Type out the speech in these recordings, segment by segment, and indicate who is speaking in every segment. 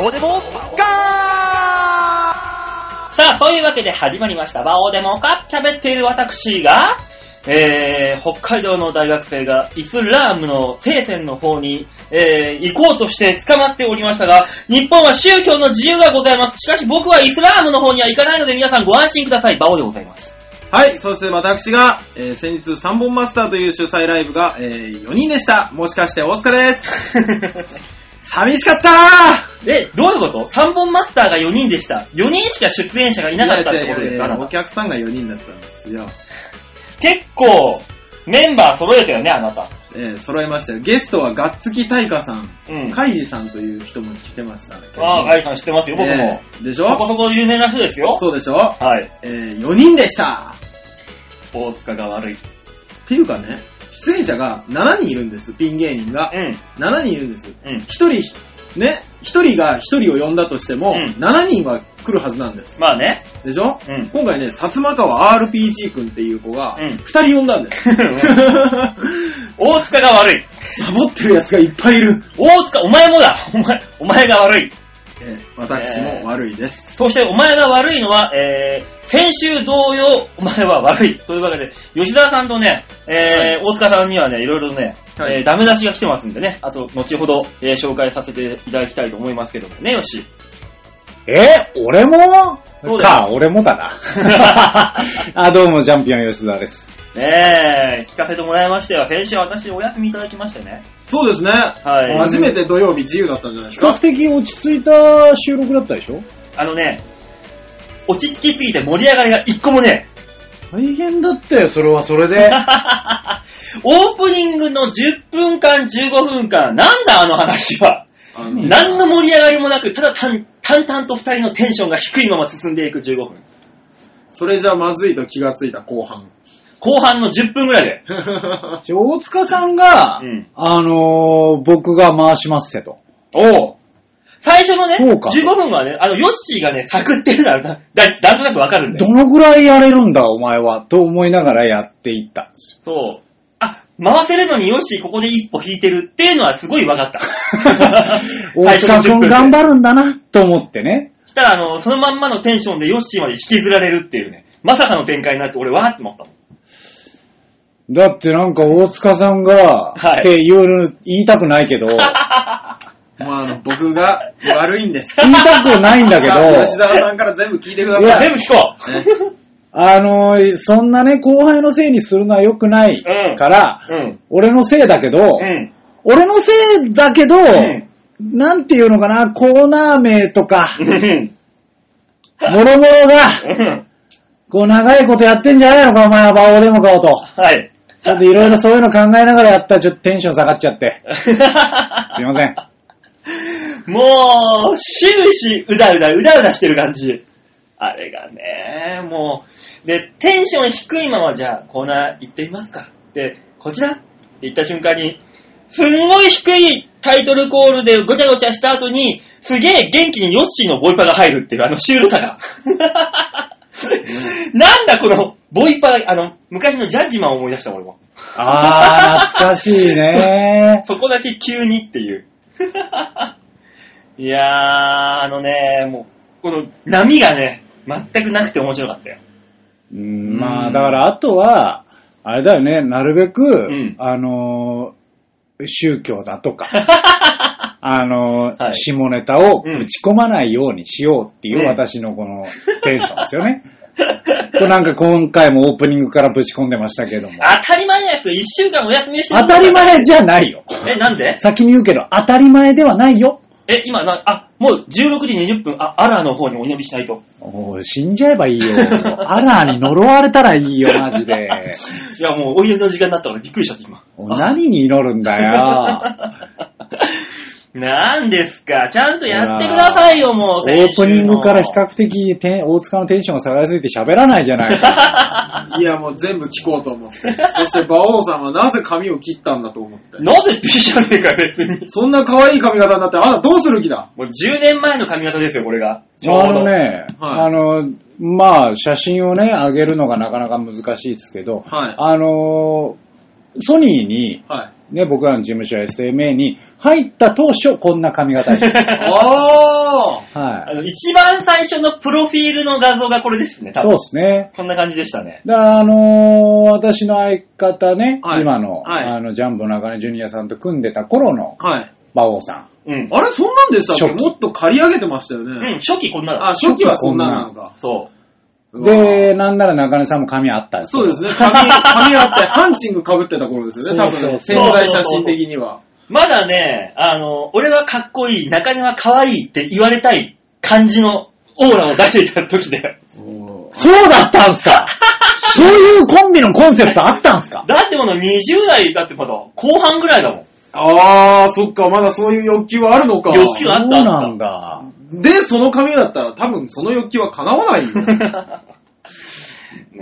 Speaker 1: オデモカ
Speaker 2: さあ、そういうわけで始まりました。バオでもか喋っている私が、えー、北海道の大学生がイスラームの聖戦の方に、えー、行こうとして捕まっておりましたが、日本は宗教の自由がございます。しかし僕はイスラームの方には行かないので皆さんご安心ください。バオでございます。
Speaker 3: はい、そして私が、えー先日3本マスターという主催ライブが、え4人でした。もしかして大塚です。寂しかった
Speaker 2: え、どういうこと ?3 本マスターが4人でした。4人しか出演者が
Speaker 3: ー
Speaker 2: いなかったってことです
Speaker 3: いやいや
Speaker 2: か
Speaker 3: いやお客さんが4人だったんですよ。
Speaker 2: 結構、メンバー揃えたよね、あなた。
Speaker 3: えー揃えましたよ。ゲストはガッツキタイカさん、
Speaker 2: うん。
Speaker 3: カイジさんという人も来てましたね。
Speaker 2: ああ、ガイさん知ってますよ、僕も。
Speaker 3: えーでし
Speaker 2: そこ
Speaker 3: ょ
Speaker 2: そこ有名な人ですよ。
Speaker 3: そうでしょ
Speaker 2: はい。
Speaker 3: えー、4人でした
Speaker 2: 大塚が悪い。
Speaker 3: っていうかね、出演者が7人いるんです、ピン芸人が
Speaker 2: う。ん。
Speaker 3: 7人いるんです。
Speaker 2: うん。
Speaker 3: 1人、ね、1人が1人を呼んだとして
Speaker 2: う
Speaker 3: も、
Speaker 2: ん
Speaker 3: 7人は来るはずなんです。
Speaker 2: まあね。
Speaker 3: でしょ
Speaker 2: うん。
Speaker 3: 今回ね、薩摩川 RPG 君っていう子が、
Speaker 2: うん
Speaker 3: 2人呼んだん です。
Speaker 2: 大塚が悪い。
Speaker 3: サボってる奴がいっぱいいる。
Speaker 2: 大塚、お前もだ。 お前、お前が悪い。
Speaker 3: えー私も悪いです。
Speaker 2: そしてお前が悪いのは、えー、先週同様、お前は悪い。というわけで、吉沢さんとね、えー大塚さんにはね、いろいろね、
Speaker 3: は
Speaker 2: え
Speaker 3: い
Speaker 2: ーダメ出しが来てますんでね、あと、後ほど、えー紹介させていただきたいと思いますけどもね、よ し。
Speaker 4: え俺も
Speaker 2: そうだよ
Speaker 4: か、俺も だな。あ、どうも、ジャンピオン吉沢です。
Speaker 2: ねえ、聞かせてもらいましたよ。先週私お休みいただきましてね。
Speaker 3: そうですね。
Speaker 2: はい。
Speaker 3: 初めて土曜日自由だったんじゃないで
Speaker 4: 比
Speaker 3: す
Speaker 4: 較
Speaker 3: か。
Speaker 4: 的落ち着いた収録だったでしょ
Speaker 2: あのね、落ち着きすぎて盛り上がりが一個もね、
Speaker 4: 大変だったよ、それはそれで。
Speaker 2: オープニングの10分間、15分間、なんだあの話は。
Speaker 3: あの
Speaker 2: 何の盛り上がりもなく、ただ淡淡々と二人のテンションが低いまま進んでいく15分。
Speaker 3: それじゃまずいと気がついた後 半。
Speaker 2: 後半の10分ぐらいで。
Speaker 4: 大塚さんが、
Speaker 2: うん
Speaker 4: あのー、僕が回しますせと。
Speaker 2: お最初のね、
Speaker 4: そうか
Speaker 2: 15分はね、あの、ヨッシーがね、探ってるなら、だ、だなんとなくわかるんだ
Speaker 4: ど
Speaker 2: よ。
Speaker 4: のぐらいやれるんだ、お前は、と思いながらやっていったんですよ。
Speaker 2: そう。あ、回せるのにヨッシーここで一歩引いてるっていうのはすごいわかった。 最
Speaker 4: 大塚
Speaker 2: 初の10分
Speaker 4: 君
Speaker 2: で
Speaker 4: 頑張るんだな、と思ってね。
Speaker 2: したら、あの、そのまんまのテンションでヨッシーまで引きずられるっていうね、まさかの展開になって、俺、わーって思ったもん。
Speaker 4: だってなんか大塚さんが、
Speaker 2: はい
Speaker 4: って言う言いたくない けど、言い
Speaker 3: まあ、あの、僕が悪いんです。
Speaker 4: たくないんだ け
Speaker 3: さあ吉
Speaker 4: ど、
Speaker 3: 沢さんから全部聞いてくだ
Speaker 4: い
Speaker 3: さ
Speaker 4: や
Speaker 3: い。
Speaker 2: 全部聞こ
Speaker 3: ね
Speaker 4: あのー、そんなね、後輩のせいにするのは良くない
Speaker 2: うん
Speaker 4: から、
Speaker 2: ううん。
Speaker 4: 俺のせいだけど、
Speaker 2: うん。
Speaker 4: 俺のせいだけど、
Speaker 2: ん
Speaker 4: なんていうのかな、コーナー名とか、
Speaker 2: うん。
Speaker 4: もろもろが、
Speaker 2: うん。
Speaker 4: こう長いことやってんじゃないのか、お前はバオでも買おうと。
Speaker 2: はい。
Speaker 4: ちょっと いろいろそういうの考えながらやったらちょっとテンション下がっちゃって。すいません。
Speaker 2: もう、終始、うだうだ、うだうだしてる感じ。あれがね、もう。で、テンション低いまま、じゃあ、コーナー行ってみますか。で、こちらって言った瞬間に、すんごい低いタイトルコールでごちゃごちゃした後に、すげえ元気にヨッシーのボイパが入るっていう、あのシュールさが。なんだこの、ボイパ、あの、昔のジャッジマンを思い出した俺も。
Speaker 4: あー、懐かしいね。
Speaker 2: そこだけ急にっていう。 いやー、あのね、もう、この波がね、全くなくて面白かったよ。
Speaker 4: うんまあ、だからあとは、あれだよね、なるべく、
Speaker 2: ん
Speaker 4: あのー宗教 だとか、あのー
Speaker 2: はい
Speaker 4: 下ネタを
Speaker 2: うん
Speaker 4: ぶち込まないようにしようっていう
Speaker 2: ね
Speaker 4: 私のこのテンションですよ ね。これなんか今回もオープニングからぶち込んでましたけども。
Speaker 2: 当たり前のやつ、一週間お休みしてる
Speaker 4: 当たり前じゃない よ。
Speaker 2: え、なんで
Speaker 4: 先に言うけど、当たり前ではないよ。
Speaker 2: え、今な、あ、もう16時20分、あ、アラーの方にお祈りしないと。
Speaker 4: おう死んじゃえばいいよ。アラーに呪われたらいいよ、マジで。
Speaker 2: いや、もうお祈りの時間だったからびっくりしちゃって、今。
Speaker 4: おう何に祈るんだよ。
Speaker 2: なんですか、ちゃんとやってくださいよ、もう。
Speaker 4: オープニングから比
Speaker 2: 光
Speaker 4: 較的て大塚のテンションが下がりすぎて喋らないじ ゃないか。
Speaker 3: いや、もう全部聞こうと思って。そして、馬王さんはなぜ髪を切ったんだと思って。
Speaker 2: なぜ B じゃねえか、別に。
Speaker 3: そんな可愛い髪型になって、あなたどうする気だ
Speaker 2: もう10年前の髪型ですよ、これが。ちょう
Speaker 4: あ
Speaker 2: ど。
Speaker 4: のね、あの、まあ、写真をね、上げるのがなかなか難しいですけど、
Speaker 3: はい
Speaker 4: あの、ソニーに
Speaker 3: はい。
Speaker 4: ね、僕らの事務所 SMA に入った当初、こんな髪型で した。
Speaker 3: おー
Speaker 2: あ
Speaker 4: はい。
Speaker 2: の、一番最初のプロフィールの画像がこれですね、多
Speaker 4: そ
Speaker 2: 分
Speaker 4: うで。すね。
Speaker 2: こんな感じでしたね。
Speaker 4: だあのー私の相方ね、
Speaker 3: はい
Speaker 4: 今の、
Speaker 3: はい
Speaker 4: あの、ジャンボ中根ジュニアさんと組んでた頃の
Speaker 3: はい。
Speaker 4: 馬王さ
Speaker 2: うん。
Speaker 3: あれ、そんなんでしたっけ
Speaker 4: 初期。
Speaker 3: もっと刈り上げてましたよ
Speaker 2: うん、
Speaker 3: ね。
Speaker 2: 初期こんなだ
Speaker 3: あ、初期はそんななのか。
Speaker 2: そう
Speaker 3: うわ
Speaker 4: で、なんなら中根さんも髪あったん
Speaker 3: そうです
Speaker 4: ね。
Speaker 3: ね。髪、髪あって、ハンチング被ってた頃ですよね。多
Speaker 4: そうそ
Speaker 3: 分、
Speaker 4: うそ
Speaker 3: 潜
Speaker 4: う
Speaker 3: 在写真的には。。
Speaker 2: まだね、あの、俺はかっこいい、中根は可愛いって言われたい感じのオーラを出していた時だよ。
Speaker 3: おー
Speaker 4: そうだったんすかそういうコンビのコンセプトあったんすか
Speaker 2: だってまだ20代だってまだ後半ぐらいだもん。
Speaker 3: あー、そっか、まだそういう欲求はあるのか。
Speaker 2: 欲求あった
Speaker 4: そうなんだ。
Speaker 3: で、その髪だったら多分その欲求は叶わないよ。
Speaker 2: ね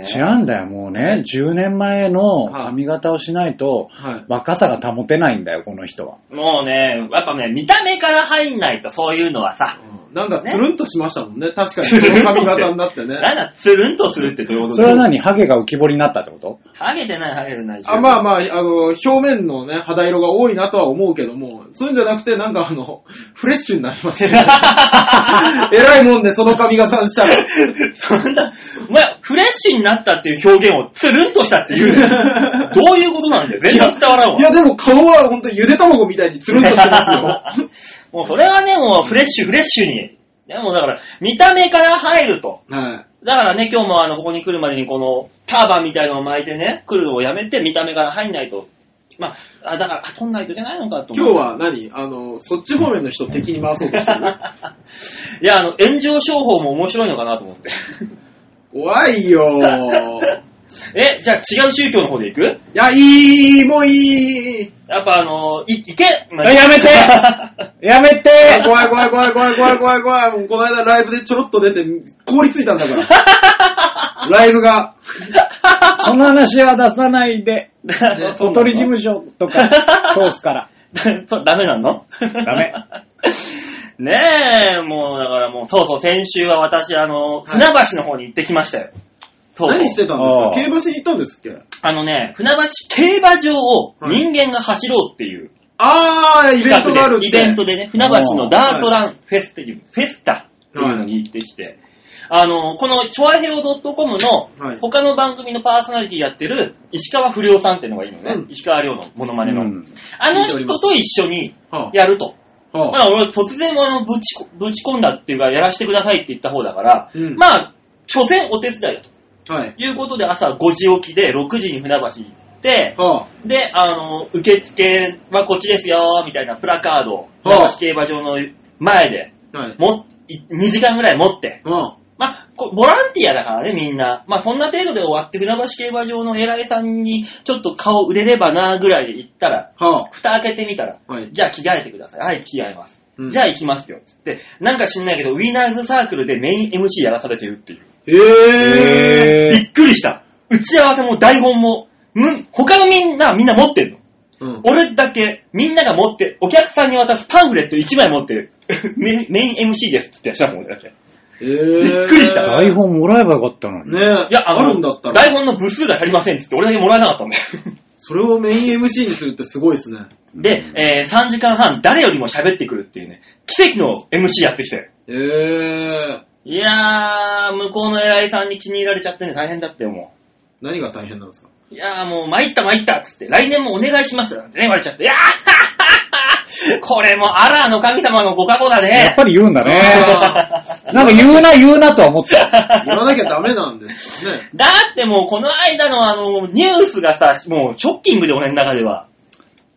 Speaker 4: 違うんだよ、もうね。10年前の髪型をしないと、
Speaker 3: はい。
Speaker 4: 若さが保てないんだよ、この人は。
Speaker 2: もうね、やっぱね、見た目から入んないとそういうのはさ、
Speaker 3: なんかつるんとしましたもんね。確かに、その髪型になってね。
Speaker 2: なんだ、つるんとするってどういうこと
Speaker 4: それは何ハゲが浮き彫りになったってこと
Speaker 2: ハゲてない、ハゲてない。
Speaker 3: あまあまあ、あの、表面のね、肌色が多いなとは思うけども、そういうんじゃなくて、なんかあの、フレッシュになり ましたね。えらいもんで、その髪型にしたら。
Speaker 2: そんな、お前、フレッシュになったっていう表現をつるんとしたっていう の。どういうことなんだよ。全然伝わらんわ
Speaker 3: い。や、でも顔はほんとゆで卵みたいにつるんとし てますよ。
Speaker 2: もうそれはね、もうフレッシュ、フレッシュに。ね、もうだから、見た目から入ると。
Speaker 3: はい。
Speaker 2: だからね、今日もあの、ここに来るまでにこの、ターバンみたいのを巻いてね、来るのをやめて、見た目から入んないと。まあ、あだから、あ取んないといけないのかと
Speaker 3: 今日
Speaker 2: 思って。
Speaker 3: は何あの、そっち方面の人敵に回そうとして る。
Speaker 2: いや、あの、炎上商法も面白いのかなと思って。
Speaker 3: 怖いよ ー。
Speaker 2: え、じゃあ違う宗教の方で行く
Speaker 3: いや、いい、もういい。
Speaker 2: やっぱあの、い、いけ
Speaker 4: あ やめてやめて
Speaker 3: あ怖い怖い怖い怖い怖い怖い怖い。もうこの間ライブでちょろっと出て、凍りついたんだ から。ライブが。
Speaker 4: その話は出さないで。
Speaker 2: ね
Speaker 4: おとり事務所とか通すから。
Speaker 2: そうダメなの
Speaker 4: ダメ。
Speaker 2: ねえ、もうだからもう、そうそう、先週は私、あの、船橋の方に行ってきましたよ。そうそう
Speaker 3: 何してたんです
Speaker 4: あ
Speaker 3: か
Speaker 4: あ
Speaker 3: 競馬しに行ったんですっけ
Speaker 2: あのね、船橋競馬場を人間が走ろうっていう
Speaker 3: あー、イベントがある
Speaker 2: 企画で
Speaker 3: って。
Speaker 2: イベントでね、船橋のダートランフェスっていう、フェスタっていうのに行ってきて、あの、この、チョアヘオ .com の
Speaker 3: はい、
Speaker 2: 他の番組のパーソナリティやってる、石川不良さんっていうのがいるのね、
Speaker 3: うん
Speaker 2: 石川亮のモノマネの。
Speaker 4: うん
Speaker 2: あの人と一緒に
Speaker 3: は
Speaker 2: やると。
Speaker 3: あは
Speaker 2: まあ、俺、突然あのぶちこ、ぶち込んだっていうか、やらせてくださいって言った方だから、
Speaker 3: うん
Speaker 2: まあ、所詮お手伝いだと
Speaker 3: あはい。
Speaker 2: いうことで、朝5時起きで、6時に船橋に行って、
Speaker 3: はあ
Speaker 2: で、あの、受付はこっちですよ、みたいなプラカードを、
Speaker 3: はあ
Speaker 2: 船橋競馬場の前で、
Speaker 3: はい。
Speaker 2: も、2時間ぐらい持って、
Speaker 3: は
Speaker 2: まあ、こボランティアだからね、みんな。まあ、そんな程度で終わって、船橋競馬場の偉いさんに、ちょっと顔売れればな、ぐらいで行ったら、
Speaker 3: あは
Speaker 2: 蓋開けてみたら、
Speaker 3: あはい。
Speaker 2: じゃあ着替えてください。はい、着替えます。
Speaker 3: うん
Speaker 2: じゃあ行きますよ。つって、なんか知んないけど、ウィナーズサークルでメイン MC やらされてるっていう。
Speaker 3: えー。
Speaker 4: え
Speaker 2: びっくりした。打ち合わせも台本も、む他のみんな、みんな持ってんの。
Speaker 3: うん
Speaker 2: 俺だけ、みんなが持って、お客さんに渡すパンフレット1枚持ってる。 メインメイン MC ですってしたもん、俺だけ。
Speaker 3: えー
Speaker 2: びっくりした
Speaker 4: ー、台本もらえばよかったのに。
Speaker 3: ねえ、
Speaker 2: いや、
Speaker 3: あ
Speaker 2: の
Speaker 3: るんだったら
Speaker 2: 台、本の部数が足りませんっつって、俺だけもらえなかったんだ よ。
Speaker 3: それをメイン MC にするってすごいですね。
Speaker 2: で、えー3時間半、誰よりも喋ってくるっていうね、奇跡の MC やってきたよ。
Speaker 3: えー、
Speaker 2: いやー、向こうの偉いさんに気に入られちゃってね、大変だっても
Speaker 3: 何が大変なんですか
Speaker 2: う。いやー、もう参った参ったっつって、来年もお願いしますなんてね、言われちゃって。いやー これもアラーの神様のご加護だ
Speaker 4: やっ
Speaker 2: ね。
Speaker 4: ぱり言うんだね。
Speaker 3: あ
Speaker 4: なんか言うな、言うなとは思ってた。
Speaker 3: ー言わなきゃダメなんですよね。
Speaker 2: だってもうこの間のあの、ニュースがさ、もうショッキングで俺の中では。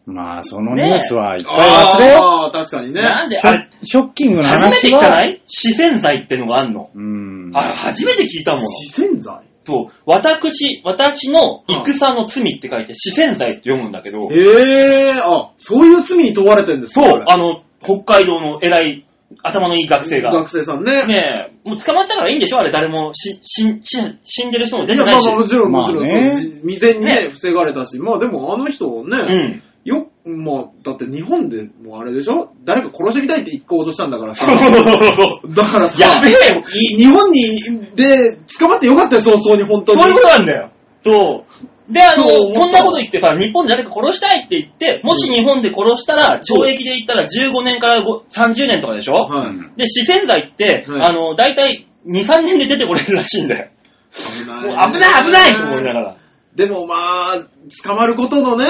Speaker 4: まあ、そのニュースは一回忘れよ
Speaker 3: ああー、確かにね。
Speaker 2: なんで、
Speaker 4: う。シ
Speaker 2: あ
Speaker 4: ョ
Speaker 2: れ、
Speaker 4: ショッキングの
Speaker 2: 初めて
Speaker 4: 話
Speaker 2: 聞かな
Speaker 4: は。
Speaker 2: い四川剤ってのがあんの。
Speaker 4: うん。
Speaker 2: あれ、初めて聞いたもの。
Speaker 3: 四川剤
Speaker 2: と、私、私の戦の罪って書いて四川剤って読むんだけど、
Speaker 3: ええー、あ、そういう罪に問われてるんですか
Speaker 2: そう、
Speaker 3: あ
Speaker 2: あの、北海道の偉い、頭のいい学生が。
Speaker 3: 学生さんね。
Speaker 2: ねえ、もう捕まったからいいんでしょあれ、誰もし、しん、しん、死んでる人も
Speaker 3: い
Speaker 2: 出て
Speaker 3: や、ま
Speaker 2: な
Speaker 3: あ
Speaker 2: いし。
Speaker 3: まあもちろんもちろん、
Speaker 4: まあね
Speaker 3: そう未然にね
Speaker 2: ね
Speaker 3: 防がれたし、まあでもあの人ね、
Speaker 2: うん。
Speaker 3: よ、まあ、だって日本でもうあれでしょ誰か殺してみたいって一行脅したんだからさ
Speaker 2: そ。うそうそうそう
Speaker 3: だからさ、
Speaker 2: やべえよ
Speaker 3: い日本に、で、捕まってよかったよ、早々に本当
Speaker 2: そう
Speaker 3: に。
Speaker 2: いうことなんだよ。そう。で、あの、
Speaker 3: そう思った
Speaker 2: こんなこと言ってさ、日本じゃなく殺したいって言って、もし日本で殺したら、
Speaker 3: そう
Speaker 2: 懲役で言ったら15年からご30年とかでしょ、
Speaker 3: はい。
Speaker 4: うん
Speaker 2: で、四川罪って、
Speaker 3: はい
Speaker 2: あの、大体2、3年で出てこれるらしいんだよ。
Speaker 3: 危な
Speaker 2: もう危ない危ないと思いながら。
Speaker 3: でもまあ、捕まることのね、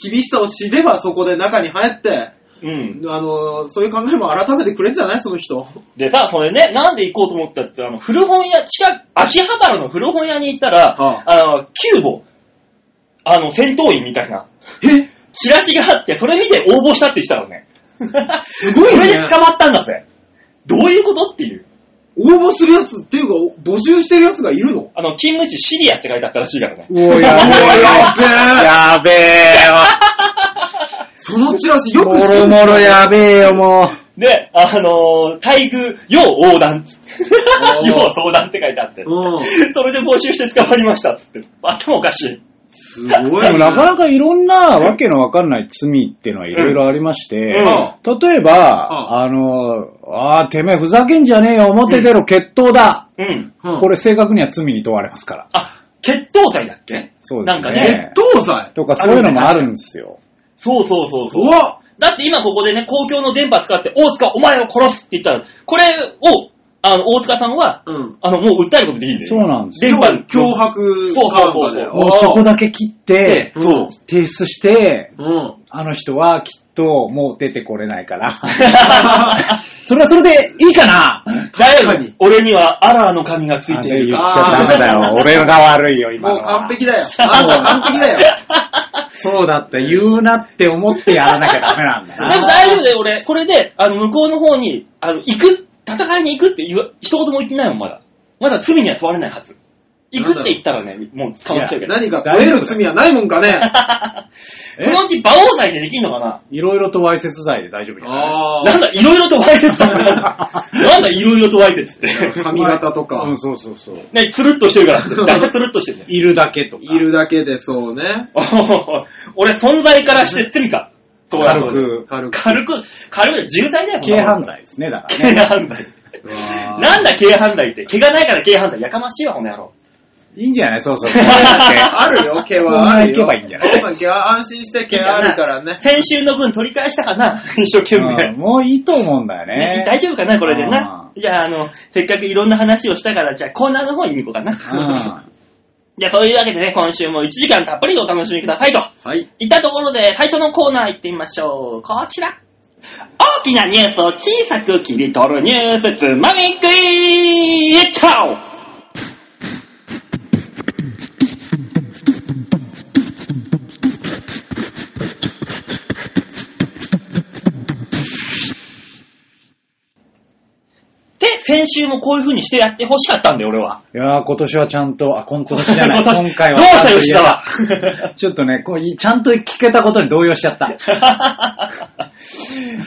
Speaker 3: 厳しさを知ればそこで中に入って、
Speaker 2: うん。
Speaker 3: あの、そういう考えも改めてくれんじゃないその人。
Speaker 2: でさ、それね、なんで行こうと思ったって、あの、古本屋、近く、秋葉原の古本屋に行ったら、
Speaker 3: は
Speaker 2: あの、キューボ、あの、戦闘員みたいな、
Speaker 3: え
Speaker 2: チラシがあって、それ見て応募したって言ってたのね。す
Speaker 3: ごいね
Speaker 2: それで捕まったんだぜ。どういうことっていう。
Speaker 3: 応募するやつっていうか、募集してるやつがいるの
Speaker 2: あの、勤務地シリアって書いてあったらしいからね。
Speaker 4: おーや
Speaker 3: う
Speaker 4: べ
Speaker 3: わやべ
Speaker 4: え。やべえよ。
Speaker 3: そのチラシよ
Speaker 4: も
Speaker 3: く知
Speaker 4: ろ
Speaker 3: る
Speaker 4: もろやべえよ、もう。
Speaker 2: で、あのー、待遇、要横断。
Speaker 3: ー
Speaker 2: 要相談って書いてあって。
Speaker 3: うん。
Speaker 2: それで募集して捕まりましたっつって。頭おかしい。
Speaker 3: すごい
Speaker 4: で
Speaker 3: ね。
Speaker 4: もなかなかいろんなわけのわかんない罪っていうのはいろいろありまして、
Speaker 3: う
Speaker 4: 例えば、
Speaker 3: ん
Speaker 4: あの、あーてめえふざけんじゃねえよ、表出ろ、決闘だ、
Speaker 2: うん。
Speaker 3: うん
Speaker 4: これ正確には罪に問われますから。
Speaker 2: あ、決闘罪だっけ
Speaker 4: そうです
Speaker 2: な
Speaker 4: ね
Speaker 2: んか
Speaker 3: 決
Speaker 2: ね。
Speaker 3: 闘罪
Speaker 4: とかそういうのもあるんですよ。
Speaker 2: そうそうそうそう。
Speaker 3: 怖っ
Speaker 2: だって今ここでね、公共の電波使って、大塚お前を殺すって言ったら、これを、あの、大塚さんは、
Speaker 3: うん。
Speaker 2: あの、もう訴えることできるんだよ。
Speaker 4: そうなんです
Speaker 2: 電
Speaker 4: よ。
Speaker 2: 波
Speaker 3: 脅迫
Speaker 2: そうそうそうそう
Speaker 3: だよ
Speaker 4: もうそこだけ切って、
Speaker 3: うんそう
Speaker 4: 提出して、
Speaker 3: うん。
Speaker 4: あの人はきっともう出てこれない から。それはそれでいいかな
Speaker 2: 大丈
Speaker 3: 確かに
Speaker 2: 夫。俺にはアラーの神がつい
Speaker 4: あ
Speaker 2: て
Speaker 4: れ
Speaker 2: い
Speaker 4: 言
Speaker 2: る。
Speaker 4: っちゃダメだよ。俺が悪いよ、今の
Speaker 3: もう
Speaker 4: は。
Speaker 3: 完璧だよ。あんた完璧だよ。
Speaker 4: そうだって言うなって思ってやらなきゃダメなんだ
Speaker 2: で も
Speaker 4: な。
Speaker 2: 大丈夫だよ、俺。これで、あの、向こうの方に、あの、行く、戦いに行くって言わ、一言も言ってないもん、まだ。まだ罪には問われないはず。行くって言ったらね、もう捕まっちゃうけど。こ
Speaker 3: 何か問える罪はないもんかね。
Speaker 4: え
Speaker 2: のうち、馬王罪でできんのかない
Speaker 4: ろいろとわいせつ罪で大丈夫じゃない
Speaker 3: あ
Speaker 2: なんだ、いろいろとわいせつ だなんだ、いろいろとわいせつって。
Speaker 3: あ。髪型とか
Speaker 4: う。ん、そうそうそう。
Speaker 2: ね、つるっとしてるから。だいたいつるっとしてるじゃん。
Speaker 4: いるだけとか。
Speaker 3: いるだけでそうね。
Speaker 2: おー俺、存在からして罪か。そうなると。
Speaker 4: 軽く。
Speaker 3: 軽く。
Speaker 2: 軽く、軽く、重罪だよ、こん
Speaker 4: 軽
Speaker 2: なも
Speaker 4: 犯
Speaker 2: ん。
Speaker 4: 罪ですね、だからね。
Speaker 2: 軽犯罪。
Speaker 3: うわー
Speaker 2: なんだ、軽犯罪って。毛がないから軽犯罪。やかましいわ、この野郎。
Speaker 4: いいんじゃないそうそう。
Speaker 3: あるよ、毛はあるよ。
Speaker 4: こんな行けばいいんじゃない
Speaker 3: 父さん毛は安心して毛あるからね。
Speaker 2: 先週の分取り返したかな一生懸命。
Speaker 4: うんもういいと思うんだよ
Speaker 2: ね
Speaker 4: ね。
Speaker 2: 大丈夫かなこれでな。じゃあ、あの、せっかくいろんな話をしたから、じゃあコーナーの方に行こうかな。
Speaker 4: うん。
Speaker 2: じゃあ、そういうわけでね、今週も1時間たっぷりお楽しみくださいと。
Speaker 3: はい。
Speaker 2: いったところで、最初のコーナー行ってみましょう。こちら。大きなニュースを小さく切り取るニュースつまみ食いやっちゃおうで、先週もこういう風にしてやってほしかったんだよ、俺は。
Speaker 4: いやー、今年はちゃんと、あ、今年じゃ ない、今回は。
Speaker 2: どうした吉田は。
Speaker 4: ちょっとね、こういちゃんと聞けたことに動揺しちゃった。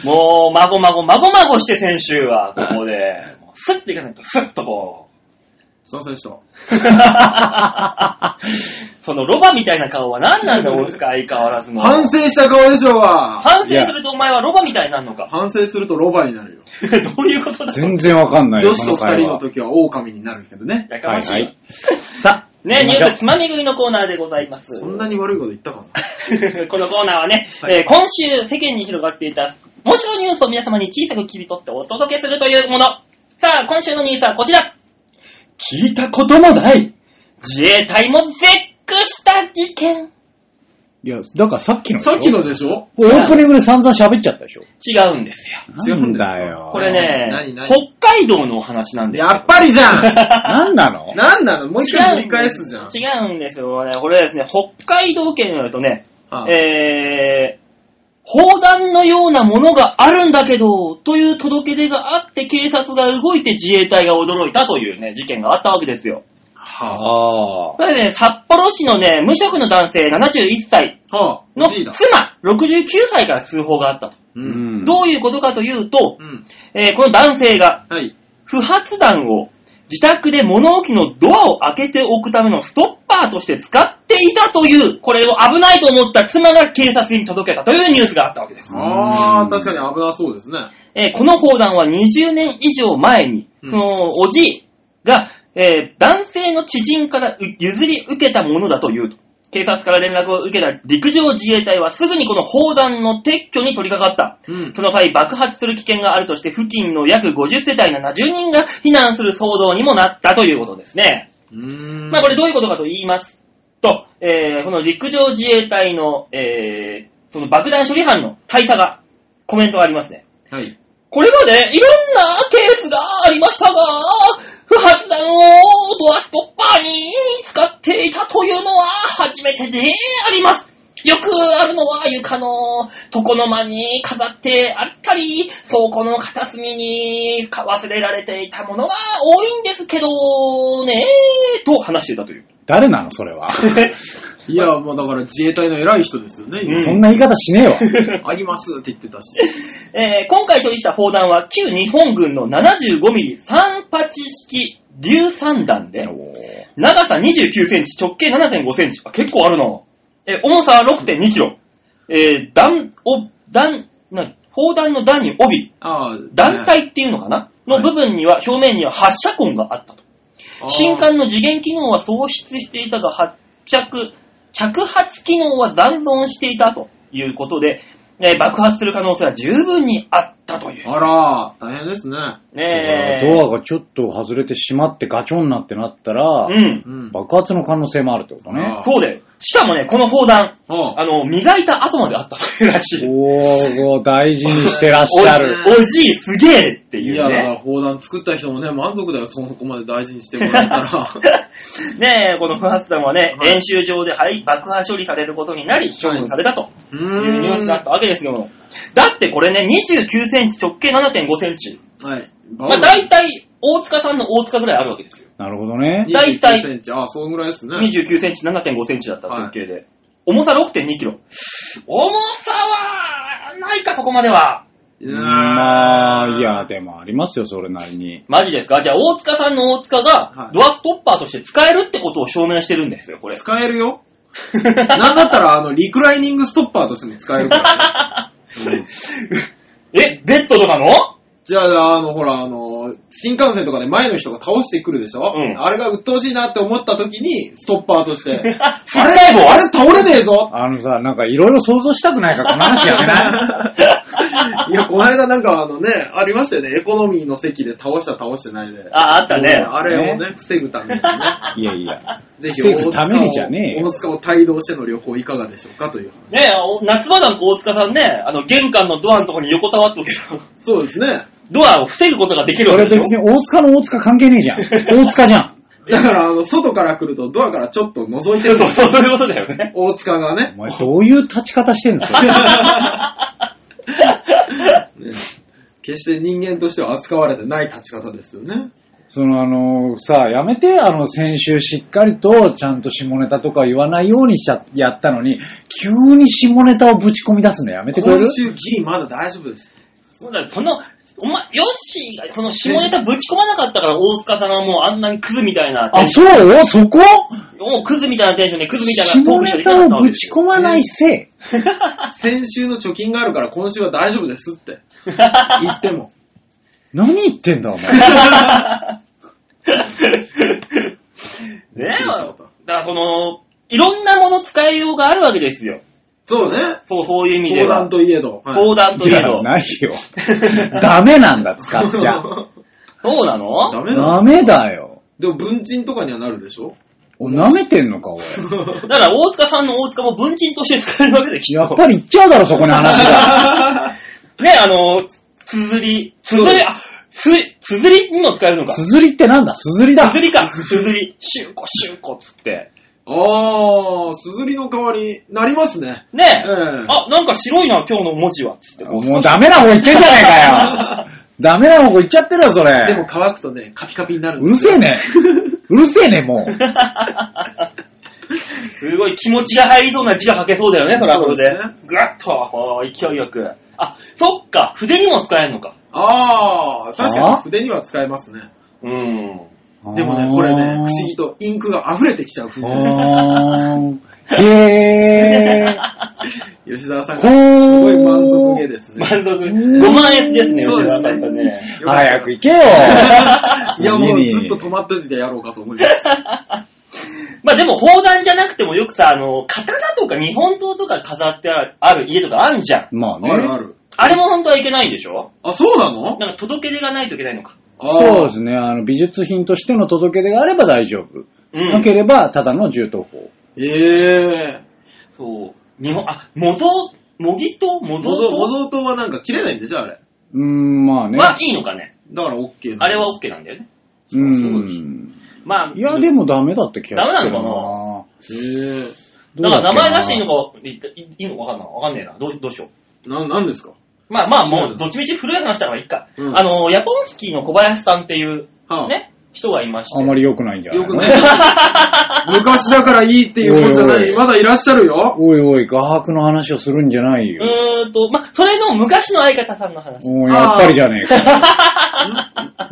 Speaker 2: もう、まごまご、まごまごして先週は、ここで、もうスッていかないと、スッとこう。
Speaker 3: すいませんでした。
Speaker 2: そのロバみたいな顔は何なんだ、大塚相変わらずの。
Speaker 3: 反省した顔でしょうが。
Speaker 2: 反省するとお前はロバみたいになるのか。
Speaker 3: 反省するとロバになるよ。
Speaker 2: どういうことだ
Speaker 4: 全然わかんないよ
Speaker 3: 女子と
Speaker 4: こ
Speaker 3: 二
Speaker 4: の会
Speaker 3: 人
Speaker 4: 話
Speaker 3: の時は狼になるけどね。
Speaker 2: やかましいわ。
Speaker 4: はいはい さあ、
Speaker 2: ね、
Speaker 4: 行
Speaker 2: ニ
Speaker 4: き
Speaker 2: ュ
Speaker 4: ましょう
Speaker 2: ースつまみ食いのコーナーでございます。
Speaker 3: そんなに悪いこと言ったかな。
Speaker 2: このコーナーはね、
Speaker 3: はい
Speaker 2: えー今週世間に広がっていた面白いニュースを皆様に小さく切り取ってお届けするというもの。さあ、今週のニュースはこちら。聞いたこともない自衛隊も絶句した事件。
Speaker 4: いや、だからさっきのでしょ。
Speaker 3: さっきのでしょ
Speaker 4: オープニングで散々喋っちゃったでしょ。
Speaker 2: 違うんですよ。
Speaker 3: 違うんですか
Speaker 4: だよ。
Speaker 2: これね
Speaker 3: 何、何
Speaker 2: 北海道のお話なんですよ
Speaker 3: やっぱりじゃん
Speaker 4: なんなの
Speaker 3: なんなのもう一回
Speaker 2: 違う
Speaker 3: 繰り
Speaker 2: んで
Speaker 3: 返
Speaker 2: す
Speaker 3: すじゃん。
Speaker 2: 違うんですよね。これですね、北海道県によるとね、
Speaker 3: はあ
Speaker 2: えー、砲弾のようなものがあるんだけど、という届け出があって警察が動いて自衛隊が驚いたというね、事件があったわけですよ。
Speaker 3: は
Speaker 4: ああ。
Speaker 2: これね、札幌市のね、無職の男性71歳
Speaker 3: あ。はあ。
Speaker 2: の
Speaker 3: じいだ。
Speaker 2: 妻、69歳から通報があったと。
Speaker 3: う。
Speaker 4: うんん。
Speaker 2: どういうことかというと
Speaker 3: う、ん。
Speaker 2: えーこの男性が
Speaker 3: はい。
Speaker 2: 不発弾を自宅で物置のドアを開けておくためのストッパーとして使っていたという、これを危ないと思った妻が警察に届けたというニュースがあったわけです。
Speaker 3: あ
Speaker 4: う
Speaker 3: あ、
Speaker 4: ん
Speaker 3: 確かに危なそうですね。
Speaker 2: えーこの砲弾は20年以上前に、
Speaker 3: うん
Speaker 2: そのおじいが、えー男性の知人からう譲り受けたものだというと。警察から連絡を受けた陸上自衛隊はすぐにこの砲弾の撤去に取り掛かった。
Speaker 3: うん。
Speaker 2: その際爆発する危険があるとして付近の約50世帯70人が避難する騒動にもなったということですね。
Speaker 3: うん
Speaker 2: まあこれどういうことかと言いますと、えーこの陸上自衛隊の、えーその爆弾処理班の大佐がコメントがありますね。
Speaker 3: はい。
Speaker 2: これまでいろんなケースがありましたが、不発弾をドアストッパーに使っていたというのは初めてであります。よくあるのは床の床の間に飾ってあったり、倉庫の片隅に忘れられていたものが多いんですけどね、と話していたという。
Speaker 4: 誰なのそれは。
Speaker 3: いや、まあだから自衛隊の偉い人ですよね、
Speaker 2: うん
Speaker 4: そんな言い方しねえわ。
Speaker 3: 今 ありますって言ってたし。
Speaker 2: えー今回処理した砲弾は旧日本軍の 75mm3 パチ式硫酸弾で、
Speaker 4: おー
Speaker 2: 長さ29センチ、直径7.5センチ。あ、結構あるな。え、重さは6.2キロ。えー弾、を、弾、な、砲弾の弾に帯、
Speaker 3: ああ、
Speaker 2: 弾体っていうのかな
Speaker 3: は
Speaker 2: の
Speaker 3: い
Speaker 2: 部分には、表面には発射痕があったと。
Speaker 3: ああ
Speaker 2: 新刊の次元機能は喪失していたが、発着、着発機能は残存していたということで、えー爆発する可能性は十分にあったという。
Speaker 3: あら、大変ですね。
Speaker 2: ねえ。
Speaker 4: ドアがちょっと外れてしまってガチョンになってなったら、
Speaker 2: うん。
Speaker 3: うん。
Speaker 4: 爆発の可能性もあるってことね。
Speaker 3: あ
Speaker 2: そうだよ。しかもね、この砲弾、
Speaker 3: ああ
Speaker 2: あの、磨いた後まであったというらしい。
Speaker 4: おー、大事にしてらっしゃる。
Speaker 2: おじおじいすげえって
Speaker 3: い
Speaker 2: い
Speaker 3: や、
Speaker 2: う
Speaker 3: だから
Speaker 2: ね。
Speaker 3: 砲弾作った人もね、満足だよ、そこまで大事にしてもらえたら。
Speaker 2: ねえ、この不発弾はね、
Speaker 3: はい
Speaker 2: 演習場ではい爆破処理されることになり、処分されたと
Speaker 3: う
Speaker 2: いうニュースがあったわけですよ。だってこれね、29センチ、直径7.5センチ。
Speaker 3: はい。
Speaker 2: まあ大体、大塚さんの大塚ぐらいあるわけですよ。
Speaker 4: なるほどね。
Speaker 2: 大体
Speaker 3: 29センチ。ああ、そのぐらいですね。
Speaker 2: 29センチ、7.5センチだった
Speaker 3: はい
Speaker 2: 直径で。重さ6.2キロ。重さは、ないか、そこまでは。
Speaker 3: いやー
Speaker 4: まあ、いや、でもありますよ、それなりに。
Speaker 2: マジですかじゃあ、大塚さんの大塚
Speaker 3: は
Speaker 2: が、
Speaker 3: い
Speaker 2: ドアストッパーとして使えるってことを証明してるんですよ、これ。
Speaker 3: 使え るよ。なんだったら、あの、リクライニングストッパーとしても使え るから、ねうん
Speaker 2: え、ベッドとかの
Speaker 3: じゃあ、あの、ほら、あの、新幹線とかで前の人が倒してくるでしょ、
Speaker 2: うん
Speaker 3: あれが鬱陶しいなって思った時に、ストッパーとして、 あれ、
Speaker 2: 使えば
Speaker 3: あれ倒れねえぞ
Speaker 4: あのさ、なんかいろいろ想像したくないから、この話やめ ない
Speaker 3: や、この間なんかあのね、ありましたよね、エコノミーの席で倒した倒してないで。
Speaker 2: あ、あったね。
Speaker 3: あれをね、防ぐた めにね。
Speaker 4: いやいや。
Speaker 3: ぜひ
Speaker 4: 防ぐためにじゃねえよ
Speaker 3: 大塚を帯同しての旅行いかがでしょうかという。
Speaker 2: ねえ、お夏場なんか大塚さんね、あの、玄関のドアのとこに横たわっておけば、
Speaker 3: そうですね。
Speaker 2: ドアを防ぐことができる
Speaker 4: そ
Speaker 2: わ
Speaker 4: れ
Speaker 2: けで
Speaker 4: 別
Speaker 2: し
Speaker 4: に
Speaker 2: ょ
Speaker 4: 大塚の大塚関係ねえじゃん。 大塚じゃん。
Speaker 3: だから、あの、外から来るとドアからちょっと覗いて
Speaker 2: そう
Speaker 3: る
Speaker 2: そう、そういうことだよね。
Speaker 3: 大塚がね
Speaker 4: お。前どういう立ち方してん のそれ
Speaker 3: ね決して人間としては扱われてない立ち方ですよね。
Speaker 4: そのあの、さ、やめて、あの、先週しっかりとちゃんと下ネタとか言わないようにしちゃ、やったのに、急に下ネタをぶち込み出すのやめてくれる
Speaker 3: 今週ギリまだ大丈夫です。
Speaker 2: そうだよ、その、お前、ヨッシーが、その下ネタぶち込まなかったから、大塚さんはもうあんなにクズみたいな、
Speaker 4: あ、そうそこ
Speaker 2: もうクズみたいなテンションで、クズみたいなトー
Speaker 4: 下
Speaker 2: クしか
Speaker 4: ネ
Speaker 2: できなか
Speaker 4: タ
Speaker 2: った
Speaker 4: を
Speaker 2: わけ
Speaker 4: ぶ
Speaker 2: です
Speaker 4: ち
Speaker 2: よ。
Speaker 4: 込まないせい。
Speaker 3: 先週の貯金があるから今週は大丈夫ですって言っても。
Speaker 4: 何言ってんだ、お前。
Speaker 2: ねえ、だからその、いろんなもの使いようがあるわけですよ。
Speaker 3: そうね。
Speaker 2: そう、そういう意味で
Speaker 3: 砲
Speaker 2: は
Speaker 3: 弾。といえど。はい
Speaker 2: 砲弾と
Speaker 4: い
Speaker 2: いえ
Speaker 4: や、
Speaker 2: ど。
Speaker 4: ないよ。ダメなんだ、使っちゃ。
Speaker 2: そうなの
Speaker 3: ダメだ。
Speaker 4: ダメだよ。
Speaker 3: でも文鎮とかにはなるでしょ
Speaker 4: お舐めてんのか、おい。
Speaker 2: だから大塚さんの大塚も文鎮として使えるわけできっ
Speaker 4: やっ
Speaker 2: と。
Speaker 4: ぱり行っちゃうだろ、そこに話 が。
Speaker 2: ね、あの、つづり、つづり、あ、つ、つづりにも使えるのか。
Speaker 4: すずりってなんだすずりだ
Speaker 2: つづ。りか、つづり、しゅうこ、しゅうこっつって。
Speaker 3: あー、すずりの代わりになりますね。
Speaker 2: ね
Speaker 3: ええ
Speaker 2: あ、なんか白いな、今日の文字は、つって。
Speaker 4: もうダメな方行ってんじゃね えかよ。ダメな方行っちゃってるよ、それ。
Speaker 3: でも乾くとね、カピカピになるん
Speaker 4: う
Speaker 3: で
Speaker 4: る
Speaker 3: すよ
Speaker 4: せえ。ね。うるせえね、もう。
Speaker 2: すごい気持ちが入りそうな字が書けそうだよね、それはそれ
Speaker 3: そ
Speaker 2: で
Speaker 3: うです。
Speaker 2: ぐわっと、こう勢いよく。あ、そっか、筆にも使えるのか。
Speaker 3: あー、確か
Speaker 4: は
Speaker 3: に筆には使えますね。
Speaker 2: うん。
Speaker 3: でもね、これね、不思議とインクが溢れてきちゃう風に。
Speaker 4: あー。へー。
Speaker 3: 吉沢さん
Speaker 4: ほ
Speaker 3: がすごい満足げ
Speaker 4: ー。
Speaker 3: で すね
Speaker 2: 満。足。5万円ですね、
Speaker 3: そうですね
Speaker 2: 吉田さんとね。
Speaker 4: 早く行けよ。
Speaker 3: いや、も
Speaker 4: 次
Speaker 3: う
Speaker 4: に
Speaker 3: ずっと止まっててやろうかと思います。
Speaker 2: まあでも、砲弾じゃなくてもよくさ、あの、刀とか日本刀とか飾ってある家とかあんじゃん。
Speaker 4: まあね。
Speaker 3: あるある。
Speaker 2: あれも本当はいけないんでしょ
Speaker 3: あ、そうなの。
Speaker 2: なんか届け出がないといけないのか。
Speaker 4: そうですすね。あの、美術品としての届け出があれば大丈夫。
Speaker 2: うん。
Speaker 4: なければ、ただの銃刀法。
Speaker 3: ええ
Speaker 2: そう。日本、あ、模造、模擬刀模
Speaker 3: ー。
Speaker 2: 造
Speaker 3: 模造、
Speaker 2: 刀
Speaker 3: 模造刀はなんか切れないんでしょ、あれ。
Speaker 4: うーん、まあね。
Speaker 2: はいいのかね。
Speaker 3: だから OK な
Speaker 2: あれは OK なんだよね。
Speaker 4: う
Speaker 3: そうです
Speaker 4: ん。
Speaker 2: まあ、
Speaker 4: いや、でもダメだって気がする
Speaker 2: ダメなの
Speaker 3: へえ
Speaker 4: ど
Speaker 2: だ
Speaker 4: う
Speaker 2: か
Speaker 4: だっけな
Speaker 2: ら名前出していいのか、いいいのかわかんない。わかんねえな。どうどうしよう。
Speaker 3: な、なんですか
Speaker 2: まあまあ、
Speaker 3: そう
Speaker 2: も
Speaker 3: な
Speaker 2: う、
Speaker 3: ん
Speaker 2: どっちみち古い話だからいいか。
Speaker 3: うん
Speaker 2: あの、ヤポンスキーの小林さんっていう、
Speaker 3: はあ、
Speaker 2: ね、人がいまし
Speaker 4: あ
Speaker 2: て。
Speaker 4: まり良くないんじゃない
Speaker 3: よ く
Speaker 4: の
Speaker 3: ない。昔だからいいっていうもんじゃ
Speaker 4: お
Speaker 3: ない
Speaker 4: お
Speaker 3: い。
Speaker 4: い
Speaker 3: まだいらっしゃるよ。
Speaker 4: おいおい、画伯の話をするんじゃないよ。
Speaker 2: うーんと、まあ、それの昔の相方さんの話。
Speaker 4: おいやっぱりじゃねえか。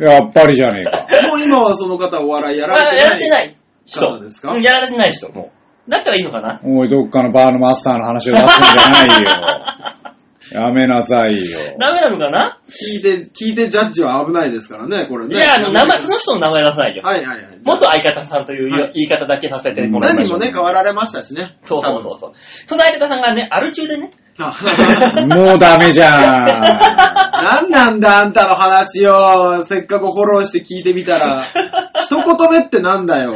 Speaker 4: やっぱりじゃねえか。
Speaker 3: もう今はその方お笑いやら
Speaker 2: まあ、やら
Speaker 3: れ
Speaker 2: れて
Speaker 3: てない。
Speaker 2: ない人。
Speaker 3: 方ですか
Speaker 2: うんやられてない人、もう。だったらいいのかな
Speaker 4: おい、どっかのバーのマスターの話を出すんじゃないよ。やめなさいよ。
Speaker 2: ダメなのかな、
Speaker 3: 聞いて、聞いてジャッジは危ないですからね、これ
Speaker 2: い
Speaker 3: ね。
Speaker 2: や、あの、名前、その人の名前出さないよ。
Speaker 3: はいはいはい。
Speaker 2: 元相方さんという言い
Speaker 3: はい
Speaker 2: 言い方だけさせてもらいま
Speaker 3: 何
Speaker 2: しょう。
Speaker 3: もね、変わられましたしね。
Speaker 2: そうそうそうそう。その相方さんがね、アル中でね、
Speaker 3: 多分。
Speaker 4: もうダメじゃん。
Speaker 3: 何なんだ、あんたの話を。せっかくフォローして聞いてみ たら。一言目ってなんだよ。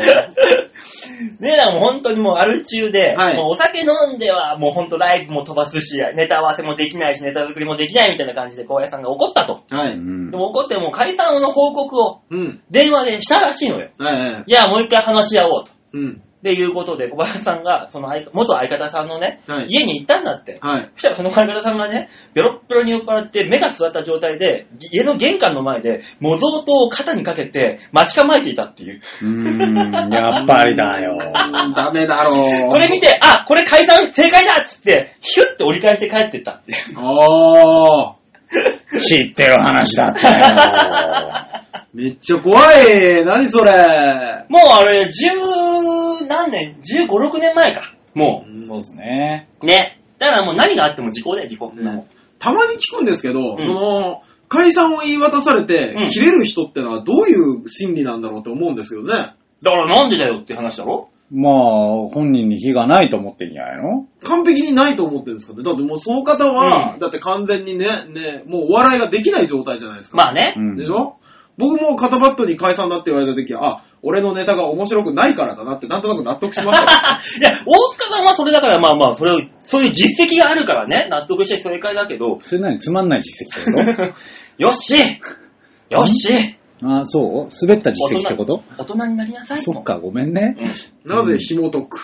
Speaker 2: ねえ、なんかもう本当にもうアル中で、
Speaker 3: はい
Speaker 2: もうお酒飲んではもう本当ライブも飛ばすし、ネタ合わせもできないし、ネタ作りもできないみたいな感じで荒野さんが怒ったと。
Speaker 3: は
Speaker 4: う
Speaker 3: い。
Speaker 4: ん
Speaker 2: でも怒ってもう解散の報告を
Speaker 3: うん。
Speaker 2: 電話でしたらしいのよ。
Speaker 3: はいはい。
Speaker 2: いや、もう一回話し合おうと。
Speaker 3: うん。
Speaker 2: で、いうことで、小林さんが、その相方、元相方さんのね、
Speaker 3: はい
Speaker 2: 家に行ったんだって。
Speaker 3: はい。
Speaker 2: そしたらその相方さんがね、ベロッベロに酔っ払って、目が座った状態で、家の玄関の前で、模造刀を肩にかけて、待ち構えていたっていう。
Speaker 4: うーん、やっぱりだよ。
Speaker 3: うん ダメだろう。
Speaker 2: これ見て、あ、これ解散正解だっつって、ヒュッて折り返して帰ってったっていう。
Speaker 3: あー。
Speaker 4: 知ってる話だったよ。
Speaker 3: めっちゃ怖い。何それ。
Speaker 2: もうあれ、十何年、15、6年前か。も
Speaker 4: そうですね。
Speaker 2: う。ね。だからもう何があっても時効だよ、時効。
Speaker 3: ねたまに聞くんですけど、
Speaker 2: うん
Speaker 3: その、解散を言い渡されて、
Speaker 2: うん
Speaker 3: 切れる人ってのはどういう心理なんだろうと思うんですけどね。
Speaker 2: だからなんでだよって話だろ
Speaker 4: まあ、本人に非がないと思ってんじゃないの
Speaker 3: 完璧にないと思ってるんですかね。だってもうその方は、
Speaker 2: うん
Speaker 3: だって完全にね、ね、もうお笑いができない状態じゃないですか。
Speaker 2: まあね
Speaker 4: う。ん
Speaker 3: でしょ僕も肩バットに解散だって言われた時は、あ、俺のネタが面白くないからだなってなんとなく納得しました。
Speaker 2: いや、大塚さんはそれだからまあまあ、それを、そういう実績があるからね、納得して正解だけど、
Speaker 4: それなにつまんない実績ってこ
Speaker 2: よっしーよっし
Speaker 4: と あそう滑った実績ってこと
Speaker 2: ー大人になりなさい
Speaker 4: そっか、ごめんね。
Speaker 3: なぜ紐解く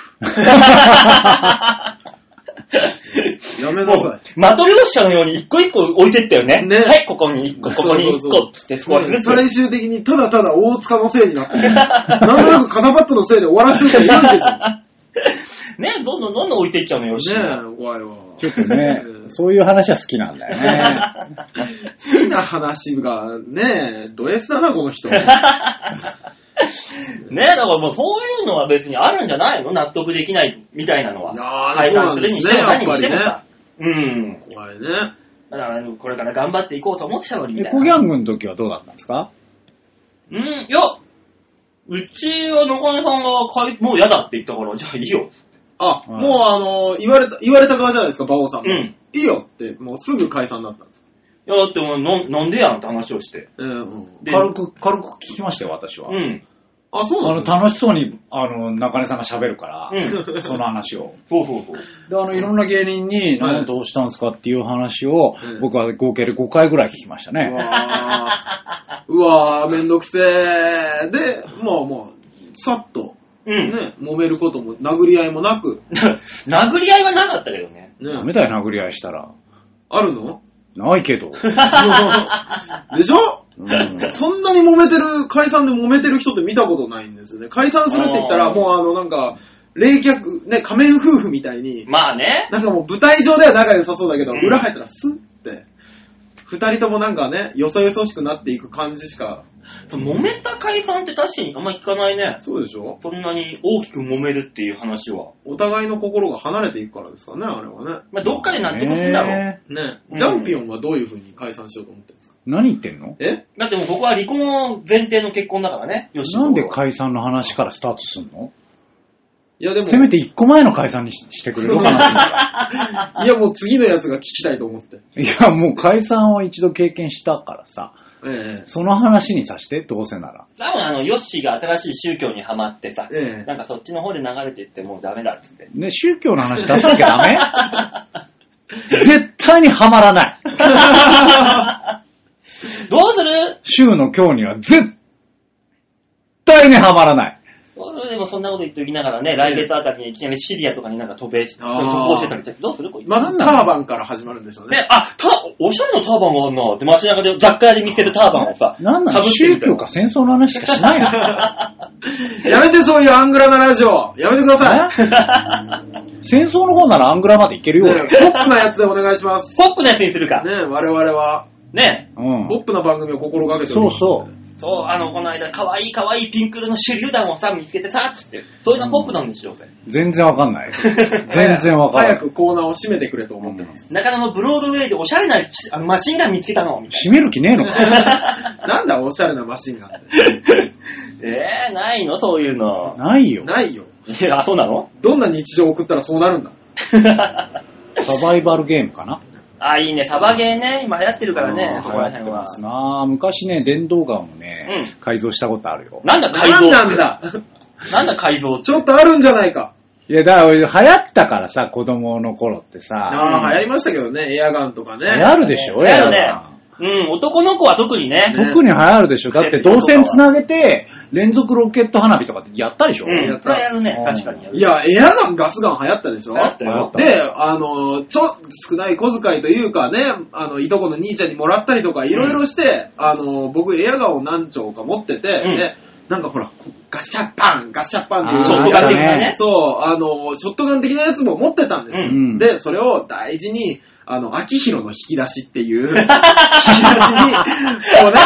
Speaker 3: やめな
Speaker 2: も
Speaker 3: さ
Speaker 2: う、マトリョーシカのように一個一個置いてったよね。
Speaker 3: ね
Speaker 2: はい、ここに一個、ここに一
Speaker 3: そうそうそ
Speaker 2: 個
Speaker 3: う
Speaker 2: っつって少しず
Speaker 3: い。
Speaker 2: つ。
Speaker 3: 最終的にただただ大塚のせいになってる、なんとなく肩バットのせいで終わらせる人いるんですよ。
Speaker 2: ね、どんどんどんどん置いていっちゃうのよ、よっし ー。
Speaker 3: ねえ、怖いわ。
Speaker 4: ちょっとね
Speaker 3: う、ん
Speaker 4: そういう話は好きなんだよね。
Speaker 3: 好きな話が、ねえ、ド S だな、この人。
Speaker 2: ねえ、だからもうそういうのは別にあるんじゃないの納得できないみたいなのは。
Speaker 3: あー
Speaker 2: 解散するにしても
Speaker 3: そうな
Speaker 2: 何
Speaker 3: んで
Speaker 2: にし
Speaker 3: す
Speaker 2: て
Speaker 3: ね
Speaker 2: もさ。うん。
Speaker 3: 怖いね。
Speaker 2: だから、これから頑張っていこうと思ってたのにみ
Speaker 4: エ
Speaker 2: たい
Speaker 4: コギ
Speaker 2: な。
Speaker 4: ャングの時はどうだったんですか
Speaker 2: うん、いや、うちは中根さんがかい、もう嫌だって言ったから、じゃあいいよ。
Speaker 3: あ、
Speaker 4: うん
Speaker 3: もうあの、言われた、言われた側じゃないですか、馬王さん
Speaker 2: う
Speaker 3: も。
Speaker 2: ん。
Speaker 3: いいよって、もうすぐ解散だったんです。
Speaker 2: いや、だってもうのなんでやんって話をして。
Speaker 3: うん。
Speaker 2: で
Speaker 4: く、軽く聞きましたよ、私は
Speaker 2: うん。
Speaker 3: あ、そう
Speaker 4: あ
Speaker 3: な
Speaker 4: の、
Speaker 3: の
Speaker 4: 楽しそうに、あの、中根さんが喋るか
Speaker 2: うん。そう
Speaker 4: ら、その話を。
Speaker 2: そうそう。
Speaker 4: で、あの、いろんな芸人に、
Speaker 3: はい
Speaker 4: なんかどうしたんですかっていう話を
Speaker 3: う、ん
Speaker 4: 僕は合計で5回ぐらい聞きました
Speaker 3: う
Speaker 4: ね。
Speaker 3: わーうわーめんどくせー。で、まあまあ、さっと、
Speaker 2: うん。
Speaker 3: ね、揉めることも、殴り合いもなく、
Speaker 2: 殴り合いはなかったけどね。
Speaker 4: ダ
Speaker 3: ね、
Speaker 4: メだよ、殴り合いしたら。
Speaker 3: あるの
Speaker 4: ないけ ど。
Speaker 3: でしょ
Speaker 4: うん
Speaker 3: そんなに揉めてる、解散で揉めてる人って見たことないんですよね。解散するって言った
Speaker 2: あ
Speaker 3: ら、
Speaker 2: ー
Speaker 3: もうあの、なんか、冷却、ね、仮面夫婦みたいに、
Speaker 2: まあね。
Speaker 3: なんかもう舞台上では仲良さそうだけど、
Speaker 2: うん
Speaker 3: 裏入ったらスッって、二人ともなんかね、よそよそしくなっていく感じしか、
Speaker 2: そう揉めた解散って確かにあんま聞かないね。
Speaker 3: そうでしょ
Speaker 2: そんなに大きく揉めるっていう話は。
Speaker 3: お互いの心が離れていくからですかね、あれは
Speaker 2: まあ、どっかで納得するんだろう。
Speaker 4: ね
Speaker 3: ね。ね
Speaker 2: うん
Speaker 3: ジャンピオンはどういう風に解散しようと思ってるんですか
Speaker 4: 何言ってんの
Speaker 3: え
Speaker 2: だってもうここは離婚を前提の結婚だからね。よし
Speaker 4: なんで解散の話からスタートすんの
Speaker 3: いやでも、
Speaker 4: せめて一個前の解散にししてくれるか な。
Speaker 3: いやもう次のやつが聞きたいと思って。
Speaker 4: いや、もう解散を一度経験したからさ、
Speaker 3: え
Speaker 4: その話にさして、どうせなら。
Speaker 2: 多分あの、ヨッシーが新しい宗教にハマってさ、
Speaker 3: ええ
Speaker 2: なんかそっちの方で流れていってもうダメだっつ って。
Speaker 4: ね、宗教の話出さなきゃダ メ絶対にはまらない。
Speaker 2: どうする
Speaker 4: 週の今日には絶対にはまらない。
Speaker 2: どうするでもそんなこと言っておきながらね、来月あたりにいきなりシリアとかになんか渡米、渡
Speaker 3: あー
Speaker 2: 航してたりして、どうするこい
Speaker 3: え
Speaker 2: つ。
Speaker 3: まずターバンから始まるんでしょうね。
Speaker 2: ね、あ、た、おしゃれなターバンがあるな。で、街中で雑貨屋で見つけたターバンをさ、
Speaker 4: なんなの
Speaker 2: 被ってみ
Speaker 4: 宗
Speaker 2: たら
Speaker 4: 教か戦争の話しかしな いの
Speaker 3: やめてそういうアングラなラジオ。やめてください。
Speaker 4: ね戦争の方ならアングラまでいけるよ、
Speaker 3: ねえ
Speaker 4: 俺
Speaker 3: ポップなやつでお願いします。
Speaker 2: ポップなやつにするか。
Speaker 3: ねえ我々は、
Speaker 2: ね。
Speaker 4: う
Speaker 3: ポ
Speaker 4: ん。
Speaker 3: ップな番組を心がけており
Speaker 4: そ
Speaker 3: ま
Speaker 4: う
Speaker 3: す。
Speaker 4: そ
Speaker 2: そう、あの、この間、かわいいかわいいピンク色の手榴弾をさ、見つけてさ、つって。そういうのはポップなんでしょうぜ。
Speaker 4: う。全然わかんない。 全然わかんない。
Speaker 3: 早くコーナーを締めてくれと思ってま す。
Speaker 2: 中野のブロードウェイでおしゃれなあのマシンガン見つけたの、みたい
Speaker 4: 閉める気ねえ のか。
Speaker 3: なんだおしゃれなマシンガンって。
Speaker 2: な。えー、ないのそういうの。
Speaker 4: ないよ。
Speaker 3: ないよ。
Speaker 2: いや、そうなの
Speaker 3: どんな日常を送ったらそうなるんだ。
Speaker 4: サバイバルゲームかな。
Speaker 2: あ、いいね。サバゲーね。今流行ってるからね
Speaker 3: う、ん
Speaker 2: そこら辺は。
Speaker 4: なあ昔ね、電動ガンをね、
Speaker 2: う
Speaker 4: 改造したことあるよ。
Speaker 2: なんだ改
Speaker 3: な
Speaker 2: 造
Speaker 3: んなんだ
Speaker 2: なんだ改造
Speaker 3: ちょっとあるんじゃないか。
Speaker 4: いや、だから流行ったからさ、子供の頃ってさ。
Speaker 3: ああ、流行りましたけどね、エアガンとかね。
Speaker 4: 流行るでしょ、
Speaker 2: 流行るね
Speaker 4: エアガン
Speaker 2: うん、男の子は特にね。
Speaker 3: ね
Speaker 4: 特に流行るでしょ。だって導線つなげて、連続ロケット花火とかってやったでしょ、
Speaker 2: うん、それはやるね
Speaker 4: う。ん
Speaker 2: 確かにやる。
Speaker 3: いや、エアガン、ガスガン流行ったでしょ
Speaker 2: 流行ったよ
Speaker 3: で、あの、ちょ、少ない小遣いというかね、あの、いとこの兄ちゃんにもらったりとか、いろいろして、あの、僕、エアガンを何丁か持ってて、
Speaker 2: うん
Speaker 3: で、なんかほら、こうガシャパン、ガシャパンっていう、
Speaker 4: あー
Speaker 3: ショットガン的な
Speaker 2: ある
Speaker 3: ね
Speaker 2: ね。
Speaker 3: そう、あの、ショットガン的なやつも持ってたんですよ。
Speaker 4: うん
Speaker 3: で、それを大事に、あの、秋広の引き出しっていう、引き出しに、こうね、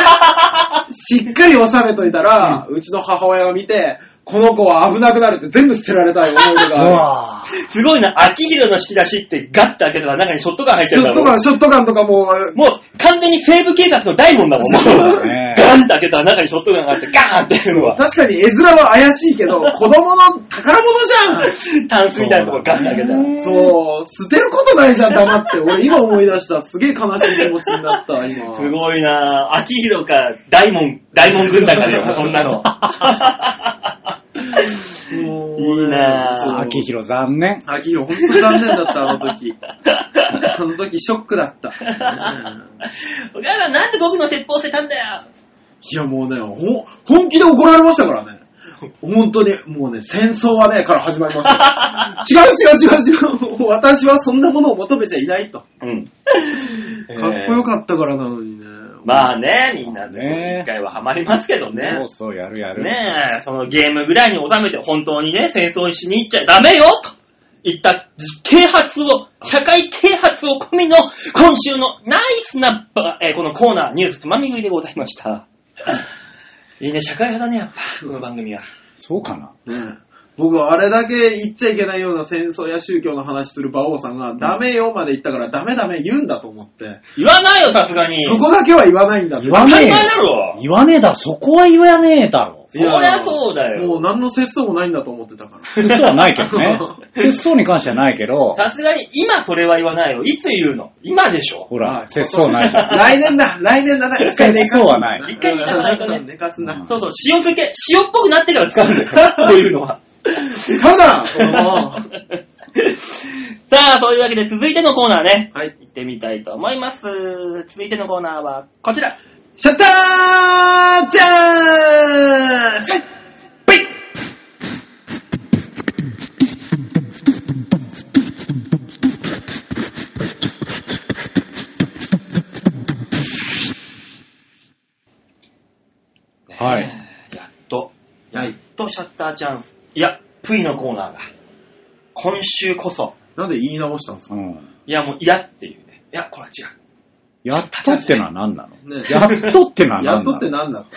Speaker 3: しっかり収めといたら、うちの母親が見て、この子は危なくなるって全部捨てられた思い出
Speaker 4: う
Speaker 3: がある。
Speaker 4: わぁ
Speaker 2: すごいな、秋広の引き出しってガッて開けたら中にショットガン入って
Speaker 3: シ
Speaker 2: る
Speaker 3: ョ
Speaker 2: んだ
Speaker 3: ット
Speaker 2: ろ
Speaker 3: ガン、ショットガンとかもう、
Speaker 2: もう完全に西部警察の大門だもん、も
Speaker 4: そうだ
Speaker 2: う。
Speaker 4: ね
Speaker 2: ガンって開けたら中にショットガンがあって、ガーンっていうのは。
Speaker 3: 確かに絵面は怪し いけど、子供の宝物じ
Speaker 2: タンスみたいなところガンって開けたら。
Speaker 3: ゃんそう、捨てることないじゃん、黙って。俺今思い出した。すげえ悲しい気持ちになった、今。
Speaker 2: すごいなぁ。秋広か、大門、大門軍団かだよ、そんな の。
Speaker 3: もう
Speaker 2: いいなぁ
Speaker 3: そう
Speaker 4: 秋広残念。
Speaker 3: 秋広、本当に残念だった、あの時。あの時、ショックだ った。うん
Speaker 2: お母さん、なんで僕の鉄砲捨てたんだよ。
Speaker 3: いや、もうね、ほ、本気で怒られましたからね。本当に、もうね、戦争はね、から始まり ました。違う違う違う違う。私はそんなものを求めちゃいないと。
Speaker 2: うん。か
Speaker 3: かっこよかったからなのにね。
Speaker 2: まあね、みんなで
Speaker 4: ね
Speaker 2: 一回はハマりますけどね
Speaker 4: そう。そう、やるやる。
Speaker 2: ねえ、そのゲームぐらいに収めて、本当にね、戦争しに行っちゃダメよと言った啓発を、社会啓発を込みの、今週のナイスな、ばえーこのコーナー、ニュースつまみ食いでございました。いいね、社会派だね、やっぱ、この番組は。
Speaker 4: そうかな。
Speaker 3: ね僕はあれだけ言っちゃいけないような戦争や宗教の話する馬王さんが、ダメよまで言ったからダメダメ言うんだと思って、
Speaker 2: 言わないよ、さすがに。
Speaker 3: そこだけは言わないんだって
Speaker 4: 言。わ
Speaker 2: 当た
Speaker 4: ねえ
Speaker 2: り
Speaker 4: よ
Speaker 2: 前だろ。
Speaker 4: 言わねえだろ、そこは言わねえだろ。
Speaker 2: そりゃそうだ
Speaker 3: もう
Speaker 2: よ。
Speaker 3: 何の節操もないんだと思ってたから。
Speaker 4: 節操はないけ どね。節操に関してはないけど、
Speaker 2: さすがに、今それは言わないよ。いつ言うの今でしょ。
Speaker 4: ほ
Speaker 3: ま
Speaker 4: ら
Speaker 3: あ、
Speaker 4: 節操ないじゃん。
Speaker 3: 来年だ来年だな一回寝かすんだ
Speaker 4: 節操はない
Speaker 2: 一回寝かさないとね
Speaker 3: 寝かすな。
Speaker 2: そうそう、塩漬け、塩っぽくなってから使うんだよ。こういうのは。
Speaker 3: ただ、その、
Speaker 2: さあ、そういうわけで続いてのコーナーね。
Speaker 3: はい。
Speaker 2: 行ってみたいと思います。続いてのコーナーはこちら。
Speaker 3: シャッターチャンス
Speaker 2: ピッ
Speaker 4: はい。
Speaker 2: やっと、
Speaker 3: はい。
Speaker 2: やっとシャッターチャンス。いや、プイのコーナーが。今週こそ。
Speaker 3: なんで言い直したんですか
Speaker 4: うん。
Speaker 2: いや、もう嫌っていうね。いや、これは違う。
Speaker 4: やっとってのは何なの
Speaker 3: ね
Speaker 4: やっとってのは何
Speaker 3: や
Speaker 4: なの
Speaker 3: っとってなんだ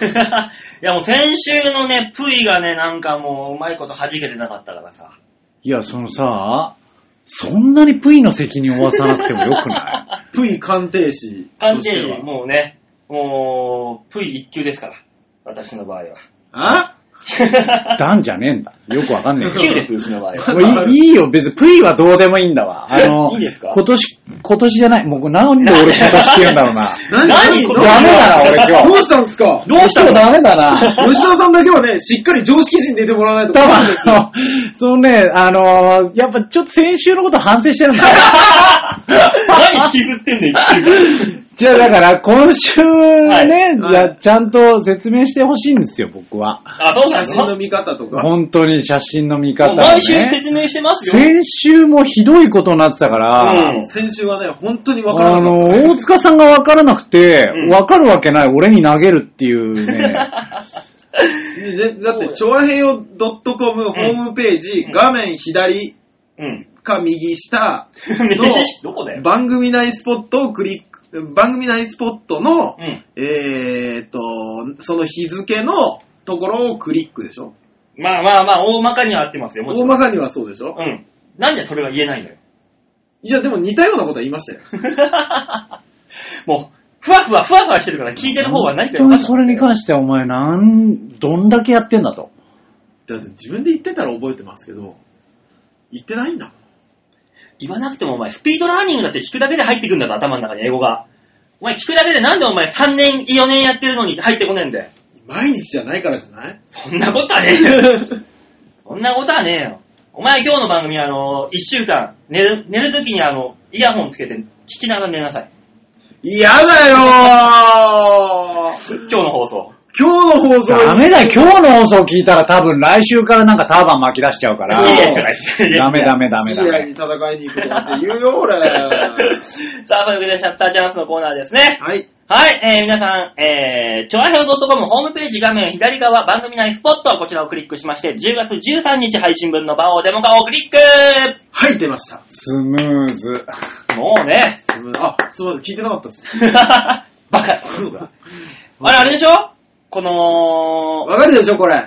Speaker 2: いや、もう先週のね、プイがね、なんかもう、うまいこと弾けてなかったからさ。
Speaker 4: いや、そのさ、そんなにプイの責任を負わさなくてもよくない
Speaker 3: プイ鑑定士
Speaker 2: 完
Speaker 3: として
Speaker 2: 全に
Speaker 3: は。
Speaker 2: もうね、もう、プイ一級ですから。私の場合は。
Speaker 3: あ
Speaker 4: 段じゃねえんだ。よくわかんねえけど
Speaker 2: 9です、うちの場合は。
Speaker 4: もういいいいよ、別に。プイはどうでもいいんだわ。あの、
Speaker 2: いいですか
Speaker 4: 今年、今年じゃない。もうなんで俺今年って言うんだろうな。
Speaker 3: 何
Speaker 2: 何
Speaker 3: どう
Speaker 4: ダメだな、俺今日。
Speaker 3: どうしたんですか
Speaker 2: どうした
Speaker 4: 今
Speaker 2: の
Speaker 4: 日ダメだ な。
Speaker 3: 吉田さんだけはね、しっかり常識人でいてもらわないと
Speaker 4: 多
Speaker 3: ダメ
Speaker 4: 分あの、そのね、あの、やっぱちょっと先週のこと反省してるんだ。
Speaker 2: 何引きずってん ねん、一週間
Speaker 4: じゃあだから、今週ね、
Speaker 3: はい
Speaker 4: じゃ
Speaker 3: は
Speaker 4: あちゃんと説明してほしいんですよ、僕は。
Speaker 2: あ、そうな
Speaker 3: 写真の
Speaker 2: の
Speaker 3: 見方とか。
Speaker 4: 本当に写真の見方
Speaker 2: もう
Speaker 4: をね。
Speaker 2: 毎週説明してますよ。
Speaker 4: 先週もひどいことになってたから、
Speaker 2: うん
Speaker 3: 先週はね、本当にわから
Speaker 4: あ
Speaker 3: なか
Speaker 4: の、
Speaker 3: った。
Speaker 4: 大塚さんが分からなくて
Speaker 2: うん、
Speaker 4: 分かるわけない、俺に投げるっていうね。
Speaker 3: でだって、チョアヘヨ .com ホームページ、
Speaker 2: うん
Speaker 3: 画面左
Speaker 2: うん。
Speaker 3: か右下
Speaker 2: 右
Speaker 3: の
Speaker 2: どこだよ。
Speaker 3: 番組内スポットをクリック、番組内スポットの
Speaker 2: う、ん。
Speaker 3: えーっと、その日付のところをクリックでしょ
Speaker 2: まあまあまあ、大まかには合ってますよ、もち
Speaker 3: 大
Speaker 2: ろん。
Speaker 3: まかにはそうでしょ
Speaker 2: うん。なんでそれが言えないのよ。
Speaker 3: いや、でも似たようなことは言いましたよ。
Speaker 2: もう、ふわふわふわふわしてるから 聞いてる方は何か分かん
Speaker 4: 本当に
Speaker 2: ない。
Speaker 4: それに関してはお前なん、どんだけやってんだと。
Speaker 3: だって自分で言ってたら覚えてますけど、言ってないんだもん。
Speaker 2: 言わなくてもお前、スピードラーニングだって聞くだけで入ってくんだぞ、頭の中に英語が。お前聞くだけでなんでお前3年、4年やってるのに入ってこないんだよ。
Speaker 3: 毎日じゃないからじゃない
Speaker 2: そんなことはねえよ。そんなことはねえよ。お前今日の番組あの、1週間、寝る、寝るときにあの、イヤホンつけて聞きながら寝なさい。
Speaker 3: 嫌だよー
Speaker 2: 今日の放送。
Speaker 3: 今日の放送
Speaker 4: ダメだ、今日の放送聞いたら多分来週からなんかターバン巻き出しちゃうから。
Speaker 2: シリアからシリア
Speaker 4: ダメダメダメ
Speaker 3: シ
Speaker 4: ダ
Speaker 3: リア
Speaker 4: メ。
Speaker 3: に戦いに行くとかって言うよ、俺。
Speaker 2: さあ、というわけでシャッターチャンスのコーナーですね。
Speaker 3: はい。
Speaker 2: はい、えー、皆さん、えー、ちょわひょう .com ホームページ画面左側番組内スポット、こちらをクリックしまして、10月13日配信分の番をデモ化をクリック
Speaker 3: はい、出ました。
Speaker 4: スムーズ。
Speaker 2: もうね、
Speaker 3: すみませんあ、すみません、聞いてなかったっす。
Speaker 2: バカ。あれ、あれでしょこの、
Speaker 3: わかるでしょ、これ。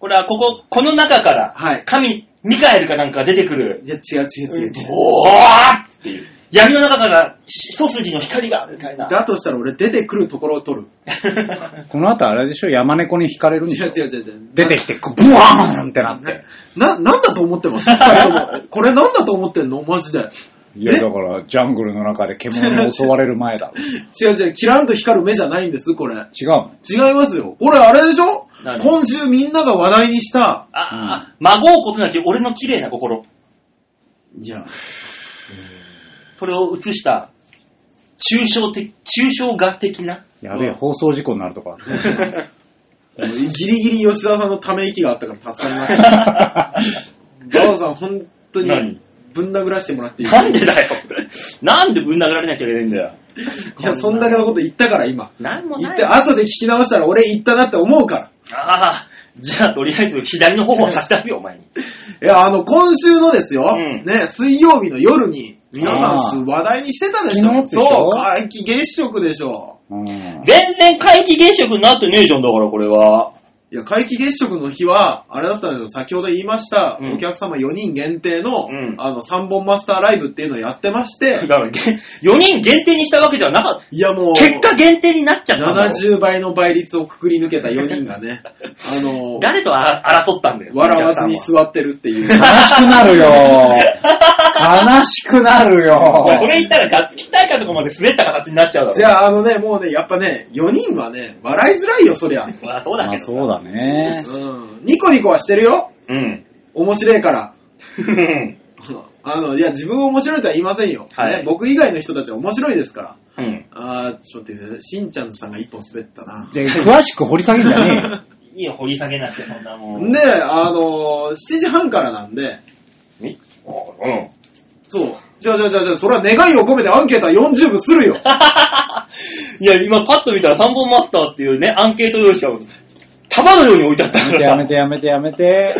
Speaker 2: これはここ、この中から、
Speaker 3: はい
Speaker 2: 神、ミカエルかなんか出てくる、
Speaker 3: いや、違う違う違う違う。
Speaker 2: おーっていう、闇の中から一筋の光が、みたいな。
Speaker 3: だとしたら俺出てくるところを取る。
Speaker 4: この後あれでしょ山猫に惹かれるんでしょ
Speaker 3: 違う違う違う
Speaker 4: 出てきて、こうブワーンってなって。
Speaker 3: な、なんだと思って ます二人ともこれなんだと思ってんのマジで。
Speaker 4: いや、だから、ジャングルの中で獣に襲われる前だ。
Speaker 3: 違う違う、キランと光る目じゃないんです、これ。
Speaker 4: 違うの
Speaker 3: 違いますよ。これあれでしょ
Speaker 2: 何
Speaker 3: 今週みんなが話題にした。
Speaker 2: あ、あ、孫うことなき俺の綺麗な心。
Speaker 3: いや、
Speaker 2: それを映した、抽象的、抽象画的 な。
Speaker 4: やべえ、
Speaker 3: うん
Speaker 4: 放送事故になるとか。
Speaker 3: ギリギリ吉田さんのため息があったから助かりました。バオさん、本当に
Speaker 2: 何、
Speaker 3: ぶん殴らしてもらっていい
Speaker 2: なんでだよ。なんでぶん殴られなきゃいけないんだよ。
Speaker 3: いや、そんだけのこと言ったから、今。
Speaker 2: なんも
Speaker 3: 言
Speaker 2: な
Speaker 3: っ
Speaker 2: い
Speaker 3: て、
Speaker 2: よ。
Speaker 3: 後で聞き直したら俺言ったなって思うから。
Speaker 2: ああ、じゃあとりあえず左の方を差し出すよ、お前に。
Speaker 3: いや、あの、今週のですよ、
Speaker 2: うん
Speaker 3: ね、水曜日の夜に、皆
Speaker 4: あ
Speaker 3: さ
Speaker 4: ー
Speaker 3: ん話題にしてたでし
Speaker 4: 昨日
Speaker 3: ょ。
Speaker 4: でしょ
Speaker 3: そう、皆既月食でしょ。
Speaker 4: うん
Speaker 2: 全然皆既月食になってねえじゃんだから、これは。
Speaker 3: いや、皆既月食の日は、あれだったんですよ、先ほど言いました、
Speaker 2: うん
Speaker 3: お客様4人限定の、
Speaker 2: うん
Speaker 3: あの、3本マスターライブっていうのをやってまし
Speaker 2: だ
Speaker 3: て、
Speaker 2: から、げ4人限定にしたわけではなかっ
Speaker 3: いや、もう、
Speaker 2: た。結果限定になっちゃったんだろ。
Speaker 3: 70倍の倍率をくくり抜けた4人がね、あの、
Speaker 2: 誰とあ争ったんだよ。
Speaker 3: 笑わずに座ってるっていう。
Speaker 4: 悲しくなるよ。悲しくなる
Speaker 2: お前そ
Speaker 4: よ。
Speaker 2: れ言ったらガッツキ大会とかまで滑った形になっちゃうだろ。
Speaker 3: じゃあ、あのね、もうね、やっぱね、4人はね、笑いづらいよ、そりゃ。
Speaker 2: まあ、そうだ
Speaker 4: ま
Speaker 2: け
Speaker 4: あ
Speaker 2: ど。
Speaker 4: そうだね。
Speaker 3: うん。ニコニコはしてるよ。
Speaker 2: うん。
Speaker 3: 面白いから。
Speaker 2: うん。
Speaker 3: あの、いや、自分を面白いとは言いませんよ。
Speaker 2: はい
Speaker 3: ね僕以外の人たちは面白いですから。
Speaker 2: うん。
Speaker 3: あー、ちょっと待ってください。しんちゃんさんが一本滑ったな。
Speaker 4: で詳しく掘り下げんじゃねえよ。
Speaker 2: いいよ、掘り下げなくて、そんなもん。
Speaker 3: で、あのー、7時半からなんで、
Speaker 2: えうん。
Speaker 3: そう。じゃあじゃあじゃあじゃあ、それは願いを込めてアンケートは40分するよ。
Speaker 2: いや、今パッと見たら三本マスターっていうね、アンケート用紙が束のように置いてあった
Speaker 4: や
Speaker 2: か
Speaker 4: めて
Speaker 2: ら。
Speaker 4: やめてやめてやめて。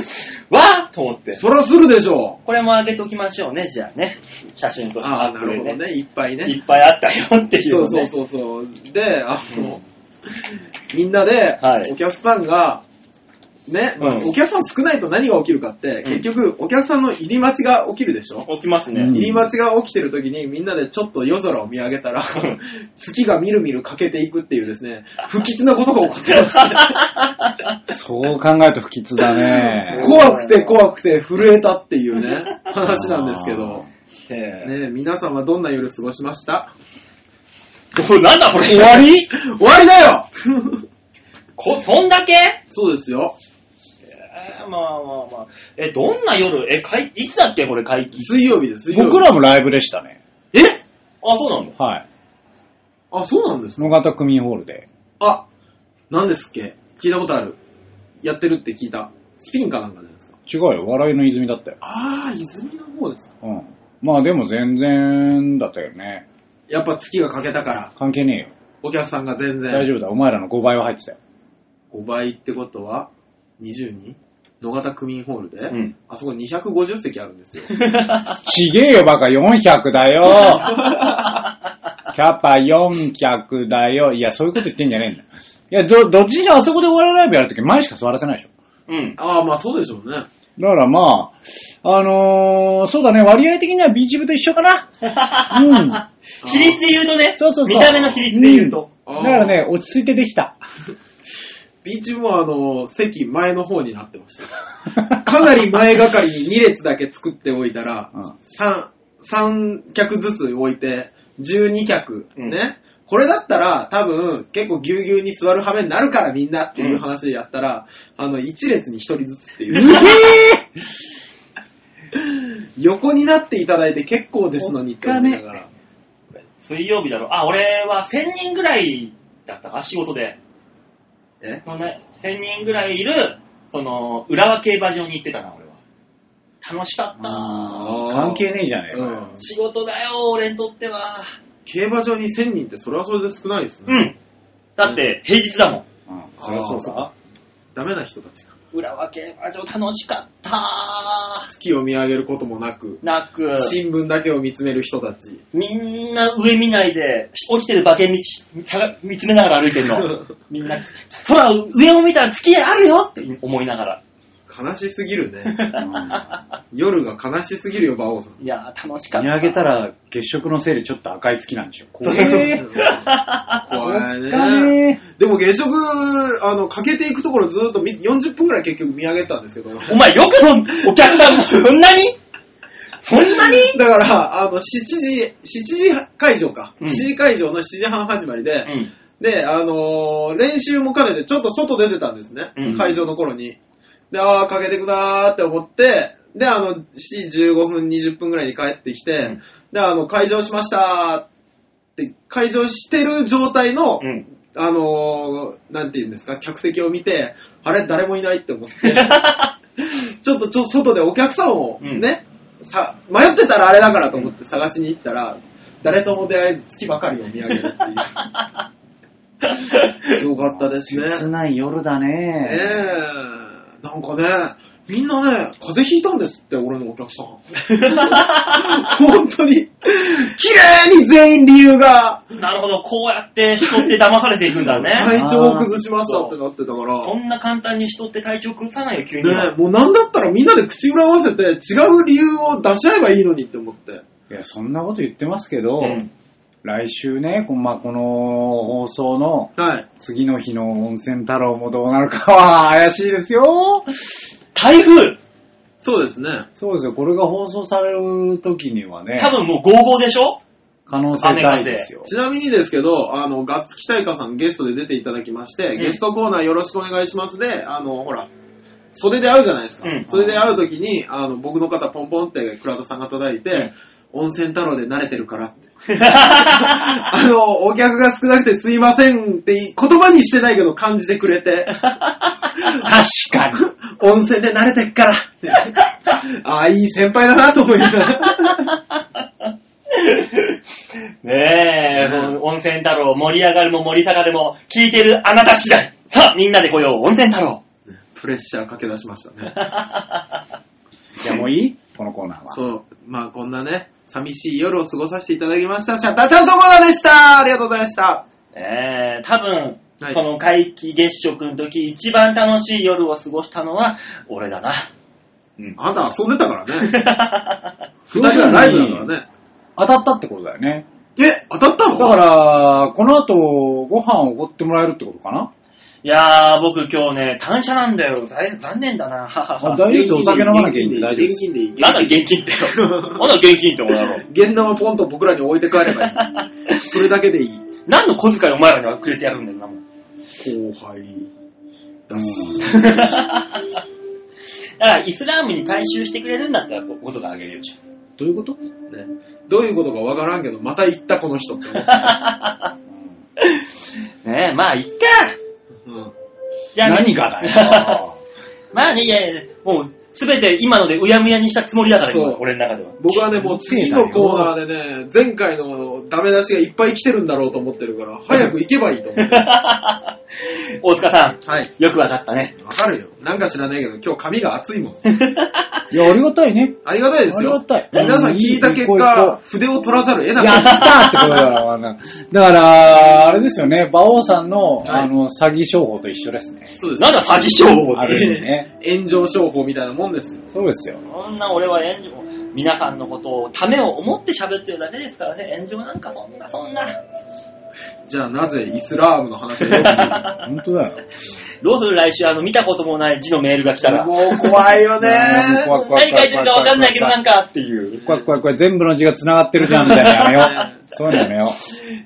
Speaker 2: わーっと思って。
Speaker 3: それはするでしょ
Speaker 2: これも上げときましょうね、じゃあね。写真
Speaker 3: う。
Speaker 2: と
Speaker 3: あー、
Speaker 2: ア
Speaker 3: な
Speaker 2: ップ
Speaker 3: る
Speaker 2: ル
Speaker 3: ほど
Speaker 2: ね。
Speaker 3: ね。いっぱいね。
Speaker 2: いっぱいあったよっていう、
Speaker 3: そ
Speaker 2: ね。
Speaker 3: うそうそうそう。で、あの、みんなで
Speaker 2: はい、
Speaker 3: お客さんが、ね、
Speaker 2: うん
Speaker 3: お客さん少ないと何が起きるかって、結局お客さんの入り待ちが起きるでしょ、
Speaker 2: 起きますね。
Speaker 4: うん
Speaker 3: 入り待ちが起きてる時にみんなでちょっと夜空を見上げたら、月がみるみる欠けていくっていうですね、不吉なことが起こってます、
Speaker 4: そう考えると不吉だね。
Speaker 3: 怖くて怖くて震えたっていうね、話なんですけど。
Speaker 2: ええ
Speaker 3: ねえ皆さんはどんな夜過ごしました
Speaker 2: これなんだこれ
Speaker 4: 終わり
Speaker 3: 終わりだよ
Speaker 2: こ、そんだけ
Speaker 3: そうですよ。
Speaker 2: えーまあまあまあ。え、どんな夜え、会、いつだっけこれ会期。
Speaker 3: 水曜日です、水曜日。
Speaker 4: 僕らもライブでしたね。
Speaker 3: え
Speaker 2: あ、そうなんだ。
Speaker 4: はい。
Speaker 3: あ、そうなんですか
Speaker 4: 野方区民ホールで。
Speaker 3: あ、何ですっけ聞いたことある。やってるって聞いた。スピンかなんかじゃないですか。
Speaker 4: 違うよ、笑いの泉だったよ。
Speaker 3: あー、泉の方ですか。
Speaker 4: うん。まあでも全然だったよね。
Speaker 3: やっぱ月が欠けたから、
Speaker 4: 関係ねえよ。
Speaker 3: お客さんが全然。
Speaker 4: 大丈夫だ、お前らの5倍は入ってたよ。
Speaker 3: 5倍ってことは、20人野方区民ホールで、
Speaker 2: ん
Speaker 3: あそこ250席あるんですよ。
Speaker 4: ちげえよ、バカ、400だ よ。キャパ400だよ。いや、そういうこと言ってんじゃねえんだよ。いや、ど、どっちにしろあそこでお笑いライブやるとき前しか座らせないでしょ。
Speaker 2: うん。
Speaker 3: ああ、まあそうでしょうね。
Speaker 4: だからまあ、あのー、そうだね、割合的にはビーチ部と一緒かな。うん。だ
Speaker 2: 比率で言うとね、
Speaker 4: そうそうそう
Speaker 2: 見た目の比率で言うと。
Speaker 3: あー
Speaker 4: からね、落ち着いてでき た。
Speaker 3: ビーチもあの、席前の方になってました。かなり前がかりに2列だけ作っておいたら、
Speaker 4: うん
Speaker 3: 三三客ずつ置いて、12客、
Speaker 2: うん
Speaker 3: ね。これだったら、多分、結構ぎゅうぎゅうに座る羽目になるからみんなっていう話でやったら、あの、1列に1人ずつっていう。横になっていただいて結構ですのにって思いながら。
Speaker 2: 水曜日だろ。あ、俺は1000人ぐらいだったか、仕事で。
Speaker 3: え
Speaker 2: そのね、1000人ぐらいいる、その、浦和競馬場に行ってたな、俺は。楽しかったな
Speaker 3: ー
Speaker 4: 関係ねえじゃねえ
Speaker 3: う
Speaker 4: か。
Speaker 3: ん
Speaker 2: 仕事だよ、俺にとっては。
Speaker 3: 競馬場に1000人ってそれはそれで少ないですね。
Speaker 2: うん。だって、平日だもん。
Speaker 4: うん。そりゃそう
Speaker 3: あー
Speaker 4: だ。
Speaker 3: ダメな人たちが。
Speaker 2: 浦和競馬場楽しかった
Speaker 3: 月を見上げることもなく、
Speaker 2: なく、
Speaker 3: 新聞だけを見つめる人たち。
Speaker 2: みんな上見ないで、落ちてる馬券見探見つめながら歩いてる の。みんな、空、上を見たら月あるよって思いながら。
Speaker 3: 悲しすぎるね。
Speaker 4: うん
Speaker 3: 夜が悲しすぎるよ、馬王さん。
Speaker 2: いやー、楽しかった。
Speaker 4: 見上げたら月食のせいでちょっと赤い月なんでしょ。怖
Speaker 3: うん
Speaker 4: え
Speaker 3: 怖い
Speaker 4: おっか
Speaker 3: ね。
Speaker 4: ね
Speaker 3: でも月食、あの、欠けていくところずっと見40分くらい結局見上げたんですけど。
Speaker 2: お前よくそん、お客さん、そんなにそんなに
Speaker 3: だから、あの、7時、7時会場か。
Speaker 2: うん
Speaker 3: 7時会場の7時半始まりで、
Speaker 2: うん。
Speaker 3: で、あのー練習も兼ねてちょっと外出てたんですね。
Speaker 2: うん
Speaker 3: 会場の頃に。で、ああ、かけてくなーって思って、で、あの、7時15分、20分ぐらいに帰ってきて、
Speaker 2: ん
Speaker 3: で、あの、会場しましたーって、会場してる状態の、
Speaker 2: うん。
Speaker 3: あのーなんて言うんですか、客席を見て、あれ、誰もいないって 思って、ちょっとちょ外でお客さんをね、さ、迷ってたらあれだからと思って探しに行ったら、誰とも出会えず月ばかりを見上げるって いう。すごかったですね。
Speaker 4: 切ない夜だ
Speaker 3: ねえ
Speaker 4: ね。
Speaker 3: なんかね、みんなね、風邪ひいたんですって、俺のお客 さん。本当に、綺麗に全員理由が、
Speaker 2: なるほど、こうやって人って騙されていくんだね。
Speaker 3: 体調を崩しましたってなってたから。
Speaker 2: そんな簡単に人って体調崩さないよ、急に
Speaker 3: ね
Speaker 2: は。
Speaker 3: もうなんだったらみんなで口裏合わせて違う理由を出し合えばいいのにって思って。
Speaker 4: いや、そんなこと言ってますけど、
Speaker 2: うん
Speaker 4: 来週ね、こ,、まあ、この放送の
Speaker 3: はい。
Speaker 4: 次の日の温泉太郎もどうなるかは怪しいですよ。
Speaker 2: 台風
Speaker 3: そうですね。
Speaker 4: そうですよ、これが放送される時にはね、
Speaker 2: 多分もう55でしょ
Speaker 4: 可能性大ですよ。
Speaker 3: ちなみにですけど、あの、ガッツキタイカさんゲストで出ていただきまして、
Speaker 2: ん
Speaker 3: ゲストコーナーよろしくお願いしますで、あの、ほら、袖で会うじゃないですか。
Speaker 2: うん
Speaker 3: 袖で会う時に、あの、僕の方ポンポンって倉田さんが叩いて、温泉太郎で慣れてるからって。あの、お客が少なくてすいませんって言葉にしてないけど感じてくれて。
Speaker 4: 確かに。
Speaker 3: 温泉で慣れてっから。ああ、いい先輩だなと思いながら。
Speaker 2: ねえ、
Speaker 3: うん
Speaker 2: もう温泉太郎、盛り上がるも盛り下がるも、聞いてるあなた次第。さあ、みんなで来よう、温泉太郎。
Speaker 3: プレッシャーかけ出しましたね。
Speaker 4: いや、もういいこのコーナーは。
Speaker 3: そう。まあこんなね、寂しい夜を過ごさせていただきました。シャッターチャンスのコーナーでしたありがとうございました。
Speaker 2: ええ多分、
Speaker 3: はい
Speaker 2: その皆既月食の時、一番楽しい夜を過ごしたのは、俺だな。うん。
Speaker 3: あんた遊んでたからね。二人はライブだからね。
Speaker 4: 当たったってことだよね。
Speaker 3: え、当たった
Speaker 4: だ
Speaker 3: の
Speaker 4: から、この後、ご飯をおごってもらえるってことかな
Speaker 2: いやー、僕今日ね、単車なんだよ。大残念だな。ははは
Speaker 4: あ大丈夫お酒飲まなきゃいいんで大丈夫で
Speaker 3: 現
Speaker 4: す
Speaker 3: 金でいい。現金でいい
Speaker 2: なんだ現金って よ。まだ現金ってお前ろ。
Speaker 3: 現玉ポンと僕らに置いて帰ればいい。それだけでいい。
Speaker 2: 何の小遣いお前らにはくれてやるんだよな、もう。
Speaker 3: 後輩だし。
Speaker 2: だから、イスラームに回収してくれるんだったら、こことがあげるよ、じゃ
Speaker 4: どういうこと
Speaker 3: ね、どういうことかわからんけど、また行ったこの人って思った。
Speaker 2: あねえ、まあ、いっか。
Speaker 3: うん
Speaker 2: じゃあ、
Speaker 4: 何が だよ。
Speaker 2: まあね、いやいや、もう、すべて今のでうやむやにしたつもりだから、
Speaker 3: そう
Speaker 2: 今俺の中では。
Speaker 3: 僕はね、もう次のコーナーでね、前回のダメ出しがいっぱい来てるんだろうと思ってるから、早く行けばいいと思って。
Speaker 2: 大塚さん、
Speaker 3: はい。
Speaker 2: よくわかったね。
Speaker 3: わかるよ。なんか知らないけど、今日髪が熱い もん。
Speaker 4: いや、ありがたいね。
Speaker 3: ありがたいですよ。
Speaker 4: ありがたい
Speaker 3: 皆さん聞いた結
Speaker 4: うんいいいいこういいこ
Speaker 3: 果、筆を取らざるを得な
Speaker 4: や
Speaker 3: か
Speaker 4: っ
Speaker 3: ったた。
Speaker 4: ってことだろうな。だから、あれですよね、馬王さんの、
Speaker 3: い
Speaker 4: あの、詐欺商法と一緒ですね。
Speaker 3: そうです。
Speaker 2: なんだ詐欺商法
Speaker 4: あ
Speaker 2: っ
Speaker 4: る
Speaker 2: て。
Speaker 4: よね。
Speaker 3: 炎上商法みたいなもんですよ。
Speaker 4: そうですよ。
Speaker 2: そんな俺は炎上、皆さんのことを、ためを思って喋ってるだけですからね、炎上なんかそんなそんな。
Speaker 3: じゃあなぜイスラームの話をよく するの
Speaker 4: 本当だよ。
Speaker 2: どうする来週、あの、見たこともない字のメールが来たら。
Speaker 3: もう怖いよね。
Speaker 4: 怖い怖い怖い怖い
Speaker 2: 何書いてるかわかんないけどなんかっていう。
Speaker 4: これ、これ、これ、全部の字が繋がってるじゃん、みたいなのやめよう。そういうのやめよ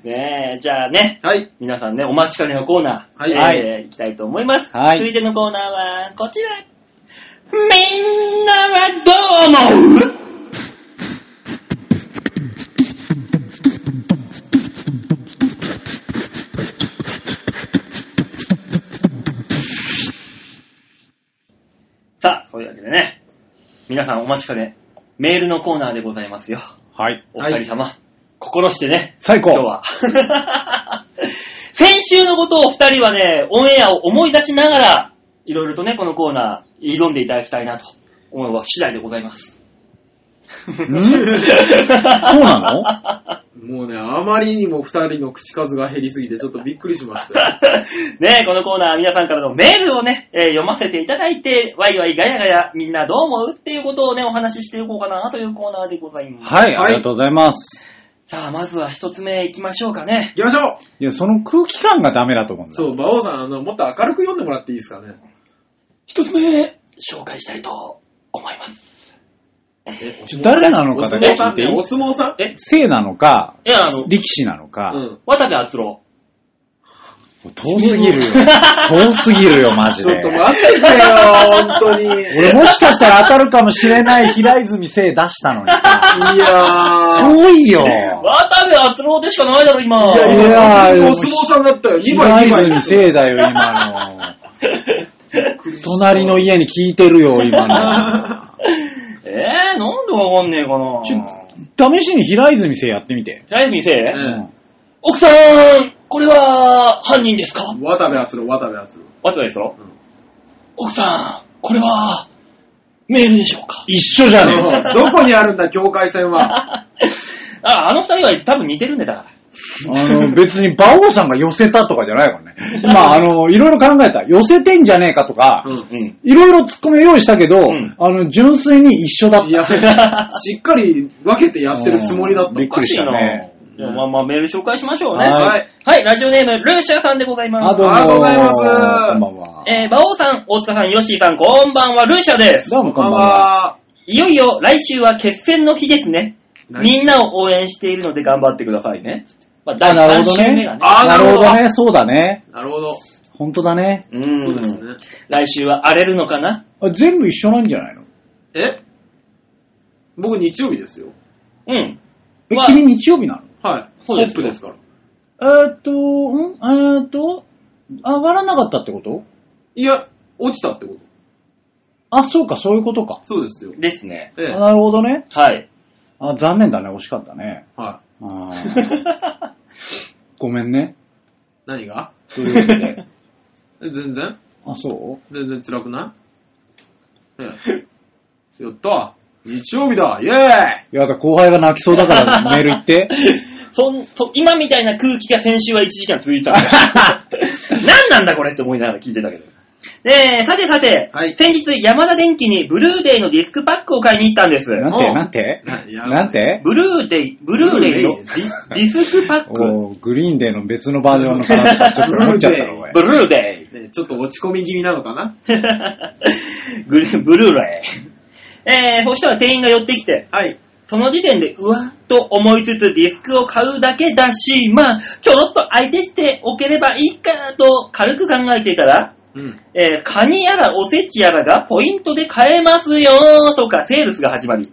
Speaker 4: う。
Speaker 2: ねえ、じゃあね、
Speaker 3: はい。
Speaker 2: 皆さんね、お待ちかねのコーナー、
Speaker 3: はい
Speaker 2: えー行きたいと思います。
Speaker 4: はい
Speaker 2: 続いてのコーナーは、こちら。みんなはどう思うさあ、そういうわけでね、皆さんお待ちかね、メールのコーナーでございますよ。
Speaker 4: はい。
Speaker 2: お二人様、心してね、
Speaker 4: 最
Speaker 2: 今
Speaker 4: 高
Speaker 2: 日は。 先週のことを二人はね、オンエアを思い出しながら、いろいろとね、このコーナー、挑んでいただきたいなと思うわ次第でございます。
Speaker 4: んそうなの
Speaker 3: もうね、あまりにも二人の口数が減りすぎて、ちょっとびっくりしましたよ。
Speaker 2: ねえこのコーナー、皆さんからのメールをね、えー読ませていただいて、ワイワイガヤガヤ、みんなどう思うっていうことをね、お話ししていこうかなというコーナーでございます。
Speaker 4: はい、ありがとうございます。
Speaker 2: さあ、まずは一つ目行きましょうかね。
Speaker 3: 行きましょう
Speaker 4: いや、その空気感がダメだと思うんだ。
Speaker 3: そう、馬王さん、あの、もっと明るく読んでもらっていいですかね。
Speaker 2: 一つ目、紹介したいと思います。
Speaker 3: え
Speaker 4: ちょ誰なのか
Speaker 3: お
Speaker 4: だ
Speaker 3: 相
Speaker 4: け
Speaker 3: 撲さ
Speaker 4: 聞
Speaker 3: んね
Speaker 4: いていい
Speaker 3: お相撲さん
Speaker 2: え
Speaker 4: 性なのか、
Speaker 2: いや、あの、
Speaker 4: 力士なのか、
Speaker 3: うん。
Speaker 2: 渡部篤郎。
Speaker 4: 遠 すぎるよ。遠すぎるよ、マジ
Speaker 3: ちょ
Speaker 4: で
Speaker 3: っと。待ってくれよ、本当に。
Speaker 4: 俺もしかしたら当たるかもしれない平泉聖出したのにさ。
Speaker 3: いやー。
Speaker 4: 遠いよ。
Speaker 2: 渡部篤郎でしかないだろ、今。
Speaker 3: いやい
Speaker 4: い
Speaker 3: や
Speaker 4: やいや
Speaker 3: お相撲さんだったよ。2
Speaker 4: 平
Speaker 3: 枚、2枚
Speaker 4: 泉。聖だよ、今の。隣の家に聞いてるよ、今の。
Speaker 2: えー、なんでわかんねえかな。
Speaker 4: 試しに平泉聖やってみて。
Speaker 2: ライブ見せ、
Speaker 4: う
Speaker 3: うんん。
Speaker 2: 奥さん、これは犯人ですか
Speaker 3: 渡部篤郎、渡部篤郎。
Speaker 2: 渡部ですよ
Speaker 3: うん
Speaker 2: 奥さん、これはメールでしょう か
Speaker 4: 一緒じゃねえか。
Speaker 3: あのどこにあるんだ、境界線は。
Speaker 2: あ、あの二人は多分似てるんでだから。
Speaker 4: あの、別に馬王さんが寄せたとかじゃないからね。まあ、あの、いろいろ考えた。寄せてんじゃねえかとか、
Speaker 3: うん。
Speaker 2: うん。
Speaker 4: いろいろ突っ込みを用意したけど、
Speaker 2: うん
Speaker 4: あの、純粋に一緒だった。
Speaker 3: いや、しっかり分けてやってるつもりだった。
Speaker 4: びっくりしたね
Speaker 2: おかしいな。まあまあメール紹介しましょうね。
Speaker 4: はい
Speaker 3: はい。
Speaker 2: はい、ラジオネーム、ルーシャさんでございます。
Speaker 4: あ、どうも。
Speaker 3: ありがとうございます
Speaker 4: こんばんは。
Speaker 2: えー、馬王さん、大塚さん、ヨッシーさん、こんばんは、ルーシャです。
Speaker 4: どうも、こんばんは。
Speaker 3: あ
Speaker 2: いよいよ来週は決戦の日ですね。
Speaker 3: はい
Speaker 2: みんなを応援しているので頑張ってくださいね。まあ、
Speaker 4: あ
Speaker 2: 第
Speaker 4: なる
Speaker 2: 3
Speaker 4: ほど
Speaker 2: 週目
Speaker 4: ね。
Speaker 2: がね。
Speaker 3: あーな
Speaker 4: なる
Speaker 3: る
Speaker 4: ほ
Speaker 3: ほど
Speaker 4: どね。そうだね。
Speaker 3: ーなるほど。
Speaker 4: 本当だね。
Speaker 2: うん
Speaker 3: そうですね。
Speaker 2: 来週は荒れるのかな
Speaker 4: あ全部一緒なんじゃないの
Speaker 3: え僕日曜日ですよ。
Speaker 2: うん。
Speaker 4: え
Speaker 2: まあ
Speaker 4: 君日曜日な
Speaker 3: はい。
Speaker 2: そうですよ
Speaker 3: トップですから。
Speaker 4: のえーっと、んえーっと、上がらなかったってこと
Speaker 3: いや、落ちたってこと。
Speaker 4: あ、そうか、そういうことか。
Speaker 3: そうですよ。
Speaker 2: ですね。
Speaker 3: え
Speaker 4: あ
Speaker 3: え。
Speaker 4: なるほどね。
Speaker 2: はい。
Speaker 4: あ、残念だね。惜しかったね。
Speaker 3: は
Speaker 4: あ ーごめんね。
Speaker 3: い。何が
Speaker 4: ということで。
Speaker 3: え全然
Speaker 4: あ、そう
Speaker 3: 全然辛くないええ。やった日曜日だイェ
Speaker 4: いやだ、後輩が泣きそうだから メール行って。
Speaker 2: そん、そ、今みたいな空気が先週は1時間続いたんだよ何なんだこれって思いながら聞いてたけど。えー、さてさて、
Speaker 3: はい
Speaker 2: 先日、山田電機にブルーデイのディスクパックを買いに行ったんです。
Speaker 4: なんて、なんて
Speaker 3: ないや
Speaker 4: なんて
Speaker 2: ブルーデイ、ブルーデイのディディスクパック。
Speaker 4: おーグリーンデーの別のバージョンのかなとかちょっと思っちゃったろ、おい
Speaker 2: ブ。ルーデイ。
Speaker 3: ねちょっと落ち込み気味なのかな
Speaker 2: グルブルーレイ。えー、そしたら店員が寄ってきて、
Speaker 3: はい。
Speaker 2: その時点で、うわと思いつつディスクを買うだけだし、まあ、ちょろっと相手しておければいいかと軽く考えていたら、
Speaker 3: うん。
Speaker 2: えーカニやらおせちやらがポイントで買えますよーとかセールスが始まり、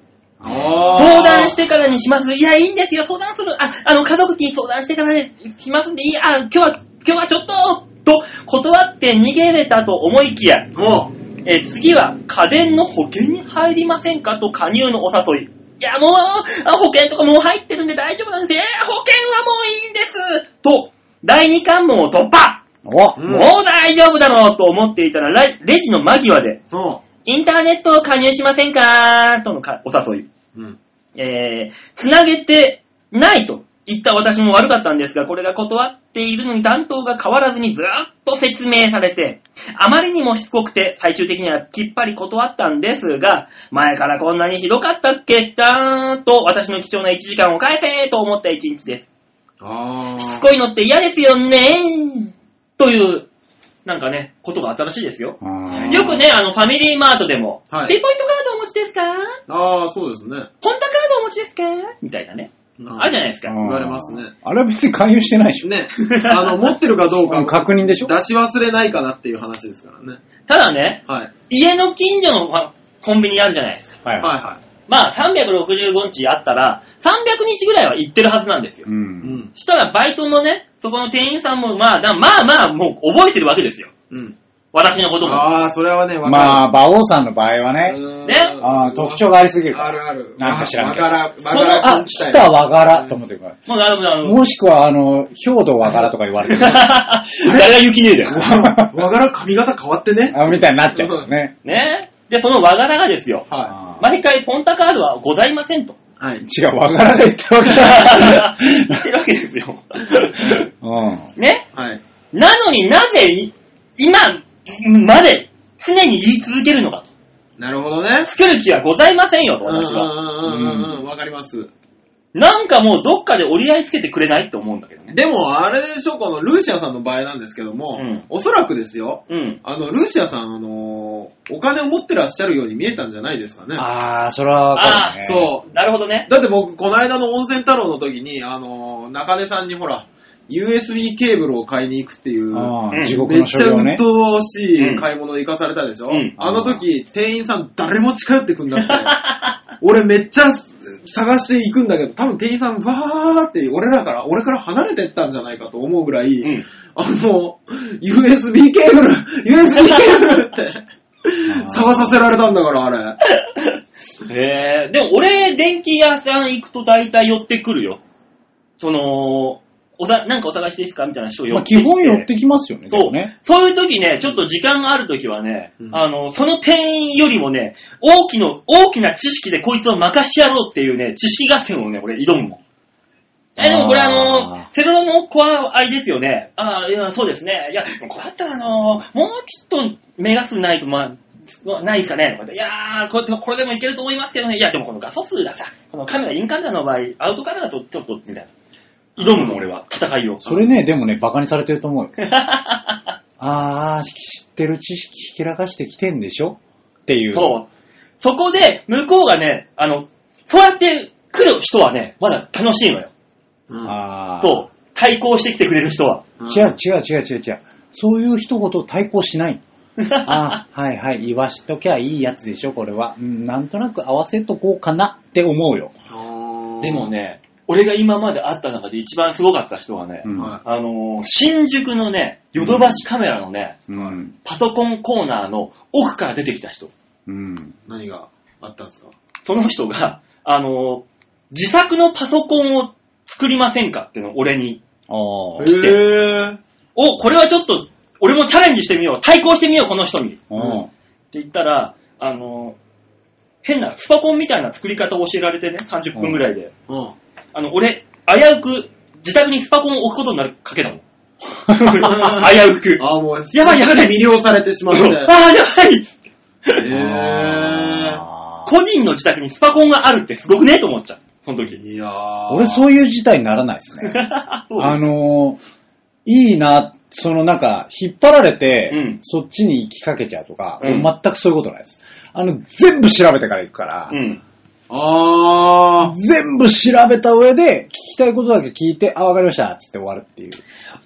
Speaker 2: 相談してからにします。いや、いいんですよ、相談する。あ、あの、家族に相談してからでしますんで、いい、あ、今日は、今日はちょっと、と断って逃げれたと思いきや、
Speaker 3: も
Speaker 2: えー次は家電の保険に入りませんかと加入のお誘い。いや、もう、あ保険とかもう入ってるんで大丈夫なんですよ。えー保険はもういいんです。と、第2関門を突破。
Speaker 4: お
Speaker 3: うん
Speaker 2: もう大丈夫だろうと思っていたら、ラレジの間際で、
Speaker 3: う、も
Speaker 2: インターネットを加入しませんかとのかお誘い。
Speaker 3: う、うん。
Speaker 2: えー、つなげてないと言った私も悪かったんですが、これが断っているのに担当が変わらずにずーっと説明されて、あまりにもしつこくて最終的にはきっぱり断ったんですが、前からこんなにひどかったっけだーんと私の貴重な1時間を返せーと思った1日です。
Speaker 3: あ
Speaker 2: しつこいのって嫌ですよねーという、なんかね、ことが新しいですよ。
Speaker 4: あー
Speaker 2: よくね、あの、ファミリーマートでも、
Speaker 3: はい
Speaker 2: デポイントカードお持ちですか
Speaker 3: ああ、そうですね。
Speaker 2: ポンタカードお持ちですかみたいなね。あるじゃないですか。
Speaker 4: うん
Speaker 3: 言われますね
Speaker 4: あれは別に勧誘してないでしょ。
Speaker 3: ね、あの、持ってるかどう
Speaker 4: あ
Speaker 3: か
Speaker 4: の確認でしょ
Speaker 3: 出し忘れないかなっていう話ですからね。
Speaker 2: ただね、
Speaker 3: はい。
Speaker 2: 家の近所のまコンビニあるじゃないですか。
Speaker 3: は
Speaker 4: は
Speaker 3: い
Speaker 4: いは
Speaker 3: は
Speaker 2: まあ、365日あったら、300日ぐらいは行ってるはずなんです
Speaker 4: い。
Speaker 2: よ
Speaker 4: う。。
Speaker 3: い。うんん。
Speaker 2: したら、バイトのね、そこの店員さんも、まあ、だまあまあ、もう覚えてるわけですよ。
Speaker 3: うん。
Speaker 2: 私のことも。
Speaker 3: ああ、それはね、わ
Speaker 4: まあ、
Speaker 3: か
Speaker 4: 馬王さんの場合は
Speaker 3: る。
Speaker 4: ね、
Speaker 3: あ
Speaker 2: ね
Speaker 4: あー特徴がありすぎるから。
Speaker 3: あるある。
Speaker 4: なんか知らん
Speaker 3: わ
Speaker 4: けど
Speaker 3: か。ら、わか
Speaker 2: その
Speaker 3: ら
Speaker 4: あ、来た和柄と思ってるから。
Speaker 2: もう、なるほど、なる ほど。
Speaker 4: もしくは、あの、兵道和柄とか言われ てる。
Speaker 2: 誰が雪ねえだよ。
Speaker 3: わから髪型変わってね。
Speaker 4: あみたいになっちゃうよね。
Speaker 2: ね。で、その和柄がですよ。
Speaker 3: は
Speaker 4: あー
Speaker 2: 毎回、ポンタカードはございません と。
Speaker 3: い。はい。
Speaker 4: 違う、和柄で言ったわけじゃない。
Speaker 2: 言ってるわけですよ。
Speaker 4: う
Speaker 2: ね。
Speaker 3: はい。
Speaker 2: なのになぜい、今まで常に言い続けるのかと。
Speaker 3: なるほどね。
Speaker 2: 作る気はございませんよと、私は。
Speaker 3: うんうんうんうんうん、わかります。
Speaker 2: なんかもうどっかで折り合いつけてくれないって思うんだけどね。
Speaker 3: でも、あれでしょ、このルーシアさんの場合なんですけども、
Speaker 2: うん
Speaker 3: おそらくですよ、
Speaker 2: うん。
Speaker 3: あの、ルーシアさん、あのーお金を持ってらっしゃるように見えたんじゃないですかね
Speaker 4: ん。。あー、それはわかるね。
Speaker 3: そう。
Speaker 2: なるほどね。
Speaker 3: だって僕、この間の温泉太郎の時に、あのー中根さんにほら、USB ケーブルを買いに行くっていう、
Speaker 4: あー
Speaker 2: うん
Speaker 4: 地獄
Speaker 3: めっ
Speaker 4: の
Speaker 3: ち
Speaker 4: 所
Speaker 3: ゃ
Speaker 4: 業ね
Speaker 3: 鬱。陶し
Speaker 2: う
Speaker 3: い
Speaker 2: ん
Speaker 3: 買い物行かされたでしょ、
Speaker 2: うん
Speaker 3: あの時、店員さん誰も近寄ってくん なくて、俺めっちゃ探して行くんだけど、多分店員さんわーって俺らから、俺から離れてったんじゃないかと思うぐらい、
Speaker 2: うん。
Speaker 3: あの、USB ケーブル、USB ケーブルって、探させられたんだから、あれ。
Speaker 2: へえでも俺、電気屋さん行くと大体寄ってくるよ。その、おさ、なんかお探しですかみたいな人寄
Speaker 4: まあ、
Speaker 2: ってきて。
Speaker 4: 基本寄ってきますよね。で
Speaker 2: そ
Speaker 4: も
Speaker 2: う
Speaker 4: ね。。
Speaker 2: そういう時ね、ちょっと時間がある時はね、
Speaker 3: うん
Speaker 2: あの、その店員よりもね、大きの、大きな知識でこいつを任してやろうっていうね、知識合戦をね、俺挑むもん。え、でもこれあの
Speaker 4: あー
Speaker 2: セロの子はあれですよね。ああ、いや、そうですね。いや、これだったらあのもうちょっと目が数ないと、まあ、ないですかね。とか言っていやーこれ、これでもいけると思いますけどね。いや、でもこの画素数がさ、このカメラ、インカメラの場合、アウトカメラとちょっと、みたいな。挑むもん、俺は。戦いを。
Speaker 4: それね、でもね、馬鹿にされてると 思うよ。あー、知ってる知識ひけらかしてきてんでしょっていう。
Speaker 2: そう。そこで、向こうがね、あの、そうやって来る人はね、まだ楽しいのよ。
Speaker 4: あー。
Speaker 2: そう。対抗してきてくれる人は。
Speaker 3: うん
Speaker 4: 違う違う違う違う違う。そういう一言対抗 しない。あーはいはい、言わしときゃいいやつでしょ、これは。うん、なんとなく合わせとこうかなって思うよ。
Speaker 2: でも、ね、俺が今まで会った中で一番すごかった人はね、
Speaker 4: うん。
Speaker 3: は
Speaker 2: あのー新宿のね、ヨドバシカメラのね、
Speaker 4: うん。
Speaker 2: パソコンコーナーの奥から出てきた人。
Speaker 4: うん。
Speaker 3: 何があったんですか
Speaker 2: その人が、あのー自作のパソコンを作りませんかっていうのを俺に。
Speaker 4: あー。
Speaker 2: 来て
Speaker 3: ぇ
Speaker 2: お、これはちょっと、俺もチャレンジしてみよう。対抗してみよう、この人に。
Speaker 4: うん
Speaker 2: って言ったら、あの、変なスパコンみたいな作り方を教えられてね、30分ぐらいで。
Speaker 3: ー。
Speaker 2: あの、俺、危うく自宅にスパコンを置くことになるかけだもん。危うく。
Speaker 3: ああ、もう、
Speaker 2: やばいやばい
Speaker 3: 魅了されてしまって。
Speaker 2: ああ、やばいっつって
Speaker 4: あー
Speaker 2: 個人の自宅にスパコンがあるってすごくねと思っちゃう。その時に。
Speaker 3: いやー
Speaker 4: 俺そういう事態にならないですね。あのー、いいな、そのなんか、引っ張られて、
Speaker 2: うん
Speaker 4: そっちに行きかけちゃうとか、
Speaker 2: うん
Speaker 4: 全くそういうことないです。あの、全部調べてから行くから、
Speaker 2: うん。
Speaker 3: あー。
Speaker 4: 全部調べた上で、聞きたいことだけ聞いて、あ、わかりました、つって終わるっていう。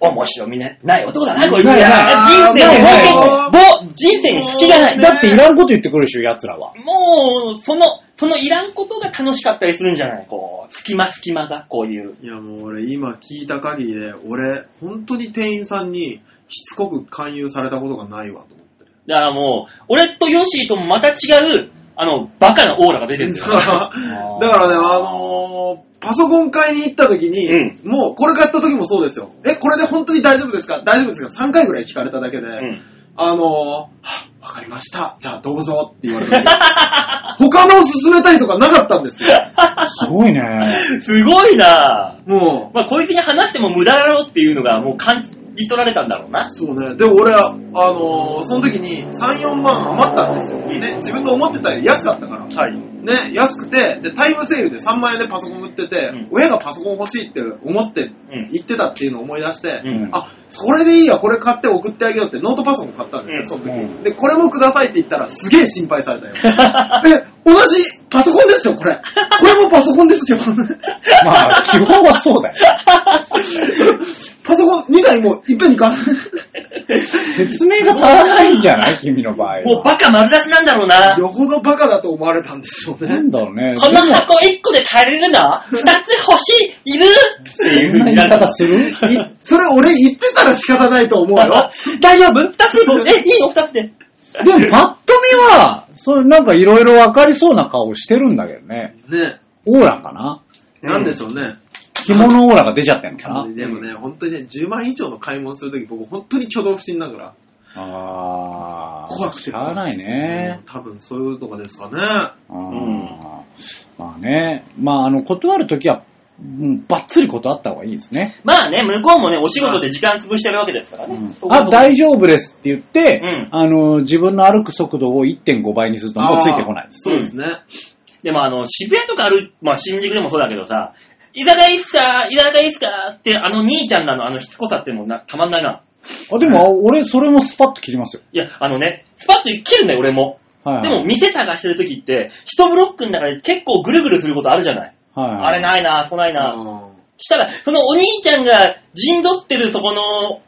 Speaker 2: 面白みなない男だな、こいつ。人
Speaker 4: ないない
Speaker 2: 生に
Speaker 4: ない
Speaker 2: ぼ人生に隙がない。
Speaker 4: だっていらんこと言ってくるでしょ、奴らは。
Speaker 2: もう、その、そのいらんことが楽しかったりするんじゃないこう、隙間隙間が、こういう。
Speaker 3: いや、もう俺、今聞いた限りで、俺、本当に店員さんに、しつこく勧誘されたことがないわ、と思って。
Speaker 2: だからもう、俺とヨッシーともまた違う、あの、バカなオーラが出てるん だ
Speaker 3: だ
Speaker 2: よ。
Speaker 3: から だからね、あのー、パソコン買いに行った時に、
Speaker 2: う
Speaker 3: もうこれ買った時もそうですよ。え、これで本当に大丈夫ですか大丈夫ですか ?3 回ぐらい聞かれただけで、
Speaker 2: うん。
Speaker 3: あのー、はわかりました。じゃあどうぞって言 われて、他のを勧めたりとかなかったんですよ。
Speaker 4: すごいね。
Speaker 2: すごいなぁ。
Speaker 3: も
Speaker 2: まあ、こいつに話しても無駄だろうっていうのが、もう感じ取られたんだろうな
Speaker 3: う、。そうね。でも俺、あのー、その時に3、4万余ったんですよ。ね、自分が思ってたより安かったから。
Speaker 2: はい。
Speaker 3: ね、安くて、で、タイムセールで3万円でパソコン売ってて、
Speaker 2: うん
Speaker 3: 親がパソコン欲しいって思って
Speaker 2: うん
Speaker 3: 言ってたっていうのを思い出して、
Speaker 2: うん
Speaker 3: あ、それでいいや、これ買って送ってあげようってノートパソコン買ったんですよ、
Speaker 2: うん
Speaker 3: その時、
Speaker 4: うん
Speaker 3: で、これもくださいって言ったらすげえ心配 されたよ。え、同じパソコンですよ、これ。これもパソコンですよ。
Speaker 4: まあ、基本はそうだよ。
Speaker 3: パソコン2台もいっぺんに 買う。
Speaker 4: 説明が足らないんじゃない君の場合は。
Speaker 2: もうバカ丸出しなんだろうな。
Speaker 3: よほどバカだと思われたんでしょう
Speaker 4: な
Speaker 3: ね。
Speaker 4: んだろうね。
Speaker 2: この箱1個で足りるの ?2 つ欲しいいるっていう
Speaker 4: で
Speaker 2: 風
Speaker 4: もそんな
Speaker 2: に
Speaker 4: 言
Speaker 2: ないる
Speaker 4: 方する
Speaker 3: いそれ俺言ってたら仕方ないと思う よ。
Speaker 2: 大丈夫 ?2 つえ、いいの ?2 つで。
Speaker 4: でもパッと見は、そうなんかいろいろわかりそうな顔してるんだけどね。
Speaker 3: ね、
Speaker 4: オーラかな
Speaker 3: なんでしょうね。
Speaker 4: 着物オーラが出ちゃってんのかな
Speaker 3: でもね、本当にね、10万以上の買い物するとき、僕、本当に挙動不審だから。
Speaker 4: あー。
Speaker 3: 怖くて
Speaker 4: しゃあない
Speaker 3: う
Speaker 4: ね
Speaker 3: ん。多分そういうとかですかね。
Speaker 4: あーまあね。まあ、あの、断るときは、うんばっつり断った方がいいですね。
Speaker 2: まあね、向こうもね、お仕事で時間潰してるわけですから
Speaker 4: う
Speaker 2: ね
Speaker 4: ん。あ、大丈夫ですって言って、
Speaker 2: うん
Speaker 4: あの、自分の歩く速度を1.5倍にするともうついてこないです。
Speaker 3: そうですね。
Speaker 2: でもあの、渋谷とかある、まあ新宿でもそうだけどさ、居酒屋いいっすか居酒屋いいっすかって、あの兄ちゃんらのあのしつこさってもうな、たまんないな。
Speaker 4: あ、でも、あ俺、それもスパッと切りますよ。
Speaker 2: いや、あのね、スパッと切るんだよ、俺も。
Speaker 4: はい、は
Speaker 2: で
Speaker 4: い。
Speaker 2: も、店探してる時って、一ブロックの中で結構ぐるぐるすることあるじゃない。
Speaker 4: はい、
Speaker 2: あれないな、あそこないな。
Speaker 3: うん
Speaker 2: したら、そのお兄ちゃんが陣取ってるそこの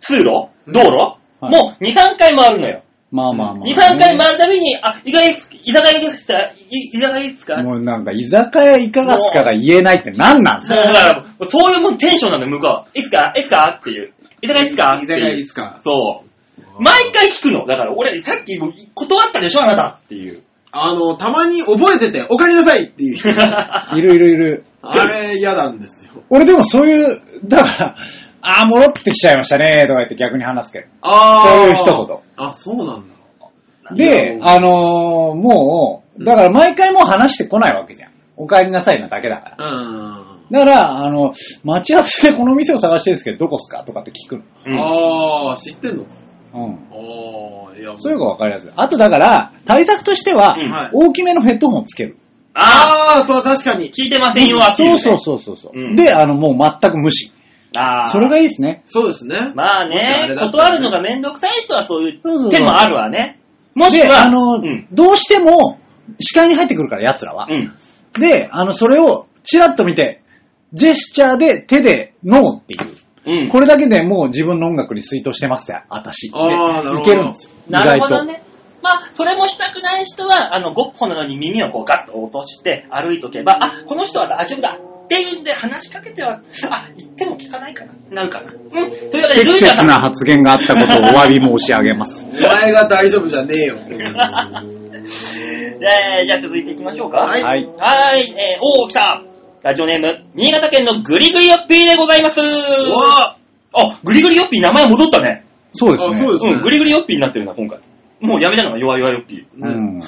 Speaker 2: 通路
Speaker 3: うん
Speaker 2: 道路、
Speaker 4: はい
Speaker 2: もう2、3回回るのよ。
Speaker 4: まあまあまあ、
Speaker 2: 2、3回回るたびに、あ、意外っす、居酒屋いくつか、い居酒屋いくつ か。もう
Speaker 4: もうなんか、居酒屋いかがすから言えないって何なんす
Speaker 2: だ
Speaker 4: か
Speaker 2: から、もうそういうもんテンションなんだよ、向こう。いつかいつかっていう。居酒屋いつかって
Speaker 3: 居酒屋い
Speaker 2: い
Speaker 3: いうっ。すか
Speaker 2: そう。毎回聞くの。だから、俺、さっきも断ったでしょ、あなたっていう。
Speaker 3: あの、たまに覚えてて、お帰りなさいっていう人。
Speaker 4: いるいるいる。
Speaker 3: あれ嫌なんですよ。
Speaker 4: 俺でもそういう、だから、 あー、戻ってきちゃいましたね、とか言って逆に話すけ
Speaker 3: あ
Speaker 4: ーそういう一
Speaker 3: 言。あ、そうなんだ。
Speaker 4: ど。で、あのーもう、だから毎回もう話してこないわけじゃん。お帰りなさいなだけだから。
Speaker 3: うん。
Speaker 4: だから、あの、待ち合わせでこの店を探してるんですけど、どこっすかとかって聞く
Speaker 2: うん
Speaker 3: ああ、知ってんのか。
Speaker 4: の。うん。
Speaker 3: ああ、いや、
Speaker 4: そういうのが分かりやすい。あとだから、対策としては、
Speaker 2: うん
Speaker 3: はい
Speaker 4: 大きめのヘッドホンをつける。
Speaker 2: あ
Speaker 3: ああ、そう、確かに
Speaker 2: ー。聞いてませんよ、アピール
Speaker 4: そ
Speaker 2: ね
Speaker 4: うそうそうそうそう、
Speaker 2: うん
Speaker 4: で、あの、もう全く無視。
Speaker 2: あー
Speaker 4: それがいいですね。
Speaker 3: そうですね。
Speaker 2: まあ
Speaker 3: もしあれ
Speaker 2: ね、
Speaker 3: だった
Speaker 2: 断
Speaker 3: らね
Speaker 2: るのがめんどくさい人はそうい
Speaker 4: そうそうそう
Speaker 2: う手もあるわね。もしく
Speaker 4: で、
Speaker 2: は、
Speaker 4: あの、
Speaker 2: うん。
Speaker 4: どうしても、視界に入ってくるから、奴らは。
Speaker 2: うん。
Speaker 4: で、あの、それを、チラッと見て、ジェスチャーで手で、ノーっていう。
Speaker 2: うん。
Speaker 4: これだけでもう自分の音楽に水筒してますって、私。
Speaker 3: あー
Speaker 4: で
Speaker 3: なるほど
Speaker 4: いけるんですよ。意
Speaker 2: なるほ
Speaker 4: 外
Speaker 2: ど
Speaker 4: と。
Speaker 2: ね。まあ、それもしたくない人は、あの、ゴッホのように耳をこうガッと落として歩いとけば、あ、この人は大丈夫だっていうんで話しかけては、あ、言っても聞かないかな、なるかな。うん。というわけで、ルーシャさん。
Speaker 4: 発言があったことをお詫び申し上げます
Speaker 3: お。前が大丈夫じゃねえよ。
Speaker 2: えーじゃあ続いていきましょうか。
Speaker 3: はい
Speaker 4: はい。
Speaker 2: はーい、えー、おー、来たラジオネーム、新潟県のグリグリヨッピーでございます
Speaker 3: お
Speaker 2: あ、グリグリヨッピー名前戻ったね。
Speaker 4: そうですね。
Speaker 3: あそうですね
Speaker 2: うん、グリグリヨッピーになってるな、今回。もうやめたのが弱々ヨッピー。
Speaker 4: うん。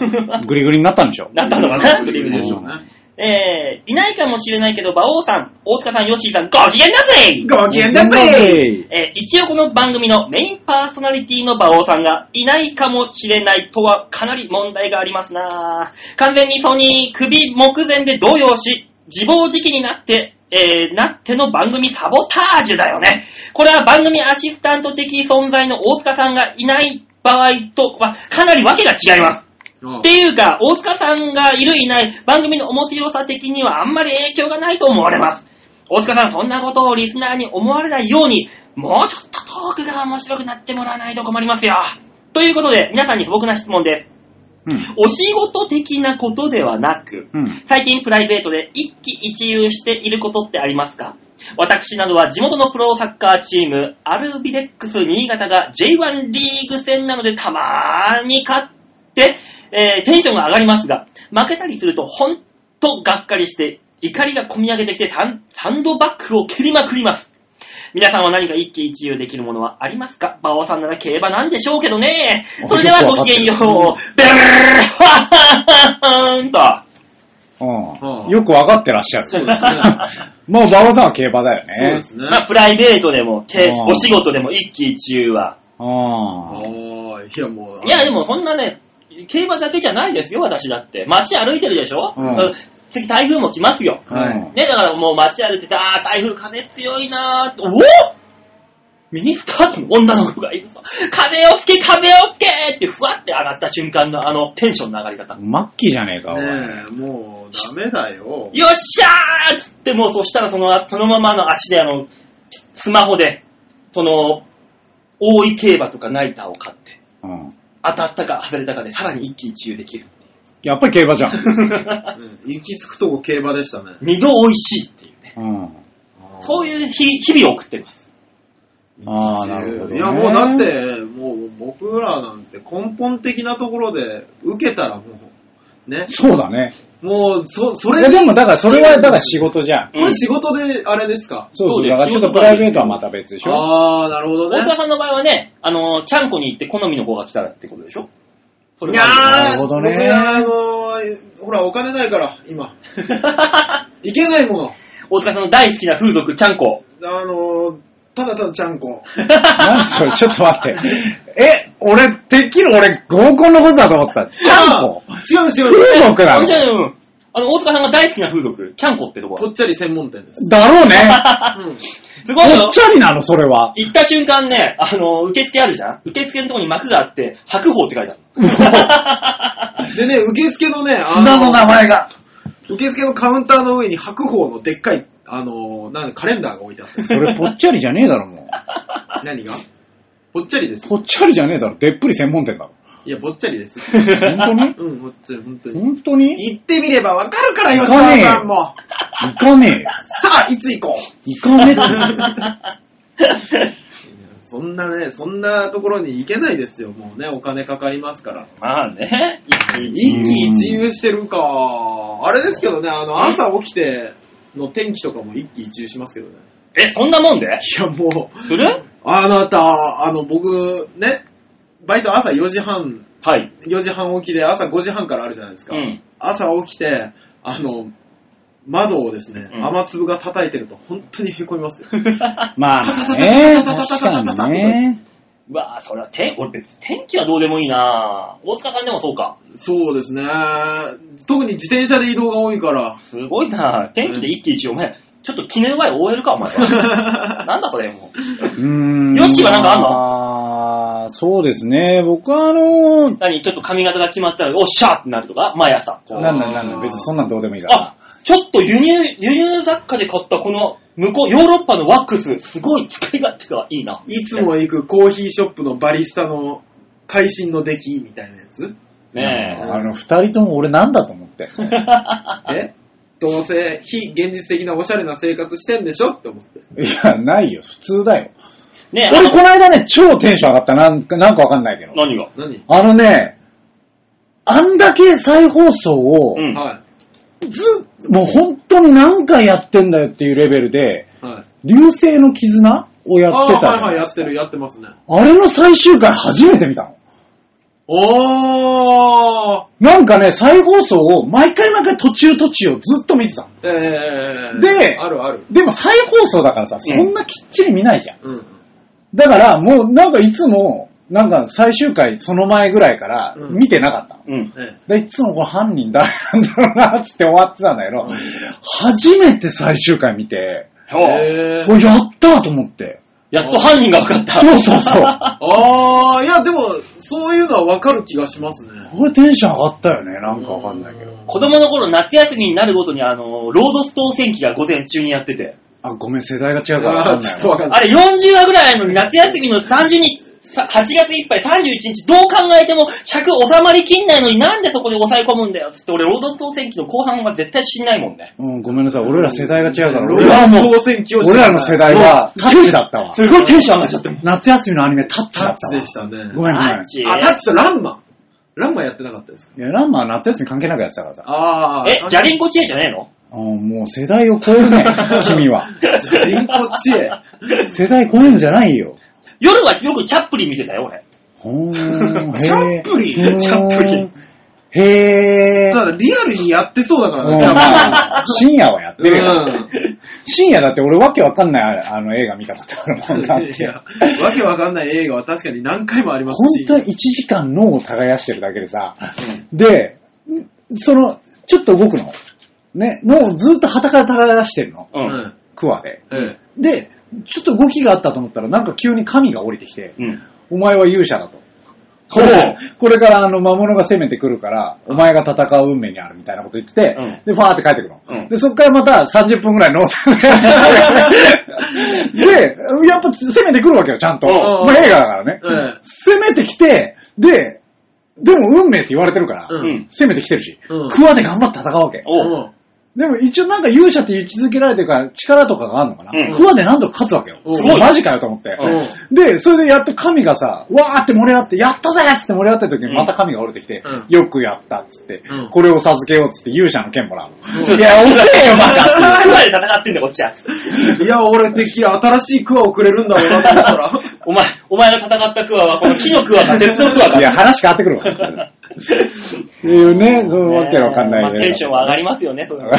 Speaker 4: グリグリになったんでしょ。
Speaker 2: なったのかな
Speaker 3: グリグリでしょうね。
Speaker 2: えー、いないかもしれないけど、馬王さん、大塚さん、ヨッシーさん、ご機嫌だぜ
Speaker 3: ご機嫌だぜ
Speaker 2: えー一応この番組のメインパーソナリティの馬王さんがいないかもしれないとはかなり問題がありますな完全にソニー首目前で動揺し、自暴自棄になって、えーなっての番組サボタージュだよね。これは番組アシスタント的存在の大塚さんがいない場合とはかなりわけが違います。
Speaker 3: うん
Speaker 2: っていうか、大塚さんがいるいない番組の面白さ的にはあんまり影響がないと思われます。大塚さん、そんなことをリスナーに思われないように、もうちょっとトークが面白くなってもらわないと困りますよ。ということで、皆さんに素朴な質問です。
Speaker 4: うん。
Speaker 2: お仕事的なことではなく、
Speaker 4: うん。
Speaker 2: 最近プライベートで一喜一憂していることってありますか私などは地元のプロサッカーチーム、アルビレックス新潟が J1 リーグ戦なのでたまーに勝って、えーテンションが上がりますが、負けたりするとほんとがっかりして、怒りが込み上げてきてサンサンドバッグを蹴りまくります。皆さんは何か一喜一憂できるものはありますか馬王さんなら競馬なんでしょうけどね。それではごきげんよう。ベルー はーんと。
Speaker 4: うん
Speaker 3: うん
Speaker 4: よくわかってらっしゃ
Speaker 3: そう
Speaker 4: る。
Speaker 3: ですね。
Speaker 4: もう馬王さんは競馬だよね。
Speaker 3: そうですね。
Speaker 2: まあ、プライベートでも、け
Speaker 4: うん
Speaker 2: お仕事でも一喜一憂は。
Speaker 4: うん。
Speaker 3: おー、いやもう。
Speaker 2: いや、でもそんなね、競馬だけじゃないですよ、私だって。街歩いてるでしょ、
Speaker 4: うん
Speaker 2: 次台風も来ますよ。
Speaker 3: はい
Speaker 4: うん
Speaker 2: ね、だからもう街歩いてて、あー、台風風強いなーって、おおミニスカートの女の子がいるぞ。風を吹け、風を吹けって、ふわって上がった瞬間のあのテンションの上がり方。
Speaker 4: マッキーじゃねえか、おい
Speaker 3: ねえ、もう、ダメだよ。
Speaker 2: よっしゃーっつって、もうそしたらその、そのままの足であの、スマホで、その、大井競馬とかナイターを買って、
Speaker 4: うん。
Speaker 2: 当たったか外れたかでさらに一喜一憂できる。
Speaker 4: やっぱり競馬じゃん。
Speaker 3: うん行き着くとこ競馬でしたね。
Speaker 2: 二度美味しいっていうね。
Speaker 4: うん。
Speaker 2: そう
Speaker 3: う。
Speaker 2: いう日日々を送ってます。
Speaker 4: あーなるほどね
Speaker 3: いや、もうだって、もう僕らなんて根本的なところで、受けたらもう、ね、
Speaker 4: そうだね。
Speaker 3: もう、そ、そ
Speaker 4: い
Speaker 3: れ
Speaker 4: や
Speaker 3: で、
Speaker 4: でも、だからそれは、だから仕事じゃん。
Speaker 3: これ仕事であれですか
Speaker 4: そう
Speaker 2: そ
Speaker 4: そうう。
Speaker 2: です
Speaker 4: だからちょっとプライベートはまた別でしょ。
Speaker 3: ああ、なるほどね
Speaker 2: 大。沢さんの場合はね、あの、ちゃんこに行って好みの子が来たらってことでしょそ
Speaker 3: い
Speaker 2: れ
Speaker 3: や
Speaker 2: は
Speaker 4: なるほど
Speaker 3: ー、
Speaker 4: ね
Speaker 3: 僕はあのー、ほら、お金ないから、今。いけないも
Speaker 2: 大塚さんの大好きな風俗、ちゃんこ。
Speaker 3: の。あのー、ただただちゃんこ。
Speaker 4: 何それ、ちょっと待って。え、俺、てっきり俺、合コンのことだと思ってた。ちゃんこ
Speaker 3: あー違う違う違う。
Speaker 4: 風俗な
Speaker 2: あ
Speaker 4: の
Speaker 2: じゃあうんあの、大塚さんが大好きな風俗、ちゃんこってとこ
Speaker 3: ぽ
Speaker 2: ろ。
Speaker 3: っちゃり専門店です。
Speaker 4: だろうね。
Speaker 3: うん。
Speaker 2: すごい
Speaker 4: ぽ
Speaker 2: よ
Speaker 4: っちゃりなの、それは。
Speaker 2: 行った瞬間ね、あの、受付あるじゃん受付のとこに幕があって、白鵬って書いてある。
Speaker 3: でね、受付のね、あ
Speaker 4: 砂の名前が。
Speaker 3: 受付のカウンターの上に白鵬のでっかい、あのー、なんだカレンダーが置いてあったんで
Speaker 4: それ、ぽっちゃりじゃねえだろ、もう。
Speaker 3: す。何がぽっちゃりです。
Speaker 4: ぽっちゃりじゃねえだろ。でっぷり専門店だろ。
Speaker 3: いや、ぽっちゃりです。
Speaker 4: 本 当に
Speaker 3: うん、ぽっちゃり、本当に。
Speaker 4: 本当に
Speaker 3: 行ってみればわかるから、吉沢さんも。
Speaker 4: 行かねえよ。
Speaker 3: さあ、いつ行こう。
Speaker 4: 行かねえって。
Speaker 3: そんなね、そんなところに行けないですよ。もうね、お金かかりますから。
Speaker 2: まあね。
Speaker 3: 一喜一憂してるか。あれですけどね、あの、朝起きての天気とかも一喜一憂しますけどね。
Speaker 2: え、そんなもんで
Speaker 3: いや、もう、
Speaker 2: する
Speaker 3: あなた、あの、僕、ね、バイト朝4時半、
Speaker 2: はい。
Speaker 3: 4時半起きで朝5時半からあるじゃないです
Speaker 2: う
Speaker 3: か。
Speaker 2: ん。
Speaker 3: 朝起きて、あの、窓をですね、
Speaker 2: うん
Speaker 3: 雨粒が叩いてると本当に凹み ますよ。
Speaker 4: まあまあね。確かにね。
Speaker 2: うわぁ、それは天、俺別に天気はどうでもいいなぁ。大塚さんでもそうか。
Speaker 3: そうですね。特に自転車で移動が多いから。
Speaker 2: すごいなぁ。天気で一気一憂。お前、ちょっと気の弱い OL か、お前は。なんだそれ、も
Speaker 4: う
Speaker 2: う。
Speaker 4: ーん。
Speaker 2: ヨッシーはなんかあんの
Speaker 4: あーそうですね。僕はあの
Speaker 2: 何ちょっと髪型が決まったら、おっしゃーってなるとか毎朝。こう
Speaker 4: なんだなんだ、別にそんなんどうでもいいから
Speaker 2: あ。、ちょっと輸入、輸入雑貨で買ったこの、向こう、ヨーロッパのワックス、すごい使い勝手がいいな。
Speaker 3: いつも行くコーヒーショップのバリスタの会心の出来みたいなやつ。
Speaker 2: ね
Speaker 4: あの、二人とも俺なんだと 思って。
Speaker 3: え どうせ非現実的なおしゃれな生活してんでしょって思って。
Speaker 4: いや、ないよ。普通だよ。
Speaker 2: え。ねえ、あ
Speaker 4: 俺
Speaker 2: の
Speaker 4: この間ね、超テンション上がった。なんか、なんかわかんないけど。
Speaker 2: 何が
Speaker 3: 何
Speaker 4: あのね、あんだけ再放送を
Speaker 2: う、ん。
Speaker 3: は
Speaker 4: ず、もう本当に何回やってんだよっていうレベルで、
Speaker 3: い。はい。
Speaker 4: 流星の絆をや
Speaker 3: あ
Speaker 4: ってたじゃ
Speaker 3: あー、はいはい、
Speaker 4: ん
Speaker 3: やってる、やってますね。
Speaker 4: あれの最終回初めて見たの。
Speaker 3: おー
Speaker 4: なんかね、再放送を毎回毎回途中途中をずっと見てたの。
Speaker 3: えー、
Speaker 4: で
Speaker 3: あるある。
Speaker 4: でも再放送だからさ、そんなきっちり見ないじゃん。
Speaker 3: うん。
Speaker 4: だからもうなんかいつも、なんか最終回その前ぐらいから
Speaker 3: うん
Speaker 4: 見てなかったの。
Speaker 2: うん。
Speaker 3: ね
Speaker 4: でいつもこれ犯人誰なんだろうなっつって終わってたんだけど、初めて最終回見て、
Speaker 2: お
Speaker 3: えー
Speaker 4: お、やったーと思って。
Speaker 2: やっと犯人が分かった。
Speaker 4: そうそう そう。
Speaker 3: あー、いや、でも、そういうのはわかる気がしますね。
Speaker 4: これテンション上がったよね。なんかわかんないけど。
Speaker 2: 子供の頃夏休みになるごとにあの、ロードストー戦記が午前中にやってて、
Speaker 4: あ、ごめん、世代が違うからわか
Speaker 3: あー
Speaker 4: んない
Speaker 3: ちょっとわかんない。
Speaker 2: あれ40話ぐらいあるのに夏休みの30日、さ8月いっぱい31日どう考えても尺収まりきんないのになんでそこで抑え込むんだよつって俺ロードストー戦記の後半は絶対死んないもんね。
Speaker 4: うん、ごめんなさい。俺ら世代が違うから。
Speaker 3: ロ
Speaker 4: 俺
Speaker 3: ー
Speaker 4: ら
Speaker 3: ラ
Speaker 4: は
Speaker 3: ー
Speaker 4: もう、
Speaker 3: 当選機を知
Speaker 4: 俺
Speaker 3: らない
Speaker 4: らの世代はタッチだったわ。
Speaker 2: すごいテンション上がっちゃってもん。
Speaker 4: 夏休みのアニメタッチ
Speaker 3: タ
Speaker 4: だ
Speaker 3: ッ
Speaker 4: った
Speaker 3: チ
Speaker 4: わ。
Speaker 3: でしたね。
Speaker 4: ごめんごめん。
Speaker 2: マジ
Speaker 4: い
Speaker 3: あ、タッチとランマ。ランマやってなかったですか
Speaker 4: や、ランマは夏休み関係なくやってたからさ。
Speaker 3: あ
Speaker 2: え、じゃりん
Speaker 3: コ
Speaker 2: こ知恵じゃねえの
Speaker 4: あもう世代を超える ね、君は。
Speaker 3: じゃりんこ知恵。
Speaker 4: 世代超えるんじゃないよ。
Speaker 2: 夜はよくチャップリン見てたよ、俺。
Speaker 4: ほーん、
Speaker 3: チャップリン
Speaker 4: へー
Speaker 3: チャップリン。
Speaker 4: へぇ
Speaker 3: ただリアルにやってそうだから
Speaker 4: うん
Speaker 3: ね。多分
Speaker 4: まあ深夜はやってるよ。
Speaker 3: うん
Speaker 4: 深夜だって俺わけわかんないあの映画見たことあるもんだっ
Speaker 3: い
Speaker 4: て。
Speaker 3: や、わけわかんない映画は確かに何回もありま
Speaker 4: 本
Speaker 3: すし。
Speaker 4: 当に1時間脳を耕してるだけでさ、で、んその、ちょっと動くの。ね、脳をずっと旗から耕してるの。
Speaker 2: う。
Speaker 3: うんん。
Speaker 4: クワで。
Speaker 3: え
Speaker 4: で、ちょっと動きがあったと思ったら、なんか急に神が降りてきて、
Speaker 2: うん。
Speaker 4: お前は勇者だと。
Speaker 2: ほ
Speaker 4: こ
Speaker 2: う
Speaker 4: れこれからあの魔物が攻めてくるから、お前が戦う運命にあるみたいなこと言ってて、
Speaker 2: うん
Speaker 4: で、ファーって帰ってくるの。
Speaker 2: うん
Speaker 4: で、そっからまた30分ぐらい脳を耕 してで、やっぱ攻めてくるわけよ、ちゃんと。
Speaker 2: うん
Speaker 4: まあ映画だからね。
Speaker 3: ええ
Speaker 4: 攻めてきて、で、でも運命って言われてるから、
Speaker 3: うん
Speaker 2: うん。
Speaker 4: 攻めてきてるし、
Speaker 3: うん
Speaker 4: クワで頑張って戦うわけ。
Speaker 3: え
Speaker 2: おう。
Speaker 4: でも一応なんか勇者って位置づけられてるから力とかがあるのかな、
Speaker 2: うん
Speaker 4: クワで何度か勝つわけよ。
Speaker 3: うん
Speaker 2: すごい
Speaker 4: マジかよと思って。
Speaker 2: うん
Speaker 4: で、それでやっと神がさ、わーって盛り上がって、やったぜっつって盛り上がった時にまた神が降りてきて、
Speaker 3: うん
Speaker 4: よくやったっつって、
Speaker 3: うん
Speaker 4: これを授けようっつって勇者の剣もらうの。
Speaker 2: うん
Speaker 4: いや、遅えよ、バカって。
Speaker 2: クワで戦ってんだよ、こっちは。
Speaker 3: うんいや、俺的新しいクワをくれるんだろうなと思ったら。
Speaker 2: お前、お前が戦ったクワは、この木のクワか鉄のクワ
Speaker 4: いや、
Speaker 2: か。
Speaker 4: 話変わって くるわ。っていうね、そのわけわかんない
Speaker 2: まあテンションは上がりますよね、そういうの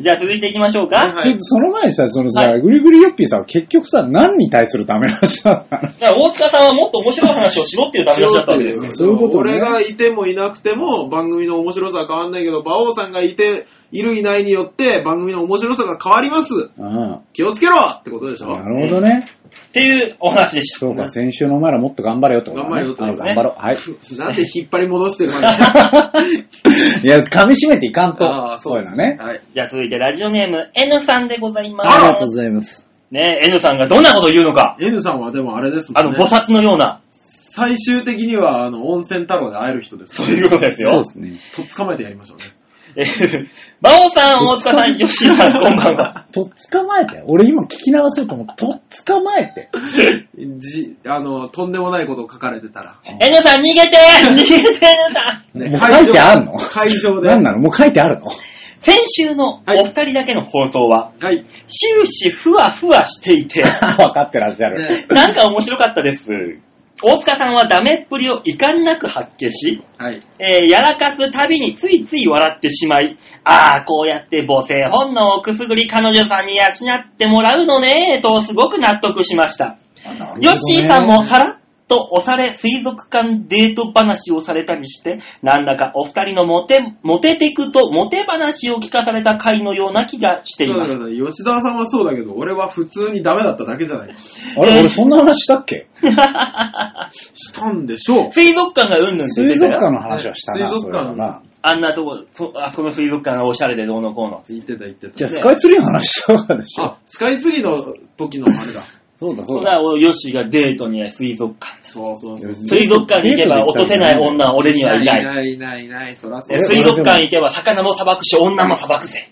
Speaker 2: じゃあ続いていきましょうか。
Speaker 3: はい
Speaker 4: ちょっとその前にさ、そのさ、
Speaker 2: は
Speaker 4: グリグリヨッピーさんは結局さ、何に対するための話だったの
Speaker 2: だから大塚さんはもっと面白い話をしろっていうダメ出しだったわけですよ。
Speaker 4: そういうことね
Speaker 3: 俺がいてもいなくても番組の面白さは変わんないけど、馬王さんがいて、いるいないによって番組の面白さが変わります。
Speaker 4: うん。
Speaker 3: 気をつけろってことでしょ
Speaker 4: なるほどね。
Speaker 2: っていうお話でした。
Speaker 4: そうか、先週のお前らもっと頑張れよってことだね。
Speaker 3: 頑張れよってことです
Speaker 2: ね
Speaker 4: あ頑張ろう。はい。
Speaker 3: なんで引っ張り戻してるわ
Speaker 4: いや、噛み締めていかん
Speaker 3: け
Speaker 4: と。
Speaker 3: ああ、そう
Speaker 4: い
Speaker 3: で
Speaker 4: う
Speaker 3: す
Speaker 4: のね。
Speaker 3: はい。
Speaker 2: じゃあ続いてラジオネーム N さんでございます。
Speaker 4: ありがとうございます。
Speaker 2: ねえ、N さんがどんなことを言うのか。
Speaker 3: N さんはでもあれですも
Speaker 2: あの、
Speaker 3: んね。
Speaker 2: 菩薩のような、
Speaker 3: 最終的には、あの、温泉太郎で会える人です。
Speaker 2: そういうことです
Speaker 4: そう
Speaker 2: よ
Speaker 4: で。すね。
Speaker 3: とっ捕まえてやりましょうね。
Speaker 2: えー馬王さん、大塚さん、吉井さん、こんばん は。
Speaker 4: とっ捕まえて。俺今聞き流そうと思う。とっ捕まえて。
Speaker 3: じ、あの、とんでもないことを書かれてたら。
Speaker 2: N さん、逃げて 逃げて、N さん
Speaker 3: ね
Speaker 4: もう書いてあんの
Speaker 3: 会場で。
Speaker 4: 何なのもう書いてあ るの
Speaker 2: 先週のお二人だけの放送は、
Speaker 3: はい。
Speaker 2: 終始ふわふわしていて、
Speaker 4: 分かってらっしゃる。
Speaker 3: ね
Speaker 2: なんか面白かったです。大塚さんはダメっぷりを遺憾なく発揮し、
Speaker 3: はい。
Speaker 2: えーやらかすたびについつい笑ってしまい、ああ、こうやって母性本能をくすぐり彼女さんに養ってもらうのね、とすごく納得しました。ヨッシーさんもさらっと押され水族館デート話をされたりして、なんだかお二人のモテ、モテテクとモテ話を聞かされた回のような気がしてい
Speaker 3: そう
Speaker 2: ま
Speaker 3: だ
Speaker 2: す。
Speaker 3: から吉沢さんはそうだけど、俺は普通にダメだっただけじゃない。
Speaker 4: あれ、俺そんな話したっけ
Speaker 3: したんでしょう。
Speaker 2: 水族館がうんぬんって言っ
Speaker 4: 水
Speaker 2: てた
Speaker 4: 族
Speaker 2: よ
Speaker 4: 館の話はしたな、
Speaker 3: 水
Speaker 4: そ
Speaker 3: 族
Speaker 4: れ
Speaker 3: 館
Speaker 4: はな。
Speaker 2: あんなとこ、そあそこの水族館がおしゃれでどうのこうの。
Speaker 3: 言ってた言って
Speaker 4: じゃ
Speaker 3: た
Speaker 4: あ、。スカイツリーの話したわけでしょ。
Speaker 3: あ、スカイツリーの時のあれだ。
Speaker 4: そうだ、そ
Speaker 2: そうう
Speaker 4: だ。
Speaker 2: だ、ヨッシーがデートには水族館。
Speaker 3: そうそうそう。
Speaker 2: 水族館に行けば落とせない女は俺にはいない。
Speaker 3: ないいないいない、そらそう
Speaker 2: で
Speaker 3: だ。
Speaker 4: え
Speaker 2: 水族館行けば魚もさばくし、女もさばくぜ。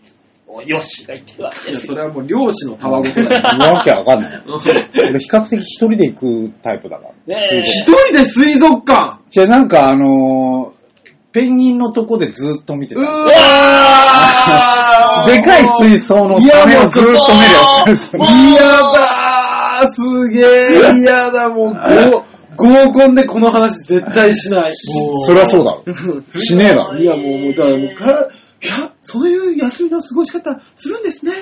Speaker 2: おヨッシーが言ってるわけ
Speaker 3: い
Speaker 2: で
Speaker 3: や、
Speaker 2: す
Speaker 3: そ
Speaker 2: よ。
Speaker 3: れはもう漁師のたわごとだよ。
Speaker 4: わけわかん ない。
Speaker 3: うん
Speaker 4: 俺比較的一人で行くタイプだから。
Speaker 2: ねえ
Speaker 3: 一人で水族館
Speaker 4: じゃあなんかあのー、ペンギンのとこでずーっと見て
Speaker 3: う
Speaker 4: た。
Speaker 3: わー
Speaker 4: でかい水槽のサメをずーっと見るやつ。
Speaker 2: もう
Speaker 3: 嫌だーすげー嫌だもう合コンでこの話絶対しない。
Speaker 4: そりゃそうだろ。 しねえだろ。
Speaker 3: いや、もう、もう、だからもうか、いや、そういう休みの過ごし方するんですね。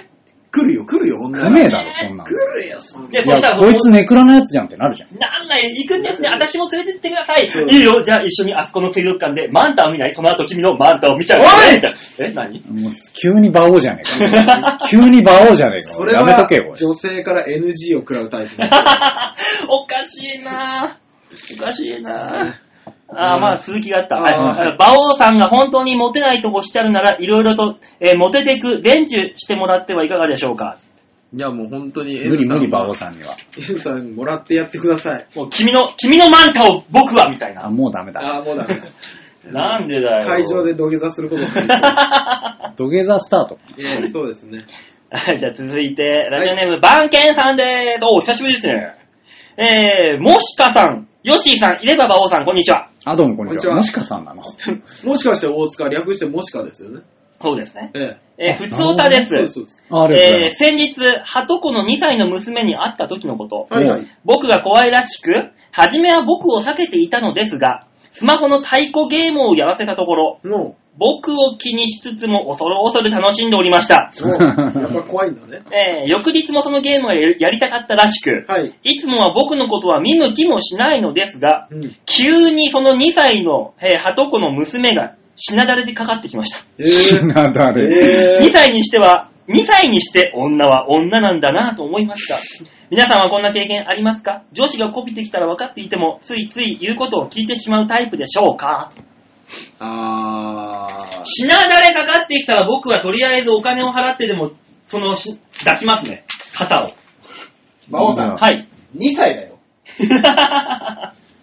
Speaker 3: 来るよ、来るよ、女
Speaker 4: 来ねえだろ、そんなの。
Speaker 3: 来るよ、そんな。
Speaker 2: で、
Speaker 4: い
Speaker 2: そした
Speaker 4: や、
Speaker 2: ら、
Speaker 4: こいつネクラのやつじゃんってなるじゃん。
Speaker 2: なんない、行くんですね。私も連れてってください。
Speaker 3: うん
Speaker 2: いいよ、じゃあ一緒にあそこの水族館でマンタを見ないその後君のマンタを見ちゃう。
Speaker 3: おい
Speaker 2: みたいなえ、何
Speaker 4: もう急に馬王じゃねえ か。急に馬王じゃねえ
Speaker 3: そ
Speaker 4: か。
Speaker 3: れ
Speaker 4: やめとけよ
Speaker 3: は、、
Speaker 4: こ
Speaker 3: 女性から NG を食らう タイプ。
Speaker 2: おかしいなぁ。おかしいなぁ。あーまあ、続きがあった。
Speaker 3: あー
Speaker 2: はい
Speaker 3: は
Speaker 2: 馬王さんが本当にモテないとおっしゃるなら、いろいろと、えーモテてく伝授してもらってはいかがでしょうか。
Speaker 3: いや、もう本当に
Speaker 4: れ。無理無理馬王
Speaker 3: さ
Speaker 4: さんには。
Speaker 3: ん。N さんもらってやってください。
Speaker 2: もう君の、君のマンタを僕はみたい
Speaker 4: あ、
Speaker 2: な。
Speaker 4: もうダメだ。
Speaker 3: ああ、もうダメだ。
Speaker 2: なんでだよ。
Speaker 3: 会場で。土下座することに
Speaker 4: 土下座スタート。
Speaker 3: なるそうですね。
Speaker 2: はい、じゃあ続いて、ラジオネーム、バンケンさんでーす。お、久しぶりですね。えー、もしかさん、ヨッシーさん、いれば馬王さん、こんにちは。
Speaker 4: あ、どうもこんにち
Speaker 3: こ
Speaker 4: は。
Speaker 3: ん
Speaker 4: も
Speaker 3: に
Speaker 4: しかさんなの。
Speaker 3: もしかして大塚、略してもしかですよね。
Speaker 2: そうですね。
Speaker 3: え
Speaker 2: えー、
Speaker 4: あ
Speaker 2: ふつおたで
Speaker 3: え。そうで
Speaker 2: す。
Speaker 3: す、そうです。
Speaker 4: あありがとうござい
Speaker 2: えー、
Speaker 4: ます。
Speaker 2: 先日、ハトコの2歳の娘に会った時のこと。
Speaker 3: はいはい。
Speaker 2: 僕が怖いらしく、初めは僕を避けていたのですが、スマホの太鼓ゲームをやらせたところ、
Speaker 3: の、
Speaker 2: 僕を気にしつつも恐る恐る楽しんでおりました。
Speaker 3: の、やっぱ怖いんだね。
Speaker 2: えー、翌日もそのゲームがややりたかったらしく、
Speaker 3: はい。
Speaker 2: いつもは僕のことは見向きもしないのですが、
Speaker 3: うん。
Speaker 2: 急にその2歳の、えー、ハトコの娘が、しなだれでかかってきました。
Speaker 3: え
Speaker 4: し
Speaker 3: ー
Speaker 4: なだれ。
Speaker 3: え
Speaker 2: 2歳にしては、2歳にして女は女なんだなぁと思いました。皆さんはこんな経験ありますか女子がこびてきたら分かっていても、ついつい言うことを聞いてしまうタイプでしょうか
Speaker 3: あー。
Speaker 2: しなだれかかってきたら僕はとりあえずお金を払ってでも、そのし、抱きますね。肩を。
Speaker 3: 馬王さん、
Speaker 2: はい。
Speaker 3: 2歳だよ。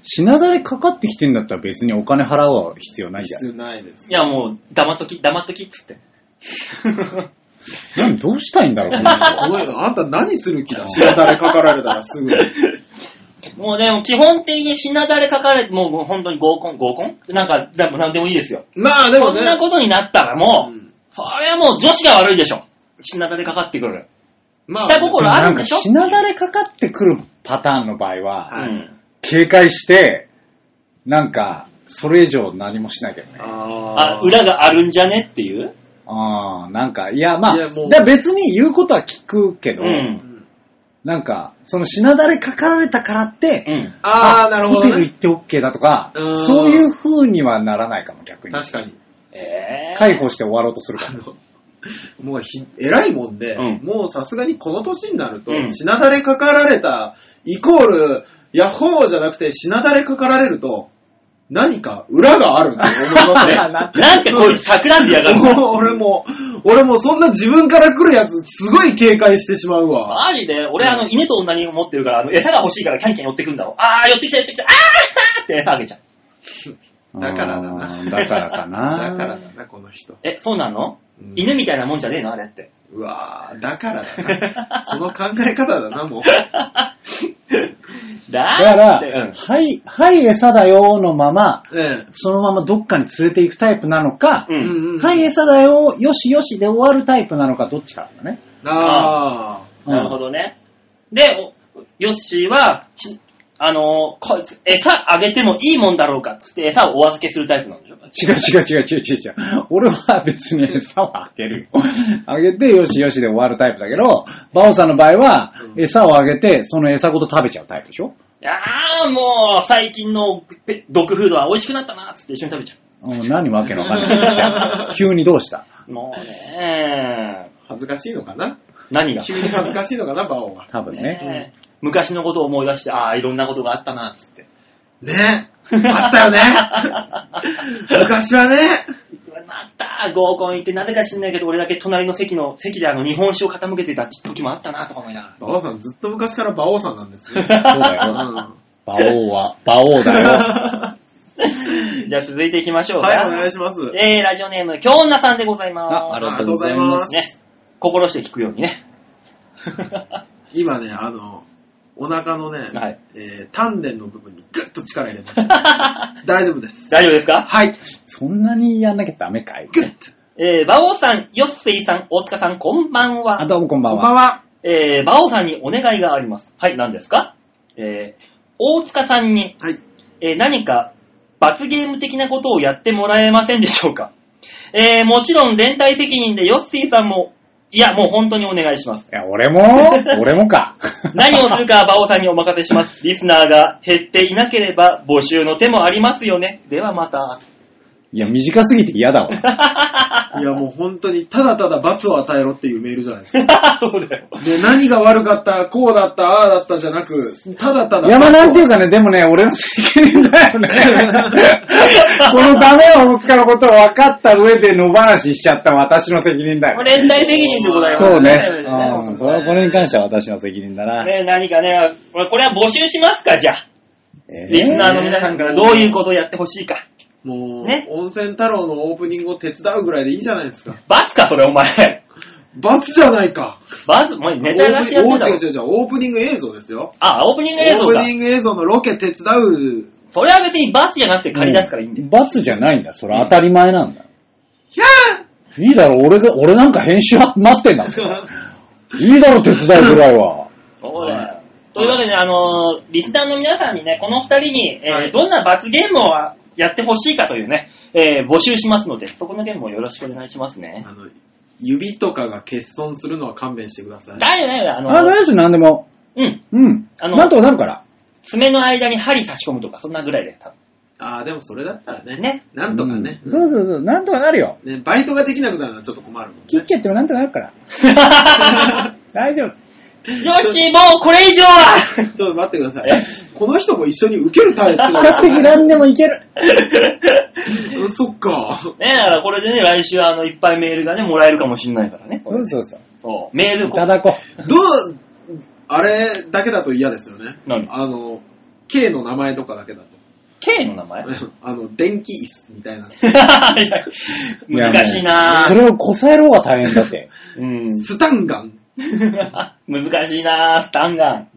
Speaker 4: しなだれかかってきてんだったら別にお金払うは必要ないじゃ
Speaker 3: 必要ないです
Speaker 2: い。やもう、黙っとき、黙っときっつって。
Speaker 4: ん。何、どうしたいんだろう、この人は
Speaker 3: お前、あんた何する気だ知ら誰かかられたらすぐ。
Speaker 2: もうでも基本的にしなだれかかれて、もうもう本当に合コン、合コンなんか、でも何でもいいですよ。
Speaker 3: まあで
Speaker 2: そ
Speaker 3: も
Speaker 2: ん
Speaker 3: ね。
Speaker 2: なことになったらもう、
Speaker 3: うん
Speaker 2: それはもう女子が悪いでしょ。しなだれかかってくる。
Speaker 3: まあ、
Speaker 2: 下心あ
Speaker 4: な
Speaker 2: る
Speaker 4: ん
Speaker 2: んで
Speaker 4: か
Speaker 2: しょ
Speaker 4: しなだれかかってくるパターンの場合は、
Speaker 3: はい
Speaker 2: うん
Speaker 4: 警戒して、なんか、それ以上何もしなきゃね。
Speaker 2: あ
Speaker 3: あ、ー
Speaker 2: 裏があるんじゃねっていう。
Speaker 4: ああ、なんか、いや、まあ、
Speaker 3: いやもう
Speaker 4: だ別に言うことは聞くけど、
Speaker 2: うん
Speaker 3: うん
Speaker 4: なんか、そのしなだれかかられたからって、
Speaker 2: うん。
Speaker 3: あー、なるほ
Speaker 4: ホテ
Speaker 3: ど
Speaker 4: ル
Speaker 3: ね
Speaker 4: 行。って OK だとか、
Speaker 3: うん
Speaker 4: そういう風にはならないかも、逆に。
Speaker 3: 確かに。
Speaker 2: えー、
Speaker 4: 解放して終わろうとするか
Speaker 3: あ
Speaker 4: ら。。
Speaker 3: の、もうひ、偉いもんで、
Speaker 2: うん
Speaker 3: もうさすがにこの年になると、
Speaker 2: うん
Speaker 3: しなだれかかられた、イコール、ヤッホーじゃなくて、しなだれかかられると、何か裏があるんだと思いますね
Speaker 4: な
Speaker 2: なんかこいつ企んでやがる。
Speaker 3: もう俺も、俺もそんな自分から来るやつ、すごい警戒してしまうわ。
Speaker 2: マジで、俺あの犬と女に持ってるから、あの餌が欲しいからキャンキャン寄ってくんだろ。あー、寄ってきた寄ってきた、あーって餌あげちゃう。
Speaker 3: だからだな
Speaker 4: うんだからかな。
Speaker 3: だからだな、この人。
Speaker 2: え、そうなの、
Speaker 3: うん
Speaker 2: 犬みたいなもんじゃねえのあれって。
Speaker 3: うわぁ、だからだな。その考え方だな、 もう。
Speaker 2: だ
Speaker 4: だから、
Speaker 2: って、 うん。
Speaker 4: はい、はい、餌だよのまま、
Speaker 3: え
Speaker 4: そのままどっかに連れて行くタイプなのか、
Speaker 3: え。
Speaker 2: うん
Speaker 4: はい、餌だよ、よしよしで終わるタイプなのか、どっちかだね。
Speaker 3: ああ。
Speaker 4: うん
Speaker 2: なるほどね。で、おヨッシーは、ひあのーこいつ、餌あげてもいいもんだろうかっつって餌をお預けするタイプなんでしょ
Speaker 4: 違う違う違う違う違う違う。俺は 別に餌をあげるよ。あげて、よしよしで終わるタイプだけど、バオさんの場合は、
Speaker 3: うん
Speaker 4: 餌をあげて、その餌ごと食べちゃうタイプでしょ
Speaker 2: あー、もう、最近のペドッグフードは美味しくなったなっつって一緒に食べちゃ
Speaker 4: うん、何わけのわかんない。急にどうした
Speaker 2: う。もうね
Speaker 3: 恥ずかしいのかな
Speaker 2: 何が、
Speaker 3: 急に恥ずかしいのかな、バオは。
Speaker 4: 多分ね。
Speaker 2: ねえ昔のことを思い出して、あー、いろんなことがあったなっつって。
Speaker 3: ねあったよね昔はね
Speaker 2: また合コン行って、なぜか知んないけど、俺だけ隣の席の、席であの日本酒を傾けてた時もあったなとか思いながら。
Speaker 3: 馬王さん、ずっと昔から馬王さんなんですね。
Speaker 4: そう
Speaker 3: う
Speaker 4: だよ。
Speaker 3: ん
Speaker 4: 馬王は、馬王 だよ。
Speaker 2: じゃあ続いていきましょうか。
Speaker 3: はい、お願いします。
Speaker 2: えー、ラジオネーム、京女さんでございます。
Speaker 4: あ、ありがとうございます。
Speaker 2: ね、心して聞くようにね。
Speaker 3: 今ね、あの、お腹のね、
Speaker 2: はい
Speaker 3: えー、丹田の部分にグッと力入れました。 大丈夫です。
Speaker 2: 大丈夫ですか
Speaker 3: はい。
Speaker 4: そんなにやんなきゃダメかい
Speaker 3: グッと。
Speaker 2: えー、馬王さん、ヨッセイさん、大塚さん、こんばん
Speaker 4: あ、
Speaker 2: は。
Speaker 4: どうもこんば
Speaker 3: こ
Speaker 4: ん
Speaker 3: んばん
Speaker 4: は。
Speaker 3: は。
Speaker 2: えー、馬王さんにお願いがあります。はい、何ですかえー、大塚さんに、
Speaker 3: はい。
Speaker 2: えー何か罰ゲーム的なことをやってもらえませんでしょうか、えーもちろん連帯責任でヨッシーさんも、いや、もう本当にお願いします。
Speaker 4: や、俺も俺もか。
Speaker 2: 何をするかは馬王さんにお任せします。リスナーが減っていなければ募集の手もありますよね。ではまた。
Speaker 4: いや、短すぎて嫌だわ。
Speaker 3: いや、もう本当に、ただただ罰を与えろっていうメールじゃないですか。
Speaker 2: そうだよ。
Speaker 3: で、何が悪かった、こうだった、ああだったじゃなく、 ただただ。
Speaker 4: 山なんていうかね、でもね、俺の責任 だよね。このダメを大塚のことを分かった上で野放ししちゃった私の責任だよ。
Speaker 2: 連帯責任でございます。
Speaker 4: そうね。
Speaker 2: ね
Speaker 4: うん、これこれに関しては私の責任だな。
Speaker 2: ね何かね、これは募集しますか、じゃあ。
Speaker 4: えー
Speaker 2: リスナーの皆さんからどういうことをやってほしいか。
Speaker 3: もう、
Speaker 2: ね
Speaker 3: 温泉太郎のオープニングを手伝うぐらいでいいじゃないですか。
Speaker 2: 罰か、それ、お 前。
Speaker 3: 罰じゃないか。
Speaker 2: 罰、もうネタ出しやってた
Speaker 3: オー
Speaker 2: ろ
Speaker 3: プニングお違う違う違うオープニング映像ですよ。
Speaker 2: あ、オープニング映像
Speaker 3: オー
Speaker 2: か
Speaker 3: プ。ニング映像のロケ手伝う。
Speaker 2: それは別に罰じゃなくて借り出すからいいんだよ。
Speaker 4: 罰じゃないんだ。それ当たり前なんだ。
Speaker 3: ひゃ
Speaker 4: いいだろ、俺が、俺なんか編集待ってんだぞ。いいだろ、手伝いぐら いは。
Speaker 2: そうだよ。というわけで、あのーリスナーの皆さんにね、この二人に、えー
Speaker 3: はい
Speaker 2: どんな罰ゲームをやってほしいかというね、えー募集しますので、そこのゲームもよろしくお願いしますね。
Speaker 3: あの、指とかが欠損するのは勘弁してください。
Speaker 2: だよね、あの
Speaker 4: あ、大丈夫、なんでも。
Speaker 2: うん、
Speaker 4: うん。
Speaker 2: あの
Speaker 4: なんとかなるから。
Speaker 2: 爪の間に針差し込むとか、そんなぐらいで、多
Speaker 3: ああ、でもそれだったらね。
Speaker 2: 分ね。
Speaker 3: なんとかね。
Speaker 4: うんそうそうそう、なんとかなるよ。
Speaker 3: ね、バイトができなくなるのはちょっと困るもん
Speaker 4: 切っ
Speaker 3: ね。
Speaker 4: ちゃってもなんとかなるから。大 丈夫。
Speaker 2: よし、もうこれ以上 は
Speaker 3: ちょっと待ってください。この人も一緒に受けるタイプ
Speaker 4: 比較的 何でもいける。
Speaker 3: うんそっか。
Speaker 2: ねだからこれでね、来週、あの、いっぱいメールがね、もらえるかもしれないからね。こ
Speaker 4: う
Speaker 2: れ
Speaker 4: ん、そうそう。
Speaker 2: そうメール
Speaker 4: いただこ
Speaker 3: どう、あれだけだと嫌ですよね。
Speaker 2: 何
Speaker 3: あの、K の名前とかだけだと。
Speaker 2: K の名 前
Speaker 3: あの、電気椅子みたいな。
Speaker 4: う。や
Speaker 2: 難しいな
Speaker 4: それをこさえる方が大変だ って。
Speaker 2: うん。
Speaker 3: スタンガン。
Speaker 2: 難しいなスタンガン。
Speaker 3: ね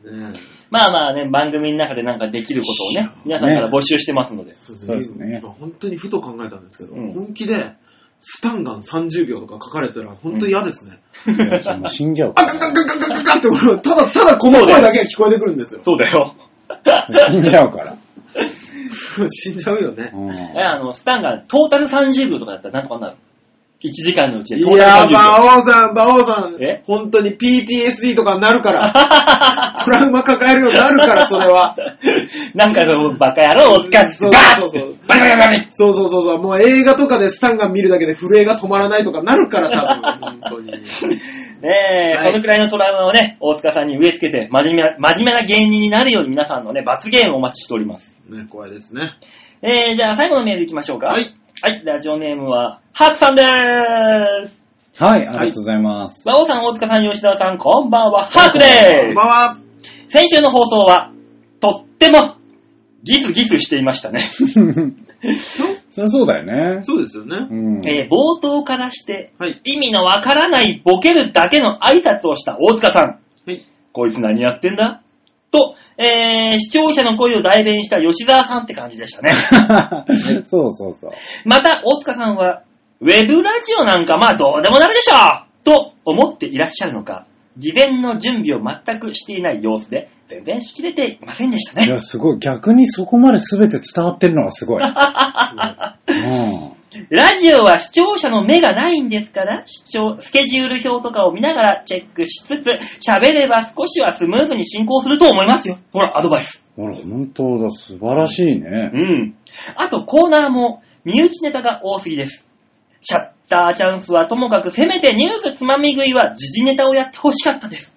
Speaker 2: まあまあね、番組の中でなんかできることをね、皆さんから募集してますので。
Speaker 3: そう
Speaker 4: そうですね
Speaker 3: 今本当にふと考えたんですけど、
Speaker 2: うん
Speaker 3: 本気で、スタンガン30秒とか書かれたら本当に嫌ですね。
Speaker 4: いやもう死んじゃうか
Speaker 3: あ、ガンガンガンガンガンガンガンって俺、ただただこの声だけが聞こえてくるんですよ。
Speaker 2: そうだ よ。
Speaker 4: ら。死んじゃうから。
Speaker 3: 死んじゃうよね。
Speaker 4: うん
Speaker 2: え、あの、スタンガン、トータル30秒とかだったらなんとかなる。1時間のうち
Speaker 3: い
Speaker 2: でトータ
Speaker 3: やー、
Speaker 2: ル30秒。
Speaker 3: 馬王さん、馬王さ
Speaker 2: え
Speaker 3: ん、本当に PTSD とかになる から、トラウマ抱えるようになるから、それは。
Speaker 2: なんかそのバカ野郎、お疲れ。
Speaker 3: そうそうそう
Speaker 2: バリバリバリ
Speaker 3: そうそうそうそう、もう映画とかでスタンガン見るだけで震えが止まらないとかなるから、多分、本当 に。
Speaker 2: ねえ、
Speaker 3: はい
Speaker 2: このくらいのトラウマをね、大塚さんに植え付けて、真面目な、真面目な芸人になるように皆さんのね、罰ゲームをお待ちしております。
Speaker 3: ね、怖いですね。
Speaker 2: えー、じゃあ最後のメールいきましょうか。
Speaker 3: はい。
Speaker 2: はい、ラジオネームは、ハクさんでーす。
Speaker 4: はい、ありがとうござい ます。
Speaker 2: 馬王さん、大塚さん、吉田さん、こんばんは、ハク
Speaker 3: こ
Speaker 2: で
Speaker 3: んばんは。
Speaker 2: す。先週の放送は、とっても、ギスギスしていましたね。
Speaker 4: そりゃそうだよね。
Speaker 3: そうですよね
Speaker 4: う。ん。
Speaker 2: えー冒頭からして、
Speaker 3: はい。
Speaker 2: 意味のわからないボケるだけの挨拶をした大塚さん。
Speaker 3: はい。
Speaker 2: こいつ何やってんだと、えー視聴者の声を代弁した吉沢さんって感じでしたね。
Speaker 4: そうそうそう。
Speaker 2: また、大塚さんは、ウェブラジオなんかまあどうでもなるでしょうと思っていらっしゃるのか、事前の準備を全くしていない様子で、全然しきれていませんでした
Speaker 4: い
Speaker 2: ね。
Speaker 4: や、すごい。逆にそこまで全て伝わってるのが すごい。うん。
Speaker 2: ラジオは視聴者の目がないんですから、視聴スケジュール表とかを見ながらチェックしつつ、喋れば少しはスムーズに進行すると思いますよ。ほら、アドバイス。
Speaker 4: ほら、本当だ。素晴らしいね
Speaker 2: う。ん。あと、コーナーも、身内ネタが多すぎです。シャッターチャンスはともかく、せめてニュースつまみ食いは時事ネタをやってほしかったです。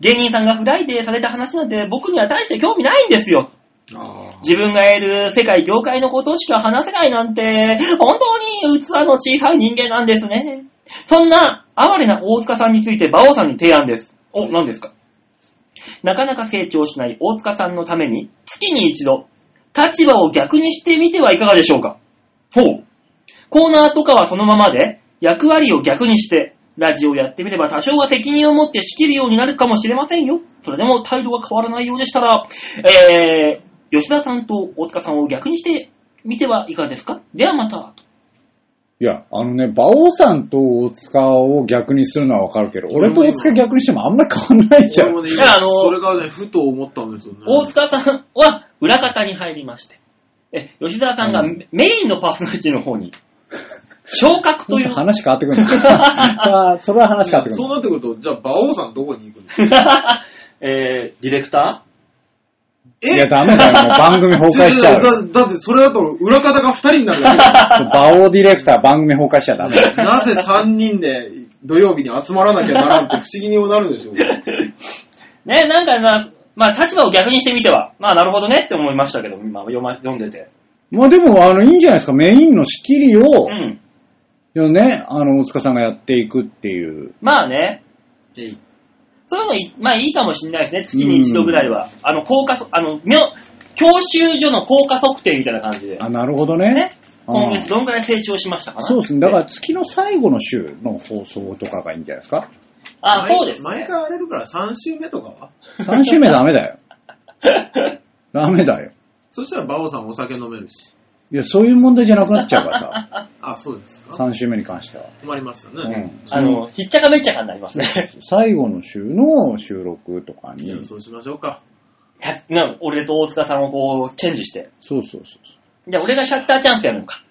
Speaker 2: 芸人さんがフライデーされた話なんて僕には大して興味ないんですよ。
Speaker 3: あ
Speaker 2: 自分が得る世界業界のことしか話せないなんて、本当に器の小さい人間なんですね。そんな哀れな大塚さんについて馬王さんに提案です。お、何ですかなかなか成長しない大塚さんのために、月に一度、立場を逆にしてみてはいかがでしょうかほう。コーナーとかはそのままで、役割を逆にして、ラジオをやってみれば多少は責任を持って仕切るようになるかもしれませんよ。それでも態度が変わらないようでしたら、えー、吉田さんと大塚さんを逆にしてみてはいかがですかではまた。
Speaker 4: いや、あのね、馬王さんと大塚を逆にするのはわかるけど、俺と大塚逆にしてもあんまり変わんないじゃ
Speaker 3: 俺
Speaker 4: ん
Speaker 3: も。ね、
Speaker 2: いやあの
Speaker 3: 今それがね、ふと思ったんですよね。
Speaker 2: 大塚さんは裏方に入りまして、え、吉沢さんが
Speaker 4: う
Speaker 2: メインのパーソナリティの方に、昇格という、
Speaker 4: 話変わってくるんだ。あーそれは話変わってくる
Speaker 3: そうん
Speaker 4: だ。
Speaker 3: なってくると、じゃあ、馬王さんどこに行くの
Speaker 2: えーディレクタ
Speaker 3: え
Speaker 4: いや、ダメだよ。もう番組崩壊しちゃう。
Speaker 3: だだって、それだと裏方が2人になるだけ
Speaker 4: 馬王ディレクター番組崩壊しちゃダメだよ。
Speaker 3: なぜ3人で土曜日に集まらなきゃならんって不思議にもなるでしょう。
Speaker 2: ーね、なんかまあ、まあ立場を逆にしてみては、まあなるほどねって思いましたけど、今読,、ま、読んでて。
Speaker 4: まあでも、あの、いいんじゃないですか。メインの仕切りを
Speaker 2: う、ん。
Speaker 4: ね、あの、大塚さんがやっていくっていう。
Speaker 2: まあね、
Speaker 3: い
Speaker 2: そういうのい、まあいいかもしれないですね。月に一度ぐらいは。あの、効果そ、あの、みょ教習所の効果測定みたいな感じで。
Speaker 4: あ、なるほどね。
Speaker 2: ね。
Speaker 4: あー
Speaker 2: 今月どんぐらい成長しましたかな
Speaker 4: そうですね。だから、月の最後の週の放送とかがいいんじゃないですか。
Speaker 2: あ、そうです、ね
Speaker 3: 毎。回荒れるから3週目とかは
Speaker 4: 3週目ダメだよ。ダメだよ。
Speaker 3: そしたら馬王さんお酒飲めるし。
Speaker 4: いや、そういう問題じゃなくなっちゃうから さ。
Speaker 3: あ、そうですか。
Speaker 4: 3週目に関しては。
Speaker 3: 困りました
Speaker 4: う
Speaker 3: ね。
Speaker 4: ん。
Speaker 2: あの、ひっちゃかめっちゃかになりますね。
Speaker 4: 最後の週の収録とかに
Speaker 3: じゃ。あそうしましょうか。
Speaker 2: たな俺と大塚さんをこう、チェンジして。
Speaker 4: そうそうそうそう。
Speaker 2: じゃあ俺がシャッターチャンスやるのか。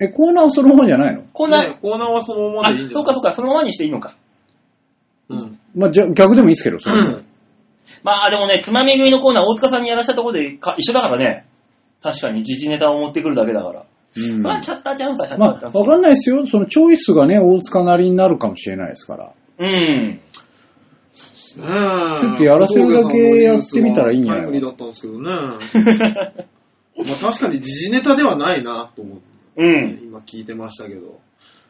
Speaker 4: え、コーナーはそのままじゃないの
Speaker 2: こんな、
Speaker 3: ねコーナーはそのまま
Speaker 2: あ、
Speaker 3: でいいんじゃ
Speaker 2: そう
Speaker 3: な
Speaker 2: か
Speaker 3: い
Speaker 2: そうか、そのままにしていいのか。
Speaker 3: うん。
Speaker 4: まあ、じゃ逆でもいいですけど、それも。
Speaker 2: まあでもね、つまみ食いのコーナー大塚さんにやらしたところでか一緒だからね。確かに時事ネタを持ってくるだけだから。
Speaker 4: うん
Speaker 2: それはシャッターチャンスはシャッタ
Speaker 4: ま
Speaker 2: ーチャ
Speaker 4: あ、
Speaker 2: ンス。
Speaker 4: わかんないですよ。そのチョイスがね、大塚なりになるかもしれないですから。
Speaker 2: うん。
Speaker 3: うん。
Speaker 4: ちょっとやらせるだけやってみたらいいんじゃ
Speaker 3: 小峠さのニュースはタ
Speaker 4: ない
Speaker 3: イムリーだったんですけどね。 まあ確かに時事ネタではないなと思って、
Speaker 2: うん。
Speaker 3: 今聞いてましたけど。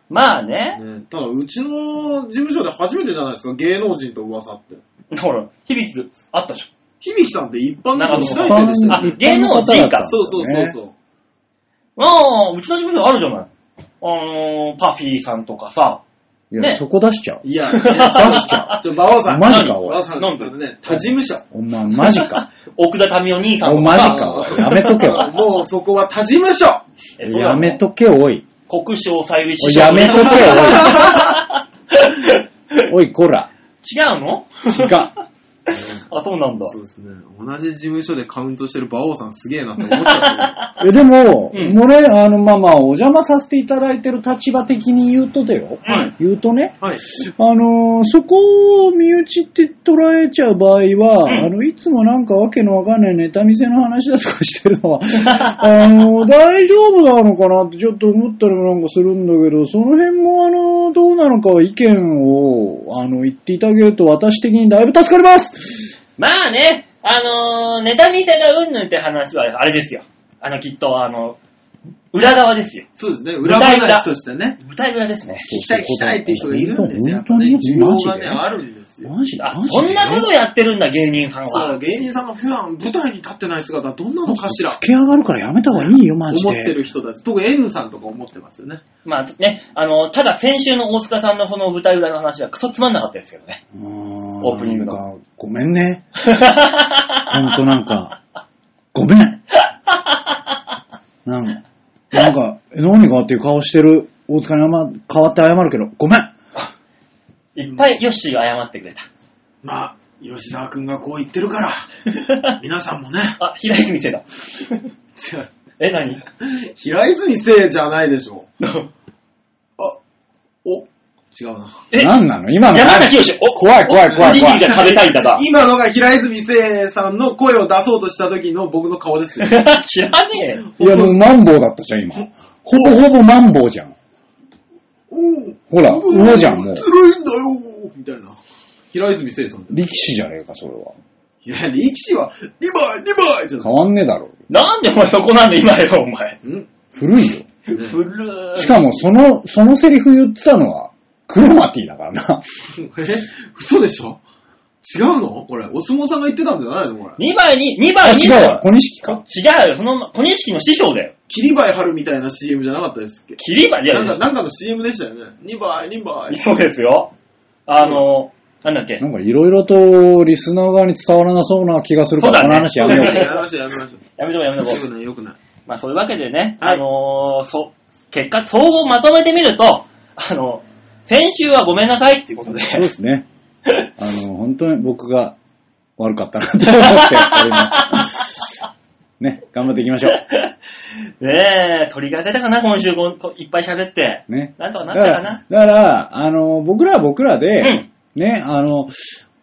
Speaker 2: まあね。
Speaker 3: ね、ただ、うちの事務所で初めてじゃないですか、芸能人と噂って。
Speaker 2: ほら、響きあったでしょ。
Speaker 3: 響さんって一般の
Speaker 2: なんか
Speaker 3: 女子大生でしたよ
Speaker 2: あ
Speaker 3: ね。
Speaker 2: 芸能人か
Speaker 3: そうそうそう
Speaker 4: う。
Speaker 3: そう。
Speaker 2: ああ、うちの事務所あるじゃない。あのー、パフィーさんとかさ。
Speaker 4: いや、
Speaker 2: ね
Speaker 4: そこ出しちゃう。
Speaker 3: い や、ね、ちょっと、馬王さん。
Speaker 4: マジか、
Speaker 2: 何
Speaker 4: お
Speaker 3: 馬王
Speaker 4: い。
Speaker 3: さん、
Speaker 2: なんで
Speaker 3: あのね、他事務所。
Speaker 4: お前、マジか。
Speaker 2: 奥田民生兄さん
Speaker 4: お
Speaker 2: と
Speaker 4: マ
Speaker 2: か
Speaker 4: ジ
Speaker 2: さ。
Speaker 4: か、おい。やめとけ、おい。
Speaker 3: もうそこは他事務所
Speaker 2: えそうだ
Speaker 4: や
Speaker 2: ね
Speaker 4: めとけ、おい。
Speaker 2: 国章さゆり
Speaker 4: お
Speaker 2: 師
Speaker 4: い
Speaker 2: 匠。
Speaker 4: やめとけ、お い。おい、こら。
Speaker 2: 違うの
Speaker 4: 違う。
Speaker 2: あ、そうなんだ。
Speaker 3: そうですね。同じ事務所でカウントしてる馬王さんすげえなって思っちゃ
Speaker 4: えでも、
Speaker 2: うん
Speaker 4: 俺、あの、まあまあ、お邪魔させていただいてる立場的に言うとだよ。
Speaker 2: はい
Speaker 4: 言うとね、
Speaker 3: う。はい。
Speaker 4: あのーそこを身内って捉えちゃう場合は、
Speaker 2: うん
Speaker 4: あの、いつもなんかわけのわかんないネタ見せの話だとかしてるの は、あのー大丈夫なのかなってちょっと思ったりもなんかするんだけど、その辺もあのーどうなのかは意見を、あの、言っていただけると私的にだいぶ助かります
Speaker 2: まあね、あのー、ネタ見せがうんぬんって話は、あれですよ。あの、きっと、あの、裏側ですよ。
Speaker 3: そうですね。裏話としてね。
Speaker 2: 舞台裏ですね。
Speaker 3: 聞きたい聞きたいっていう人がいるんですよ。や
Speaker 4: 本
Speaker 3: っ
Speaker 4: 当
Speaker 3: ぱね
Speaker 4: に
Speaker 3: 需要が
Speaker 4: マジ
Speaker 3: ね、
Speaker 4: で
Speaker 3: あるんですよ。
Speaker 4: マジで
Speaker 2: あ、
Speaker 4: マジ
Speaker 2: そん
Speaker 4: で
Speaker 2: なことやってるんだ、芸人さん
Speaker 3: そ
Speaker 2: は
Speaker 3: う、。芸人さんが普段舞台に立ってない姿どんなのかしら
Speaker 4: つけ上がるからやめた方がいいよ、マジで。
Speaker 3: 思ってる人たち。特に N さんとか思ってますよね。
Speaker 2: まあね、あの、ただ先週の大塚さんのその舞台裏の話はクソつまんなかったですけどね。
Speaker 4: うーん
Speaker 2: オープニングの
Speaker 4: なんか、ごめんね。 ほんとなんか、ごめん。なんか、なんか、え何がっていう顔してる大塚にあんま変わって謝るけど、ごめん。
Speaker 2: いっぱいヨッシーが謝ってくれた。
Speaker 3: まあ、吉沢くんがこう言ってる から、皆さんもね。
Speaker 2: あ、平泉せだ。
Speaker 3: 違う
Speaker 2: え、何
Speaker 3: 平泉聖じゃないでし ょ。あ、お、違うな。。
Speaker 2: え
Speaker 4: 何なの今の
Speaker 2: 山
Speaker 4: 何
Speaker 2: 崎清お
Speaker 4: 怖い怖い怖い
Speaker 2: お
Speaker 4: 怖
Speaker 2: にぎり
Speaker 4: い。
Speaker 2: が食べたいんだが
Speaker 3: 今のが平泉聖さんの声を出そうとした時の僕の顔ですよ。
Speaker 2: 知らねえよ。
Speaker 4: いやもうマンボウだったじゃん、今。ほぼほぼマンボウじゃん。
Speaker 3: おう
Speaker 4: ほら
Speaker 3: 僕
Speaker 4: うおじゃんもう
Speaker 3: ずるいんだよみたいな。平泉聖さんだよ
Speaker 4: 力士じゃねえか、それは。
Speaker 3: いや、力士は、リバイリバイじゃな
Speaker 4: 変わんねえだろ。
Speaker 2: なんでお前そこなんで今よ、お前。
Speaker 3: い。ん
Speaker 4: 古いよ。
Speaker 2: ふるー
Speaker 4: しかも、その、そのセリフ言ってたのは、クロマティだからな。
Speaker 3: え嘘でしょ違うのこれ、お相撲さんが言ってたんじゃないのこれ。
Speaker 2: 2枚に、2
Speaker 4: あ、
Speaker 2: 枚に。
Speaker 4: 違うわ。小錦か。
Speaker 2: 違うよ。その、小錦の師匠だよ。
Speaker 3: 霧馬春みたいな CM じゃなかったですっけ
Speaker 2: 霧馬、いや
Speaker 3: なん、かなんかの CM でしたよね。リバイリバイ
Speaker 2: そうですよ。あの、なんだっけ
Speaker 4: な。んかいろいろとリスナー側に伝わらなそうな気がするから、
Speaker 2: そう
Speaker 4: この
Speaker 2: だね
Speaker 4: 話やめ
Speaker 3: や
Speaker 4: よう
Speaker 3: め
Speaker 4: か。
Speaker 3: ましょう、やめましょう。
Speaker 2: やめとこうやめとこ
Speaker 3: よくない、よくない。
Speaker 2: まあそういうわけでね、
Speaker 3: はい
Speaker 2: あのーそ、結果、総合まとめてみると、あの、先週はごめんなさいっていうことで、
Speaker 4: そうで すね。あの、本当に僕が悪かったなって思って、ね、頑張っていきましょう。
Speaker 2: ねえ、鳥が出たかな、今週こんこいっぱい喋って。
Speaker 4: ね。
Speaker 2: なんとかな
Speaker 4: だ
Speaker 2: ったか
Speaker 4: ら
Speaker 2: な。、
Speaker 4: だから、あの、僕らは僕ら
Speaker 2: う
Speaker 4: で、
Speaker 2: ん。
Speaker 4: ね、あの、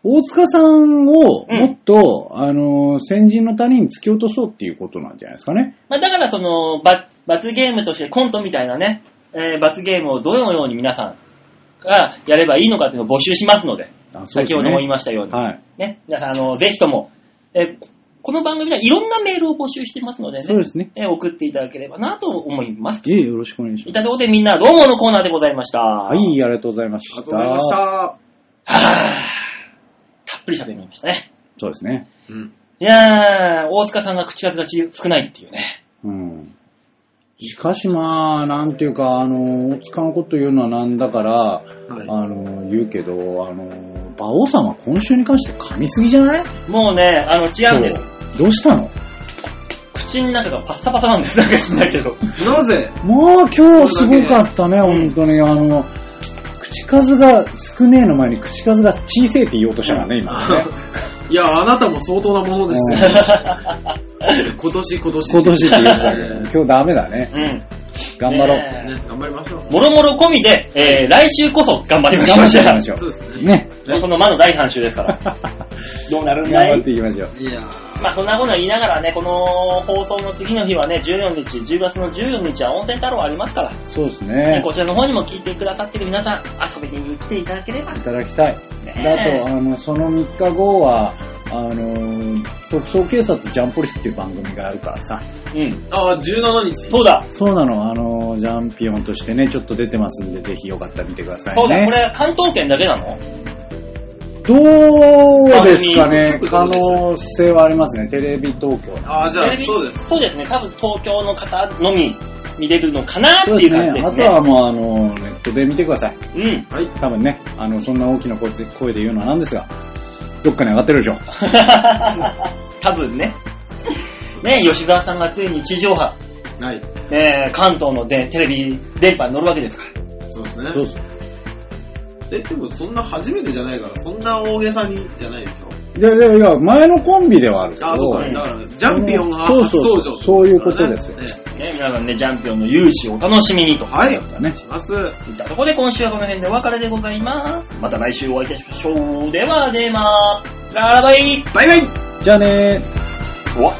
Speaker 4: 大塚さんをもっと、あの、先人の谷に突き落とそうっていうことなんじゃないですかね。
Speaker 2: まあだからその、罰罰ゲームとしてコントみたいなね、えー罰ゲームをどのように皆さんがやればいいのかっていうのを募集しますので、
Speaker 4: あそう
Speaker 2: 先
Speaker 4: です
Speaker 2: ほ
Speaker 4: ね
Speaker 2: ども言いましたように。
Speaker 4: はい。
Speaker 2: ね、皆さん、あの、ぜひとも、えーこの番組ではいろんなメールを募集してますので
Speaker 4: そう
Speaker 2: ね、
Speaker 4: ですね。
Speaker 2: えー送っていただければなと思います。
Speaker 4: ええ、よろしくお願いし
Speaker 2: い
Speaker 4: ま
Speaker 2: たところでみんなどうものコーナーでございました。
Speaker 4: す。
Speaker 2: は
Speaker 4: は。い、ありがとうございまし
Speaker 3: り
Speaker 4: た。
Speaker 3: がとうございました。
Speaker 2: たっぷり喋りましたね。
Speaker 4: そうですね。
Speaker 3: うん。
Speaker 2: いやー、大塚さんが口数がち少ないっていうね。
Speaker 4: うん。しかしまあ、なんていうか、あの、大塚のこと言うのはなんだから、
Speaker 3: はい。
Speaker 4: あの、言うけど、あの、馬王さんは今週に関して噛みすぎじゃない
Speaker 2: もうね、あの、違うんです
Speaker 4: そ。うどうしたの
Speaker 2: 口の中がパッサパサなんです。なんか知んないけど。
Speaker 3: なぜ
Speaker 4: もう今日すごかったね、
Speaker 2: うん
Speaker 4: 本当に。あの、口数が少ねえの前に口数が小せえって言おうとしたからね、今ね。
Speaker 3: いや、あなたも相当なもの ですよ。今年、今年。
Speaker 4: 今年って言うから
Speaker 3: ね
Speaker 4: ね今日ダメだね。
Speaker 2: うん。
Speaker 4: 頑張ろう。
Speaker 2: ね
Speaker 3: ね頑張りましょう。
Speaker 2: もろもろ込みで、えー、来週こそ頑張りましょ
Speaker 4: 頑
Speaker 2: う。
Speaker 4: 張っていきましょ
Speaker 3: そうですね。
Speaker 4: う。ね。
Speaker 2: もうその魔の第3週ですから。どうなるん
Speaker 4: 頑
Speaker 2: だ
Speaker 4: 張っ
Speaker 2: い
Speaker 4: ていきましょう。
Speaker 3: いや
Speaker 2: まあそんなこと言いながらね、この放送の次の日はね、14日、10月の14日は温泉太郎ありますから、
Speaker 4: そうです
Speaker 2: ね
Speaker 4: ね。
Speaker 2: こちらの方にも聞いてくださってる皆さん、遊びに来ていただければ
Speaker 4: い。ただきたい。
Speaker 2: ね
Speaker 4: であと、あの、その3日後は、あの、特捜警察ジャンポリスっていう番組があるからさ。
Speaker 2: うん。
Speaker 3: あー、17日。
Speaker 2: そうだ。
Speaker 4: そうなの、あの、ジャンピオンとしてね、ちょっと出てますんで、ぜひよかったら見てくださいね。
Speaker 2: そうだ、これ関東圏だけなの
Speaker 4: どうですかね
Speaker 3: 番組どうです、
Speaker 4: 可能性はありますね、テレビ東京。
Speaker 3: あー、じゃあ、そうです。。
Speaker 2: そうですね、多分東京の方のみ見れるのかなって
Speaker 4: そう
Speaker 2: いう
Speaker 4: です
Speaker 2: 感じ
Speaker 4: ね
Speaker 2: で、す
Speaker 4: あ
Speaker 2: ね。
Speaker 4: とはもう、あの、ネットで見てください。
Speaker 2: うん。
Speaker 3: はい。
Speaker 4: 多分ね、あの、そんな大きな声で声で言うのはなんですが、どっかに上がってるでしょ。
Speaker 2: 多分ね。ね、吉沢さんがついに地上波、
Speaker 3: はい。
Speaker 2: ね、関東のでテレビ、電波に乗るわけですから。
Speaker 3: そうですね。
Speaker 4: そうそう。
Speaker 3: え、でもそんな初めてじゃないから、そんな大げさにじゃないでしょ。
Speaker 4: いやいやいや、前のコンビではあるけど、
Speaker 3: あー、そうか。だから、ジャンピオンが
Speaker 4: そう
Speaker 3: 初
Speaker 4: そう
Speaker 3: 登場
Speaker 4: そういうことですよ
Speaker 3: ね
Speaker 2: ね、皆さんね、ジャンピオンの勇姿をお楽しみにと。
Speaker 3: はい。
Speaker 4: だね。
Speaker 3: します。
Speaker 2: いったところで今週はこの辺でお別れでございます。また来週お会いいたしましょう。では、では、ララバイ
Speaker 3: バイバイ
Speaker 4: じゃあね
Speaker 2: うわ